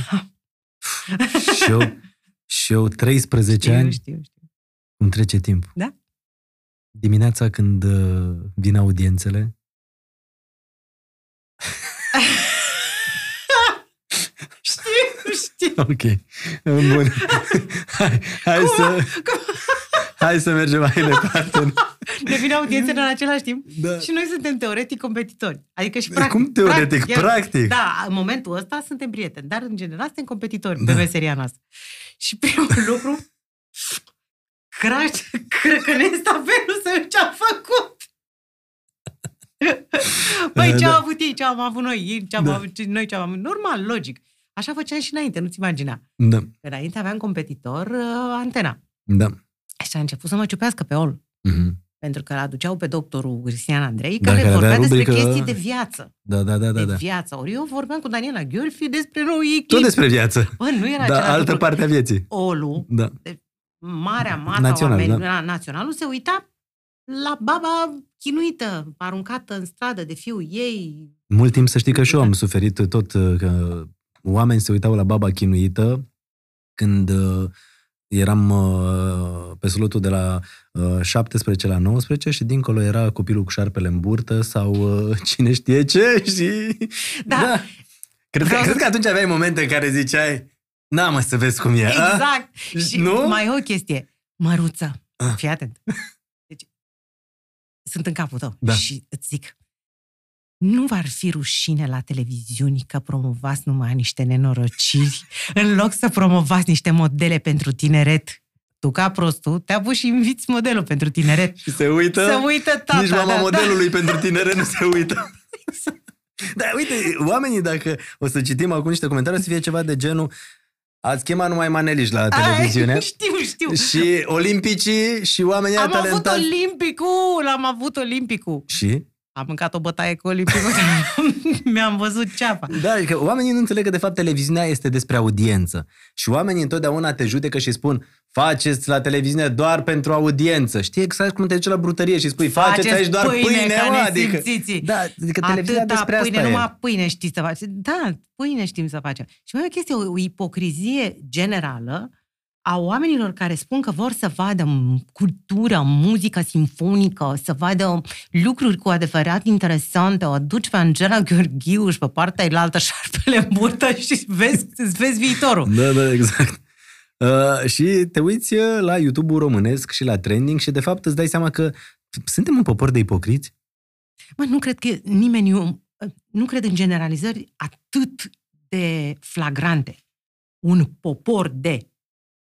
Speaker 1: și eu, și eu 13
Speaker 2: știu,
Speaker 1: Deci ani,
Speaker 2: știu, știu.
Speaker 1: cum trece timpul.
Speaker 2: Da.
Speaker 1: Dimineața când uh, vin audiențele,
Speaker 2: *laughs* știu, știu.
Speaker 1: ok, bun, hai, hai, să, hai să mergem mai departe.
Speaker 2: Ne vine audiențele în același timp
Speaker 1: Da.
Speaker 2: și noi suntem teoretic competitori. Adică și practic.
Speaker 1: Cum teoretic?
Speaker 2: Practic. iar-
Speaker 1: Practic.
Speaker 2: Da, în momentul ăsta suntem prieteni, dar în general suntem competitori
Speaker 1: Da.
Speaker 2: pe meseria noastră. Și primul *laughs* lucru, craș, crăcănesc apelul să ce a
Speaker 1: *laughs*
Speaker 2: făcut. Păi ce
Speaker 1: Da.
Speaker 2: au avut ei, ce am avut noi, ei, ce am
Speaker 1: Da.
Speaker 2: avut ce- noi, ce am avut. Normal, logic. Așa făceam și înainte, nu-ți imagina.
Speaker 1: Da,
Speaker 2: Înainte aveam competitor uh, antena.
Speaker 1: da.
Speaker 2: Și a început să mă ciupească pe ol.
Speaker 1: Mhm.
Speaker 2: Pentru că îl aduceau pe doctorul Cristian Andrei,
Speaker 1: Da,
Speaker 2: care,
Speaker 1: care avea
Speaker 2: vorbea despre
Speaker 1: rubrică-
Speaker 2: chestii de viață.
Speaker 1: Da, da, da, da,
Speaker 2: de
Speaker 1: da.
Speaker 2: viață. Ori eu vorbeam cu Daniela Gheorfi despre nou ei
Speaker 1: Tot
Speaker 2: clip.
Speaker 1: despre viață,
Speaker 2: Bă, nu era
Speaker 1: dar
Speaker 2: același
Speaker 1: altă
Speaker 2: lucru.
Speaker 1: parte a vieții.
Speaker 2: Olu,
Speaker 1: Da.
Speaker 2: marea mata
Speaker 1: Național,
Speaker 2: Național, oameni, da. naționalul, se uita la baba chinuită, aruncată în stradă de fiul ei.
Speaker 1: Mult timp să știi că și
Speaker 2: Da.
Speaker 1: eu am suferit tot uh, că oameni se uitau la baba chinuită când uh, eram uh, pe slotul de la uh, 17 la 19 și dincolo era copilul cu șarpele în burtă sau uh, *laughs* cine știe ce și...
Speaker 2: Da.
Speaker 1: Cred, că,
Speaker 2: Vreau să-
Speaker 1: cred că atunci aveai momente în care ziceai Na, mă, să vezi cum e. a?"
Speaker 2: Exact. Și
Speaker 1: Nu?
Speaker 2: mai e o chestie. Măruță.
Speaker 1: Ah.
Speaker 2: Fii atent. Deci, sunt în capul tău.
Speaker 1: Da.
Speaker 2: Și îți zic, nu v-ar fi rușine la televiziuni că promovați numai niște nenorociri în loc să promovați niște modele pentru tineret? Tu, ca prostul, te-a pus și inviți modelul pentru
Speaker 1: *laughs*
Speaker 2: tineret.
Speaker 1: Și se uită.
Speaker 2: Să uită tata.
Speaker 1: Nici mama
Speaker 2: da, Exact.
Speaker 1: modelului pentru tinere nu se uită. Da, uite, oamenii, dacă o să citim acum niște comentarii, o să fie ceva de genul Ați chemat numai maneliști la
Speaker 2: Da.
Speaker 1: televiziune
Speaker 2: Ai, *laughs* știu, știu.
Speaker 1: și olimpicii și oamenii
Speaker 2: Am avut
Speaker 1: talentați.
Speaker 2: olimpicul, am avut olimpicul.
Speaker 1: și?
Speaker 2: Am mâncat o bătaie cu olimpicul, *laughs* mi-am văzut ceapa.
Speaker 1: Da, adică oamenii nu înțeleg că de fapt televiziunea este despre audiență. Și oamenii întotdeauna te judecă și spun faceți la televiziune doar pentru audiență. Știi exact cum te duci la brutărie și spui faceți, aici doar pâine,
Speaker 2: că
Speaker 1: mă,
Speaker 2: ne
Speaker 1: adică.
Speaker 2: simțiți.
Speaker 1: Da, adică televiziunea
Speaker 2: Atâta
Speaker 1: despre
Speaker 2: pâine,
Speaker 1: asta e.
Speaker 2: numai pâine știi să faci. Da, pâine știm să facem. Și mai e o chestie, o, o ipocrizie generală a oamenilor care spun că vor să vadă m- cultură, muzică simfonică, să vadă lucruri cu adevărat interesante, o aduci pe Angela Gheorghiu și pe partea elaltă șarpele în burtă și vezi, îți vezi viitorul.
Speaker 1: Da, da, exact. *laughs* Uh, și te uiți uh, la YouTube-ul românesc și la trending și de fapt îți dai seama că suntem un popor de ipocriți?
Speaker 2: Mă, nu cred că nimeni... nu- Nu cred în generalizări atât de flagrante. Un popor de...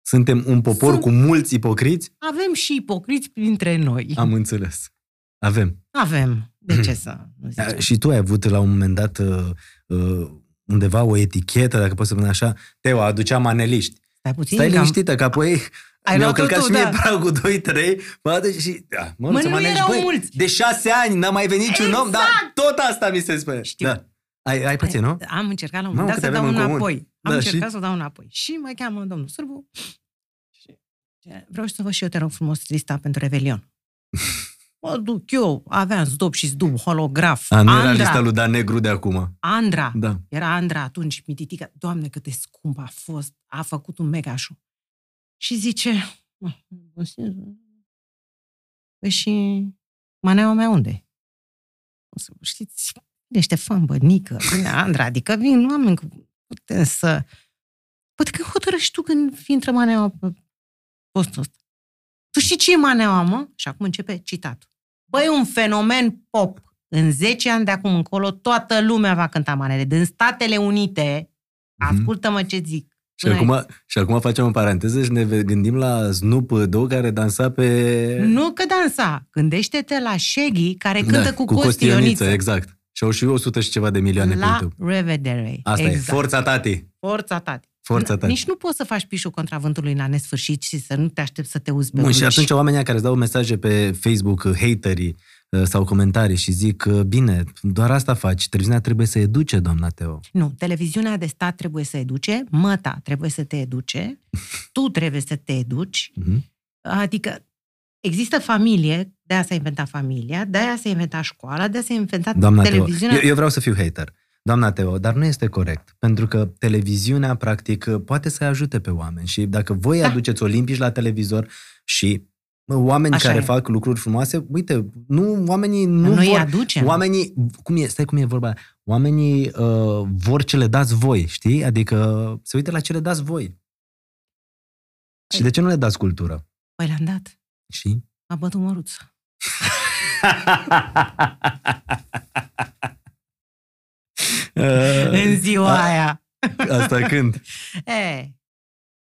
Speaker 1: Suntem un popor
Speaker 2: Sunt.
Speaker 1: cu mulți ipocriți?
Speaker 2: Avem și ipocriți printre noi.
Speaker 1: Am înțeles. Avem.
Speaker 2: Avem. De ce să
Speaker 1: *clears throat*
Speaker 2: nu zicem?
Speaker 1: Uh, Și tu ai avut la un moment dat uh, uh, undeva o etichetă, dacă pot să spun așa, Teo, aducea maneliști.
Speaker 2: Stai puțin.
Speaker 1: Stai
Speaker 2: că am-
Speaker 1: liniștită, că apoi
Speaker 2: da. Ai
Speaker 1: mi-au
Speaker 2: luat-o
Speaker 1: călcat
Speaker 2: tu,
Speaker 1: și mie
Speaker 2: da.
Speaker 1: pragul 2-3, mă aduce și... Da, mă,
Speaker 2: Mă,
Speaker 1: să
Speaker 2: nu
Speaker 1: maneliști,
Speaker 2: erau
Speaker 1: băi,
Speaker 2: mulți.
Speaker 1: De șase ani n-a mai venit niciun om, dar tot asta mi se spune.
Speaker 2: Exact! Știu.
Speaker 1: Da. Ai, ai pățit, nu?
Speaker 2: Am încercat la un
Speaker 1: Mamă,
Speaker 2: moment dat
Speaker 1: câte
Speaker 2: să dau
Speaker 1: avem în comun.
Speaker 2: înapoi. Am
Speaker 1: Da,
Speaker 2: încercat
Speaker 1: și?
Speaker 2: să dau înapoi. Și mă cheamă domnul Sârbu. Și zice, Vreau să vă și eu, te rog frumos, lista pentru
Speaker 1: *laughs*
Speaker 2: Revelion. Mă duc eu, aveam zdop și zdub, holograf,
Speaker 1: A, nu era lista
Speaker 2: Andra,
Speaker 1: lui Dan Negru de acum.
Speaker 2: Andra,
Speaker 1: Da.
Speaker 2: Era Andra atunci, mititica. Doamne, cât de scump a fost. A făcut un mega show. Și zice... "Mă, bun simț, nu?" Păi și maneaua mea unde? O să- Știți, vine Ștefan Bănică, vine Andra, adică vin oameni cu putem să... Poate că hotărăști tu când intră maneaua pe postul ăsta. Tu știi ce e maneaua, mă? Și acum începe citatul. Băi, un fenomen pop. În 10 ani de acum încolo, toată lumea va cânta manele. Din Statele Unite,
Speaker 1: Mhm.
Speaker 2: ascultă-mă ce zic.
Speaker 1: Și
Speaker 2: Noi-
Speaker 1: acum, și acum facem o paranteză și ne gândim la Snoop Dogg care dansa pe...
Speaker 2: Nu că dansa, gândește-te la Shaggy, care cântă
Speaker 1: da,
Speaker 2: cu, cu costioniță.
Speaker 1: Exact. Și au și eu 100 și ceva de milioane pe
Speaker 2: la
Speaker 1: YouTube.
Speaker 2: revedere.
Speaker 1: Asta
Speaker 2: exact.
Speaker 1: e. Forța tati.
Speaker 2: Forța ta.
Speaker 1: Forța tati.
Speaker 2: Nici nu poți să faci pișul contra vântului la nesfârșit și să nu te aștepți să te uzi pe
Speaker 1: Bun, și
Speaker 2: vârf.
Speaker 1: atunci oamenii care îți dau mesaje pe Facebook, haterii, uh, sau comentarii și zic, uh, bine, doar asta faci, televiziunea trebuie să educe, doamna Teo.
Speaker 2: Nu, televiziunea de stat trebuie să educe, măta trebuie să te
Speaker 1: *laughs*
Speaker 2: educe, tu trebuie să te educi,
Speaker 1: Mhm.
Speaker 2: adică există familie, de-aia s-a inventat familia, de-aia s-a inventat școala, de-aia s-a inventat
Speaker 1: Doamna Teo,
Speaker 2: televiziunea.
Speaker 1: eu, eu vreau să fiu hater. Doamna Teo, dar nu este corect, pentru că televiziunea, practic, poate să ajute pe oameni și dacă voi
Speaker 2: Da.
Speaker 1: aduceți olimpici la televizor și mă, oameni
Speaker 2: Așa
Speaker 1: care
Speaker 2: e.
Speaker 1: fac lucruri frumoase, uite, nu, oamenii nu
Speaker 2: Noi îi
Speaker 1: vor...
Speaker 2: aducem.
Speaker 1: Oamenii, cum e, stai cum e vorba aia. oamenii uh, vor ce le dați voi, știi? Adică se uită la ce le dați voi. Și de ce nu le dați cultură?
Speaker 2: Păi le-am dat.
Speaker 1: Și?
Speaker 2: *laughs* A bătut
Speaker 1: *laughs*
Speaker 2: măruță.
Speaker 1: Uh,
Speaker 2: În ziua
Speaker 1: a-
Speaker 2: aia.
Speaker 1: Asta când?
Speaker 2: E,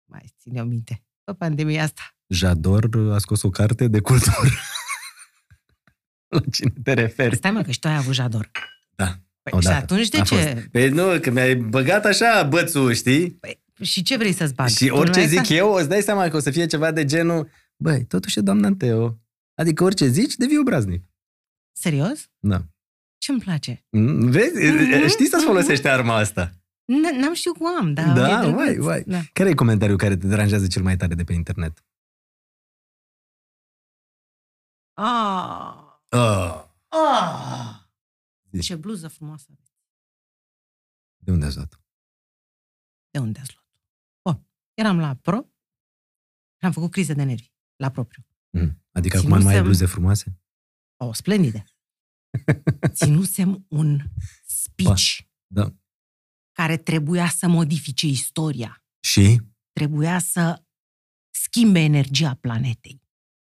Speaker 2: mai ține o minte. Pe pandemia asta.
Speaker 1: Jador a scos o carte de cultură. *laughs* la cine te referi?
Speaker 2: Stai mă, că și tu ai avut jador.
Speaker 1: Păi, Da,
Speaker 2: Păi, și
Speaker 1: odată.
Speaker 2: atunci de
Speaker 1: A
Speaker 2: ce?
Speaker 1: fost. Păi nu, că mi-ai băgat așa bățul, știi?
Speaker 2: Și ce vrei să-ți bagi?
Speaker 1: Și
Speaker 2: Tu
Speaker 1: orice
Speaker 2: n-ai
Speaker 1: zic
Speaker 2: asta?
Speaker 1: eu, îți dai seama că o să fie ceva de genul, băi, totuși e doamna Teo. Adică orice zici, devii obraznic.
Speaker 2: Serios?
Speaker 1: Da.
Speaker 2: Ce-mi place?
Speaker 1: Mm, Vezi?
Speaker 2: Mhm,
Speaker 1: Știi să-ți
Speaker 2: mhm.
Speaker 1: folosește arma asta.
Speaker 2: N- N-am știut cum am, dar
Speaker 1: Da,
Speaker 2: mi-e
Speaker 1: uai,
Speaker 2: drăguț.
Speaker 1: uai.
Speaker 2: Da.
Speaker 1: Care e comentariul care te deranjează cel mai tare de pe internet?
Speaker 2: Ah,
Speaker 1: Oh,
Speaker 2: ah.
Speaker 1: Zici.
Speaker 2: Ce bluză frumoasă.
Speaker 1: de unde ați luat?
Speaker 2: De unde ați luat? Bun, eram la pro și am făcut crize de nervi, la propriu.
Speaker 1: Mm. Adică
Speaker 2: Ținusem-
Speaker 1: acum nu mai ai bluze frumoase? *laughs*
Speaker 2: O, splendide. Ținusem un speech
Speaker 1: da.
Speaker 2: care trebuia să modifice istoria.
Speaker 1: Și?
Speaker 2: trebuia să schimbe energia planetei.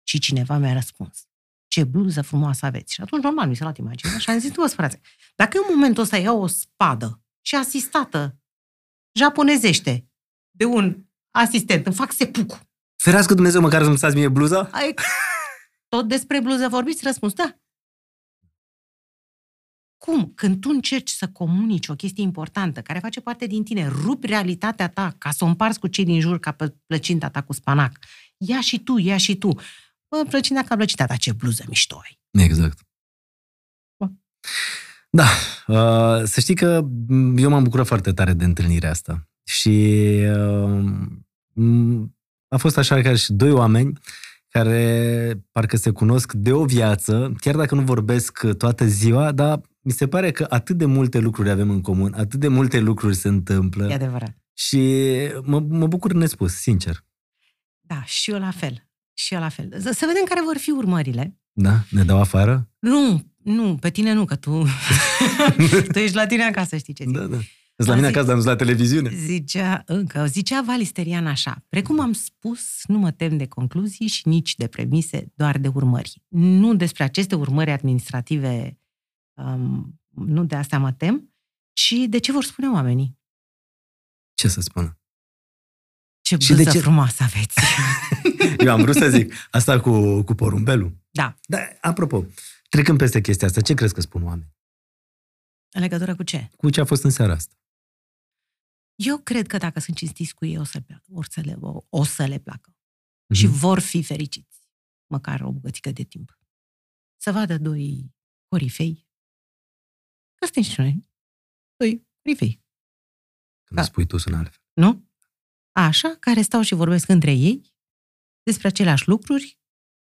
Speaker 2: Și cineva mi-a răspuns, ce bluză frumoasă aveți. Și atunci, normal, mi s-a luat imaginea și am zis, vă frate, dacă eu în momentul ăsta iau o spadă și asistată japonezește de un asistent, îmi fac sepucu.
Speaker 1: Ferească Dumnezeu măcar să-mi stați mie bluza?
Speaker 2: Ai... Tot despre bluză vorbiți? Răspuns, da. Cum? Când tu încerci să comunici o chestie importantă care face parte din tine, rupi realitatea ta ca să o împarți cu cei din jur ca pe plăcinta ta cu spanac. Ia și tu, ia și tu. Bă, plăcinta ca plăcinta ta, ce bluză mișto ai.
Speaker 1: Exact. Da, uh, să știi că m, eu m-am bucurat foarte tare de întâlnirea asta. Și uh, m, a fost așa ca și doi oameni care parcă se cunosc de o viață, chiar dacă nu vorbesc toată ziua, dar mi se pare că atât de multe lucruri avem în comun, atât de multe lucruri se întâmplă
Speaker 2: E adevărat.
Speaker 1: și mă, mă bucur nespus, sincer.
Speaker 2: Da, și eu la fel. Și eu la fel. Să- Să vedem care vor fi urmările.
Speaker 1: Da? Ne dau afară?
Speaker 2: Nu, nu, pe tine nu, că tu, tu ești la tine acasă, știi ce zic.
Speaker 1: Da, da. Sunt la mine
Speaker 2: Azi-
Speaker 1: acasă, dar nu sunt la televiziune.
Speaker 2: Zicea, încă, zicea Valisterian așa, precum am spus, nu mă tem de concluzii și nici de premise, doar de urmări. Nu despre aceste urmări administrative, um, nu de astea mă tem, ci de ce vor spune oamenii.
Speaker 1: Ce să spun?
Speaker 2: Ce
Speaker 1: Și de
Speaker 2: bluză
Speaker 1: ce-
Speaker 2: frumoasă
Speaker 1: *laughs*
Speaker 2: aveți!
Speaker 1: Eu am vrut să zic asta cu, cu porumbelul.
Speaker 2: Da.
Speaker 1: Dar, apropo, trecând peste chestia asta, ce crezi că spun oameni?
Speaker 2: În legătură cu ce?
Speaker 1: Cu ce a fost în seara asta?
Speaker 2: Eu cred că dacă sunt cinstiți cu ei, o să, placă, or să, le, o, o să le placă. și vor fi fericiți, măcar o bucățică de timp. Să vadă doi corifei, că suntem și noi, doi corifei,
Speaker 1: Când da. spui tu sunt altfel.
Speaker 2: nu? Așa, care stau și vorbesc între ei despre aceleași lucruri.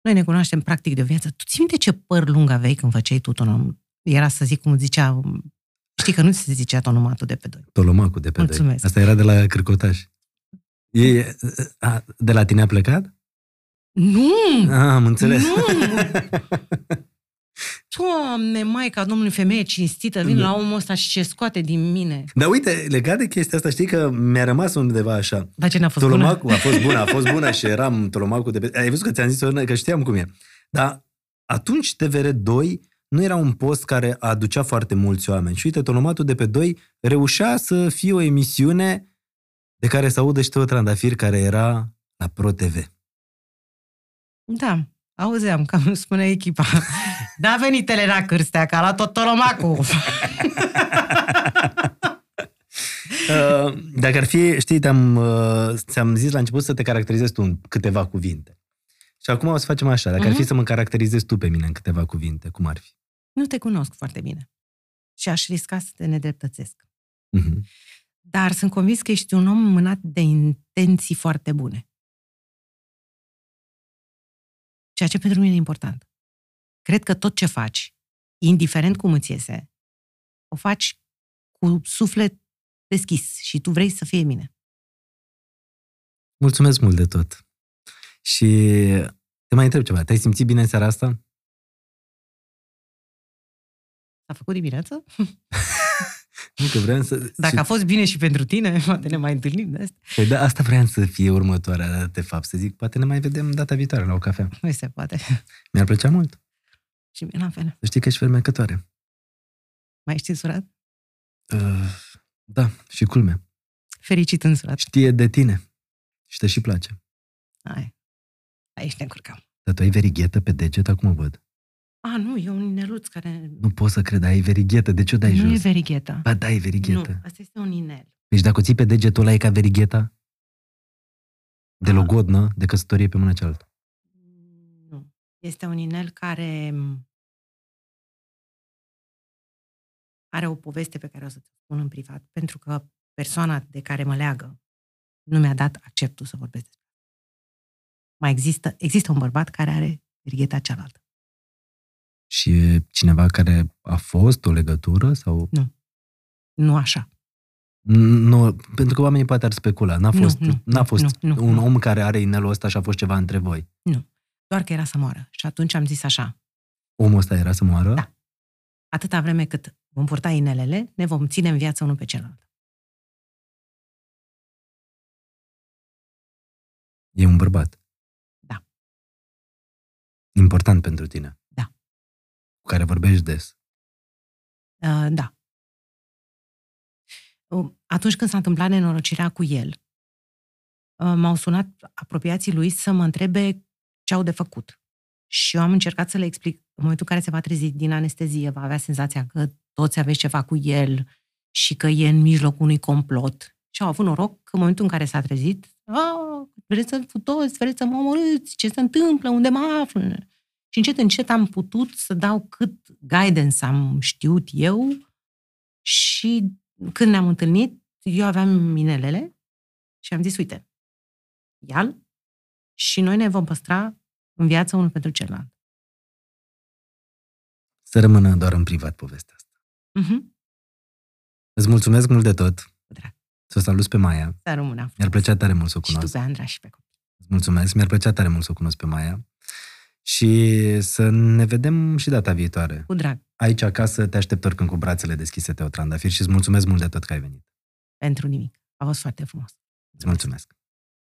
Speaker 2: Noi ne cunoaștem practic de o viață. Tu ții minte ce păr lung aveai când făceai tu tonom? Era să zic cum zicea... um, Știi că nu se zicea tonomatul de pe doi.
Speaker 1: Tolomacul de pe
Speaker 2: Mulțumesc.
Speaker 1: doi. Asta era de la Cârcotaș. E, a, de la tine a plecat?
Speaker 2: Mm. Nu!
Speaker 1: A, am înțeles.
Speaker 2: *laughs* Doamne, maica Domnului, femeie cinstită, vin
Speaker 1: Da.
Speaker 2: la omul ăsta și ce scoate din mine.
Speaker 1: Dar uite, legat de chestia asta, știi că mi-a rămas undeva așa.
Speaker 2: Dar ce n-a fost bună?
Speaker 1: Tolomacul a fost bună, a fost bună și eram Tolomacul de pe... Ai văzut că ți-am zis că știam cum e. Dar atunci TVR2 nu era un post care aducea foarte mulți oameni. Și uite, Tolomatul de pe 2 reușea să fie o emisiune de care să audă și tot Trandafir care era la Pro TV.
Speaker 2: Da, auzeam, cam îmi spune *laughs* echipa. Da, a venit Elena Cârstea, că a luat tot Tolomacul.
Speaker 1: Uh, Dacă ar fi, știi, te-am, uh, ți-am zis la început să te caracterizezi tu în câteva cuvinte. Și acum o să facem așa, dacă ar fi
Speaker 2: Mhm.
Speaker 1: să mă caracterizezi tu pe mine în câteva cuvinte, cum ar fi?
Speaker 2: Nu te cunosc foarte bine. Și aș risca să te nedreptățesc.
Speaker 1: Mhm.
Speaker 2: Dar sunt convins că ești un om mânat de intenții foarte bune. Ceea ce pentru mine e important. Cred că tot ce faci, indiferent cum îți iese, o faci cu suflet deschis și tu vrei să fie mine.
Speaker 1: Mulțumesc mult de tot. Și te mai întreb ceva, te-ai simțit bine în seara asta?
Speaker 2: S-a făcut dimineață?
Speaker 1: Nu că vreau să...
Speaker 2: Dacă a
Speaker 1: și,
Speaker 2: fost bine și pentru tine, *laughs* poate ne mai întâlnim de asta.
Speaker 1: Păi da, asta vreau să fie următoarea, de fapt, să zic, poate ne mai vedem data viitoare la o cafea.
Speaker 2: Nu se poate. *laughs*
Speaker 1: Mi-ar plăcea mult.
Speaker 2: Și mie la fel.
Speaker 1: Să știi că ești fermecătoare.
Speaker 2: Mai ești însurat?
Speaker 1: Uh, da, și culme.
Speaker 2: Fericit însurat.
Speaker 1: Știe de tine și te și place.
Speaker 2: Hai. Aici ne încurcăm.
Speaker 1: Dar tu ai verighetă pe deget, acum văd.
Speaker 2: A, nu, e un inelț care...
Speaker 1: Nu pot să cred, ai verighetă, de ce o dai
Speaker 2: nu
Speaker 1: jos?
Speaker 2: e verigheta.
Speaker 1: Ba da, e
Speaker 2: Nu,
Speaker 1: verighetă. Nu.
Speaker 2: asta este un inel.
Speaker 1: Deci dacă o ții pe degetul ăla e ca verigheta?
Speaker 2: Ah.
Speaker 1: De logodnă, de căsătorie pe mâna cealaltă.
Speaker 2: Nu. Este un inel care mm, m, are o poveste pe care o să-ți spun în privat, pentru că persoana de care mă leagă nu mi-a dat acceptul să vorbesc despre asta. Mai există, există un bărbat care are righeta cealaltă.
Speaker 1: Și e cineva care a fost o legătură sau...
Speaker 2: Nu așa.
Speaker 1: Nu, pentru că oamenii poate ar specula. N-a
Speaker 2: Nu,
Speaker 1: fost,
Speaker 2: nu,
Speaker 1: n-a
Speaker 2: nu,
Speaker 1: fost
Speaker 2: nu, nu,
Speaker 1: un
Speaker 2: nu.
Speaker 1: om care are inelul ăsta și a fost ceva între voi.
Speaker 2: Doar că era să moară. Și atunci am zis așa,
Speaker 1: Omul ăsta era să moară?
Speaker 2: Da. atâta vreme cât vom purta inelele, ne vom ține în viață unul pe celălalt.
Speaker 1: E un bărbat.
Speaker 2: Da.
Speaker 1: Important pentru tine.
Speaker 2: Da.
Speaker 1: Cu care vorbești des.
Speaker 2: Uh, da. Um, Atunci când s-a întâmplat nenorocirea cu el, uh, m-au sunat apropiații lui să mă întrebe ce au de făcut. Și eu am încercat să le explic. În momentul în care se va trezi din anestezie, va avea senzația că toți aveți ceva cu el și că e în mijlocul unui complot. Și au avut noroc că în momentul în care s-a trezit, "Ah, vreți să toți, vreți să mă omorâți, ce se întâmplă, unde mă aflu? Și încet, încet am putut să dau cât guidance am știut eu și când ne-am întâlnit, eu aveam minelele și am zis, uite, ia și noi ne vom păstra în viață unul pentru celălalt.
Speaker 1: Să rămână doar în privat povestea asta.
Speaker 2: Mhm.
Speaker 1: Îți mulțumesc mult de tot.
Speaker 2: Cu drag.
Speaker 1: Să o salut pe Maia.
Speaker 2: Să rămână.
Speaker 1: Mi-ar plăcea tare mult să o
Speaker 2: Și tu
Speaker 1: cunosc.
Speaker 2: pe Andra și pe copii.
Speaker 1: Îți mulțumesc. Mi-ar plăcea tare mult să o cunosc pe Maia. Și să ne vedem și data viitoare.
Speaker 2: Cu drag.
Speaker 1: Aici acasă te aștept oricând cu brațele deschise, Teo Trandafir, și îți mulțumesc mult de tot că ai venit.
Speaker 2: Pentru nimic. A fost foarte frumos.
Speaker 1: Îți mulțumesc.